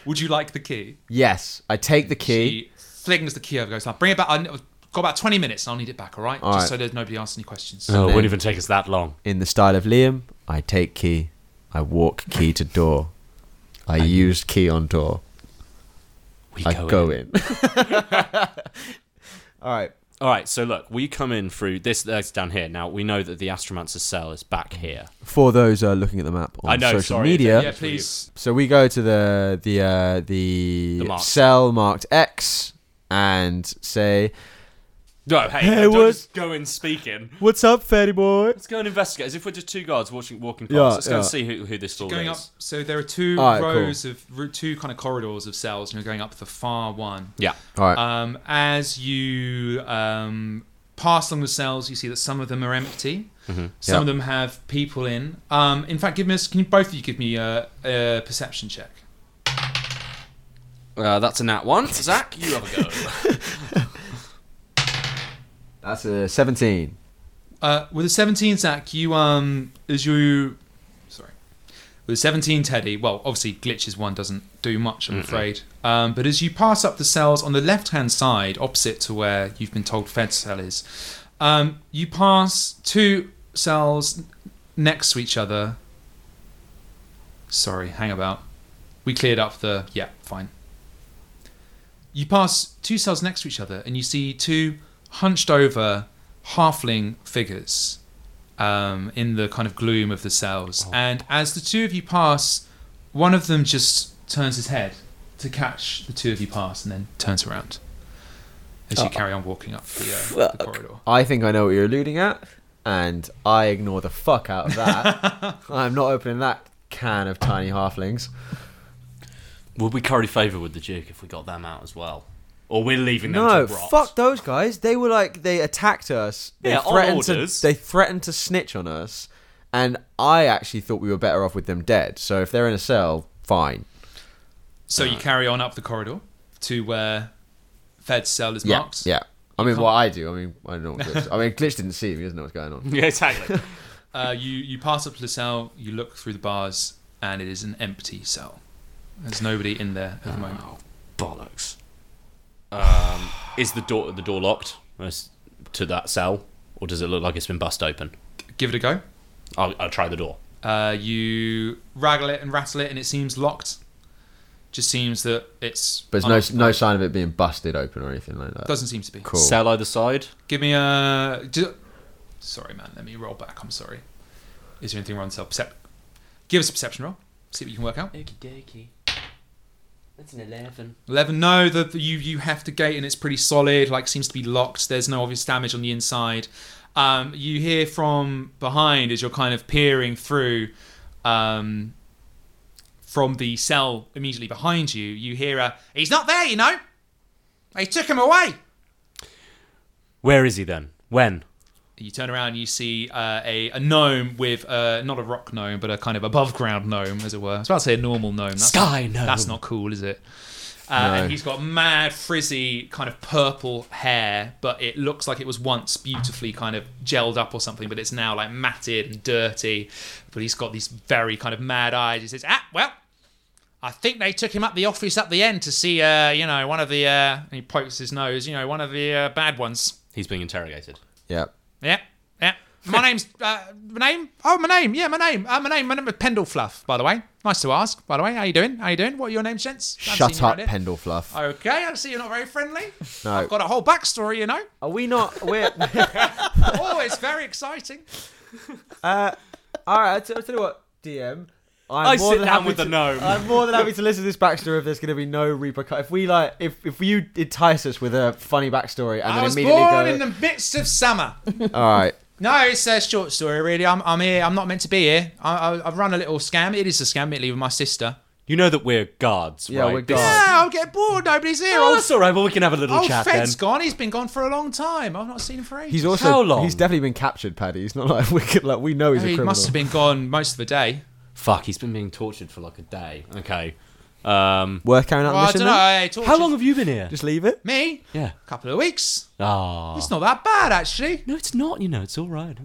S1: Would you like the key?
S4: Yes, I take the key.
S1: She flings the key over, goes, "Now bring it back. I've got about 20 minutes and I'll need it back, all right?
S4: All
S1: just
S4: right. Oh,
S1: so there's nobody asks any questions.
S2: No, Oh, it
S4: then-
S2: wouldn't even take us that long.
S4: In the style of Liam, I take key. I walk key to door. I use key on door.
S2: We
S4: I
S2: go,
S4: go
S2: in.
S4: in. (laughs) All right.
S2: All right, so look, we come in through this. That's down here. Now we know that the astromancer's cell is back here.
S4: For those uh, looking at the map on
S2: I know,
S4: social
S2: sorry,
S4: media,
S1: Yeah, please.
S4: So we go to the the uh, the,
S2: The marked.
S4: cell marked X and say,
S2: No, hey,
S4: Hey,
S2: don't
S4: what-
S2: just go in speaking.
S4: "What's up, fatty boy?"
S2: Let's go and investigate. As if we're just two guards watching walking past.
S4: Yeah,
S2: Let's go and
S4: yeah.
S2: see who, who this all
S1: Going up,
S2: is.
S1: so there are two
S4: All right,
S1: rows of of two kind of corridors of cells, and you're going up the far one.
S2: Yeah.
S4: All right.
S1: Um, as you um, pass along the cells, you see that some of them are empty. Some
S4: Mm-hmm. Yeah.
S1: of them have people in. Um, in fact, give me. A, can you both of you give me a, a perception check?
S2: Uh, that's a nat one. Zach, you have a go.
S4: That's a seventeen.
S1: Uh, with a 17 Zach, you um as you sorry. With a 17 Teddy, well, obviously glitches one doesn't do much, I'm afraid. Um, but as you pass up the cells on the left-hand side, opposite to where you've been told Fed cell is, um, you pass two cells n- next to each other. Sorry, hang about. We cleared up the yeah, fine. You pass two cells next to each other, and you see two hunched over halfling figures um, in the kind of gloom of the cells.
S4: Oh.
S1: And as the two of you pass, one of them just turns his head to catch the two of you pass, and then turns around as
S4: Oh.
S1: you carry on walking up the, uh, the
S3: Fuck.
S1: corridor.
S4: I think I know what you're alluding at, and I ignore the fuck out of that.
S1: (laughs)
S4: I'm not opening that can of tiny halflings.
S2: (laughs) Would we curry favour with the Duke if we got them out as well? Or we're leaving them
S4: No,
S2: to rot?
S4: fuck those guys. They were like they attacked us. They
S2: Yeah, on
S4: threatened
S2: orders.
S4: to they threatened to snitch on us, and I actually thought we were better off with them dead. So if they're in a cell, fine.
S1: So you carry on up the corridor to where Fed's cell is
S4: Yeah,
S1: marked.
S4: yeah. I mean, what I do. I mean, I don't know. What Glitch, I mean, Glitch didn't see me. He doesn't know what's going on.
S2: (laughs) Yeah, exactly.
S1: Uh, you you pass up to the cell, you look through the bars, and it is an empty cell. There's nobody in there at the moment.
S2: oh, bollocks. Um, is the door the door locked as- to that cell, or does it look like it's been bust open?
S1: Give it a go.
S2: I'll, I'll try the door.
S1: Uh, you raggle it and rattle it, and it seems locked. Just seems that it's.
S4: But there's no no sign of it being busted open or anything like that.
S1: Doesn't seem to be.
S4: cool.
S2: Cell either side.
S1: Give me a. ju- sorry, man. Let me roll back. I'm sorry. Is there anything wrong with cell? Percep- Give us a perception roll. See what you can work out.
S2: Okie dokie. That's an eleven.
S1: Eleven. No, the, the you you have to gate, and it's pretty solid. Like seems to be locked. There's no obvious damage on the inside. Um, you hear from behind as you're kind of peering through. Um, from the cell immediately behind you, you hear a "He's not there," you know. They took him away.
S2: Where is he then? When?
S1: You turn around, you see uh, a, a gnome with uh, not a rock gnome, but a kind of above ground gnome, as it were. I was about to say a normal gnome. That's
S2: Sky gnome.
S1: That's not cool, is it? Uh,
S4: No.
S1: And he's got mad frizzy kind of purple hair, but it looks like it was once beautifully kind of gelled up or something, but it's now like matted and dirty. But he's got these very kind of mad eyes. He says, "Ah, well, I think they took him up the office up the end to see, uh, you know, one of the. Uh, and he pokes his nose, you know, one of the uh, bad ones.
S2: He's being interrogated.
S4: Yeah.
S1: Yeah, yeah.
S4: (laughs)
S1: My name's uh, my name. Oh, my name. Yeah, my name. Uh, my name. My name is Pendlefluff. By the way, nice to ask. By the way, how you doing? How you doing? What are your names, gents? I haven't
S4: Shut
S1: seen you
S4: up,
S1: around here.
S4: Pendle Fluff.
S1: Okay, I see you're not very friendly.
S4: No.
S1: I've got a whole backstory, you
S4: (laughs)
S1: know.
S4: Are we not? We're.
S1: (laughs)
S4: (laughs)
S1: Oh, it's very exciting.
S4: Uh, all right, I t- I'll tell you what, DM. I'm
S2: I
S4: more
S2: sit
S4: than
S2: down
S4: happy
S2: with the
S4: to-
S2: gnome.
S4: I'm more than happy to listen to this backstory if there's going to be no repercussion. If we like, if if you entice us with a funny backstory and
S1: I
S4: then
S1: was
S4: immediately
S1: born
S4: go,
S1: in the midst of summer.
S4: all right,
S1: No, it's a short story, really. I'm, I'm here. I'm not meant to be here. I, I, I've run a little scam. It is a scam, admittedly, with my sister.
S4: Oh.
S2: You know that we're guards, Oh,
S4: Yeah,
S2: right?
S4: we're
S2: This-
S4: guards.
S1: Yeah, I'll get bored. Nobody's here.
S2: Oh,
S1: old
S2: that's all right. Well, we can have a little
S1: old
S2: chat then.
S1: Fed's gone. He's been gone for a long time. I've not seen him for ages.
S4: he's also
S2: How long?
S4: he's definitely been captured, Paddy. He's not like (laughs) we could, like we know he's
S1: Oh,
S4: a
S1: he
S4: criminal.
S1: must have been gone most of the day.
S2: Fuck, he's been being tortured for like a day. Okay. Um,
S4: Worth carrying out
S1: Well, I
S4: the
S1: don't
S4: mission.
S1: know.
S4: then?
S1: I tortured
S2: how long have you been here?
S4: Just leave it.
S1: me?
S2: yeah.
S1: A couple of weeks.
S2: Ah.
S1: It's not that bad, actually.
S2: No, it's not. You know, it's all right.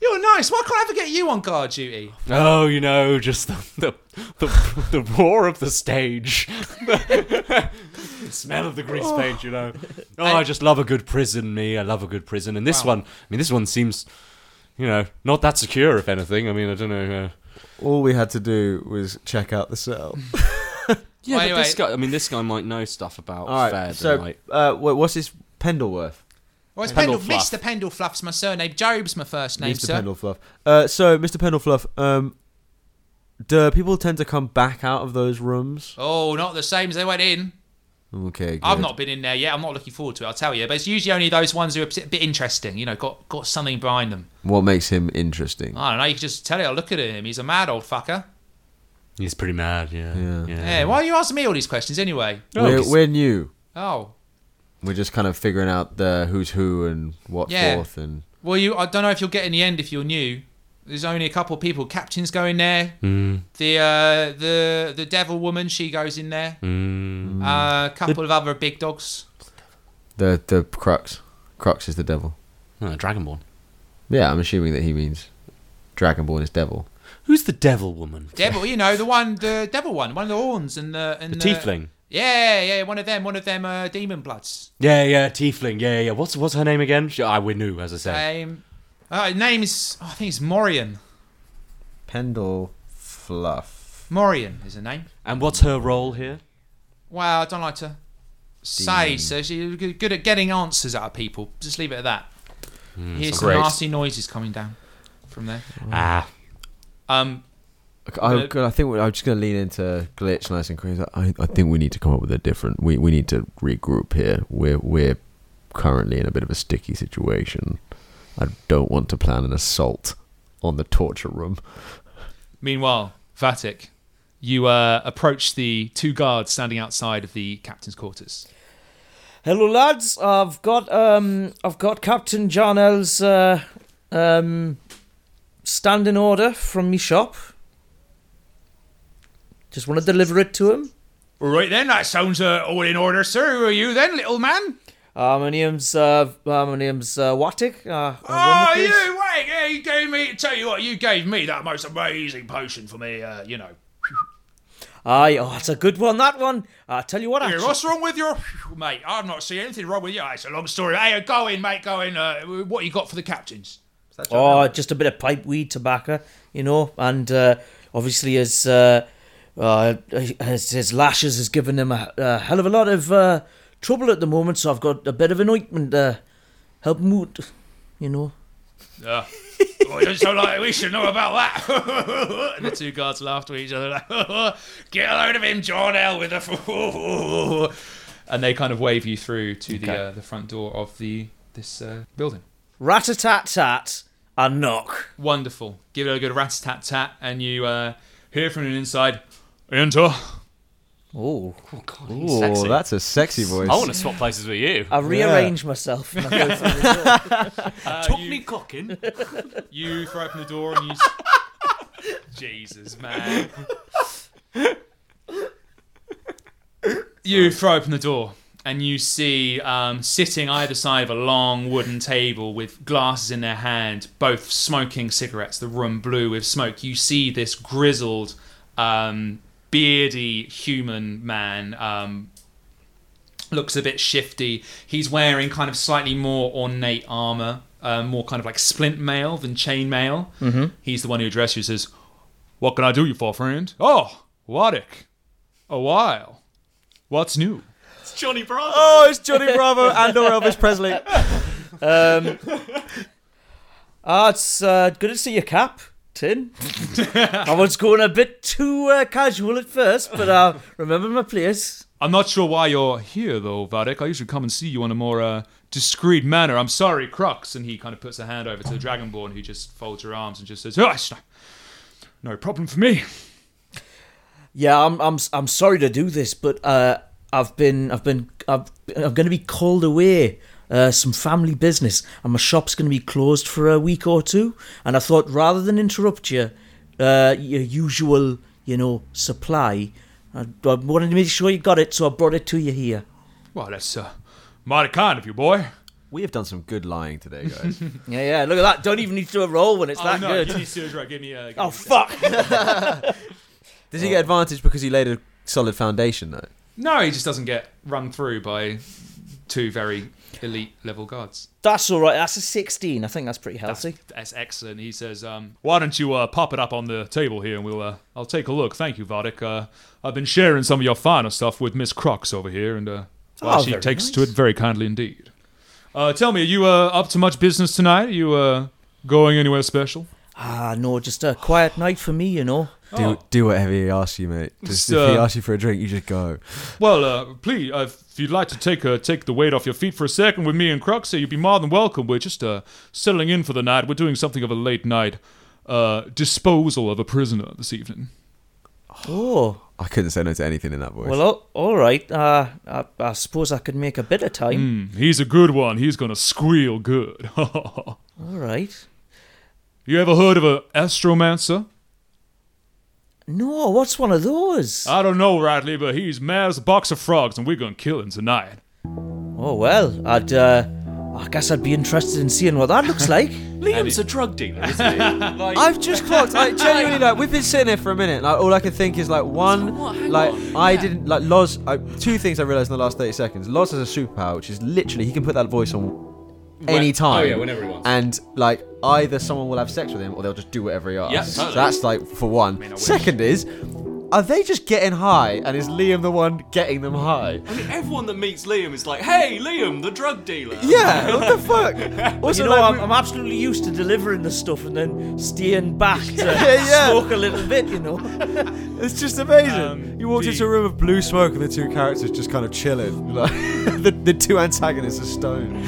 S1: You're nice. Why can't I ever get you on guard duty?
S2: Oh, you know, just the the the, the roar of the stage, the (laughs) smell of the grease paint. You know. Oh, I just love a good prison. Me, I love a good prison. And this
S1: Wow.
S2: one, I mean, this one seems, you know, not that secure. If anything, I mean, I don't know. Uh,
S4: All we had to do was check out
S1: (laughs)
S4: the cell.
S2: yeah,
S1: Well,
S2: but this
S1: anyway-
S2: guy. I mean, this guy might know stuff about
S4: All
S2: Fed
S4: right.
S2: and,
S4: So,
S2: like-
S4: uh, wha- what's this Pendleworth?
S1: Well, it's
S2: Pendle
S1: Pendle,
S2: Fluff.
S1: Mr. Pendlefluff's my surname. Job's my first name,
S4: Mr.
S1: sir.
S4: Pendlefluff. Uh, so, Mr. Pendlefluff, um, do people tend to come back out of those rooms?
S1: Oh, not the same as they went in.
S4: Okay, good.
S1: I've not been in there yet. I'm not looking forward to it. I'll tell you. But it's usually only those ones who are a bit interesting. You know, got got something behind them.
S4: What makes him interesting?
S1: I don't know. You can just tell it. I look at him. He's a mad old fucker.
S2: he's pretty mad. Yeah.
S4: Yeah.
S2: Yeah.
S1: Yeah. Why are you asking me all these questions anyway?
S2: Oh,
S4: we're,
S2: he's-
S4: we're new.
S1: Oh,
S4: We're just kind of figuring out the who's who and what
S1: Yeah.
S4: forth and
S1: well, you. I don't know if you'll get in the end if you're new. There's only a couple of people. Captain's go in there.
S2: Mm,
S1: The uh, the the devil woman. She goes in there. Uh,
S2: mm.
S1: A couple of other big dogs.
S4: the the crux. Crux is the devil.
S2: Oh, Dragonborn.
S4: Yeah, I'm assuming that he means Dragonborn is devil.
S2: Who's the devil woman?
S1: Devil, you know the one, the devil one, one of the horns and the and uh,
S2: the tiefling.
S1: Yeah, yeah, one of them, one of them uh, demon bloods.
S2: Yeah, yeah, tiefling. Yeah, yeah. What's what's her name again? She, I we knew, as I said.
S1: Um, uh, name is oh, I think it's Morian.
S4: Pendle Fluff.
S1: Morian is her name.
S2: And what's her role here?
S1: Well, I don't like to say,
S4: Demon.
S1: so she's good good at getting answers out of people. Just leave it at that. Here's some
S2: Hmm, great.
S1: nasty noises coming down from there.
S2: Ah,
S1: Um,
S4: I,
S1: The-
S4: I think we- I'm just gonna lean into glitch nice and crazy. I, I think we need to come up with a different. We we need to regroup here. We're we're currently in a bit of a sticky situation. I don't want to plan an assault on the torture room.
S1: meanwhile, Vatic, you uh, approach the two guards standing outside of the captain's quarters.
S3: Hello, lads. I've got um, I've got Captain John L's uh, um, standing order from me shop. Just want to deliver it to him.
S1: All right then, that sounds uh, all in order, sir. Who are you then, little man?
S3: Uh, my name's uh, uh, my name's uh, Watik. Uh, I
S1: Oh,
S3: run the place.
S1: you wait! Yeah, you gave me. Tell you what, you gave me that most amazing potion for me. Uh, you know,
S3: Aye, oh, it's a good one. That one. I tell you what,
S1: Here,
S3: actually,
S1: what's wrong with your (sighs) mate? I've not seen anything wrong with you. Ah, It's a long story. Hey, go in, mate. Go in. Uh, what you got for the captains?
S3: Oh, just a bit of pipe weed, tobacco, you know, and uh, obviously his, uh, uh, his his lashes has given him a, a hell of a lot of uh, trouble at the moment. So I've got a bit of an ointment to help him out, you know.
S1: Uh, well, it doesn't sound like we should know about that. (laughs) and the two guards laughed at each other. Like, (laughs) Get a load of him, John L. With a. (laughs) and they kind of wave you through to the uh, the front door of the this uh, building.
S3: Rat a tat tat, a knock.
S1: Wonderful. Give it a good rat tat tat, and you uh, hear from an inside. Enter.
S3: Oh,
S2: oh god, he's
S4: Oh,
S2: sexy.
S4: that's a sexy voice.
S2: I Uh, want to swap places with you.
S3: I rearrange myself.
S4: (laughs)
S3: and I go through the door.
S2: Top
S1: you-
S2: me cocking. (laughs)
S1: You throw open the door and you. s- Jesus, man. you throw open the door and you see um, sitting either side of a long wooden table with glasses in their hand, both smoking cigarettes, the room blue with smoke. You see this grizzled um, beardy human man. Um, looks a bit shifty. He's wearing kind of slightly more ornate armor, uh, more kind of like splint mail than chain mail. Mm-hmm. He's the one who addresses you says, "What can I do you for, friend?" Oh, Waddick, a while. What's new?
S2: It's Johnny Bravo.
S4: Oh, it's Johnny Bravo and or Elvis Presley.
S3: Um, Ah, it's uh, good to see your cap,
S4: (laughs)
S3: Tin. I was going a bit too uh, casual at first, but I remember my place.
S1: I'm not sure why you're here, though, Vadik. I usually come and see you in a more uh, discreet manner. I'm sorry, Crux. And he kind of puts a hand over to the Dragonborn, who just folds her arms and just says, oh, it's no, no problem for me.
S3: Yeah, I'm I'm I'm sorry to do this, but uh, I've been I've been I've, I'm going to be called away. Uh, some family business, and my shop's going to be closed for a week or two. And I thought, rather than interrupt you, uh, your usual, you know, supply, I, I wanted to make sure you got it, so I brought it to you here.
S1: Well, that's uh, mighty kind of you, boy.
S4: We have done some good lying today, (laughs) guys.
S3: Yeah, yeah. Look at that. Don't even need to do a roll when it's that good.
S1: Oh, need surgery. Give me a.
S3: Oh fuck!
S4: Does he get advantage because he laid a solid foundation though?
S1: No, he just doesn't get run through by two very elite level guards.
S3: that's all right. That's a sixteen. I think that's pretty healthy.
S1: That's excellent. He says, um, "Why don't you uh, pop it up on the table here, and we'll uh, I'll take a look. Thank you, Vardic. Uh, I've been sharing some of your finer stuff with Miss Crux over here, and uh, well,
S3: Oh,
S1: she
S3: very
S1: takes to it
S3: nice.
S1: very kindly indeed. Uh, tell me, are you uh, up to much business tonight? Are you uh, going anywhere special?
S3: Ah, no, just a quiet night for me, you know.
S4: Do
S1: Oh.
S4: do whatever he asks you, mate. Just
S1: So-
S4: if he asks you for a drink, you just go.
S1: Well, uh, please, uh, if you'd like to take uh, take the weight off your feet for a second with me and Crux, uh, you'd be more than welcome. We're just uh, settling in for the night. We're doing something of a late night uh, disposal of a prisoner this evening.
S3: Oh,
S4: I couldn't say no to anything in that voice.
S3: well, all, all right. Uh, I, I suppose I could make a bit of time.
S1: Hmm, he's a good one. He's gonna squeal good. (laughs)
S3: All right.
S1: you ever heard of a astromancer?
S3: No, what's one of those?
S1: I don't know, rightly, but he's mad as a box of frogs, and we're gonna kill him tonight.
S3: oh well, I'd. Uh, I guess I'd be interested in seeing what that looks (laughs) like.
S2: Liam's a drug dealer, isn't he? Like,
S4: I've just
S2: (laughs)
S4: clocked. Like genuinely, like we've been sitting here for a minute. Like all I can think is like one,
S2: What? Hang
S4: like
S2: on.
S4: I didn't like Loz. I, two things I realized in the last thirty seconds. Loz has a superpower, which is literally he can put that voice on any time.
S2: oh, yeah, whenever he wants.
S4: And like either someone will have sex with him, or they'll just do whatever he asks.
S2: Yeah, totally.
S4: So that's like for one. Second is. Are they just getting high, and is Liam the one getting
S2: (laughs)
S4: them high?
S2: I mean, everyone that meets Liam is like, "Hey, Liam, the drug dealer."
S4: Yeah, what the
S2: (laughs)
S4: fuck? Also,
S3: you know,
S4: like,
S3: I'm,
S4: we-
S3: I'm absolutely used to delivering this stuff and then steering back (laughs) to
S4: yeah.
S3: smoke a little bit, you know.
S4: It's just amazing.
S1: Um,
S4: you walked
S1: the-
S4: into a room of blue smoke and the two characters just kind of chilling. (laughs) Like, the, the two antagonists are stoned.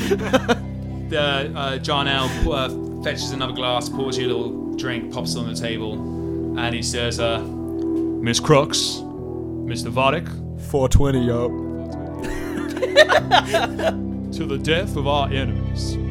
S1: Uh, uh, John L uh, fetches another glass, pours you a little drink, pops it on the table, and he says, uh, "Miss Crux, Mr. Vardic,
S4: 420, yo.
S1: to the death of our enemies."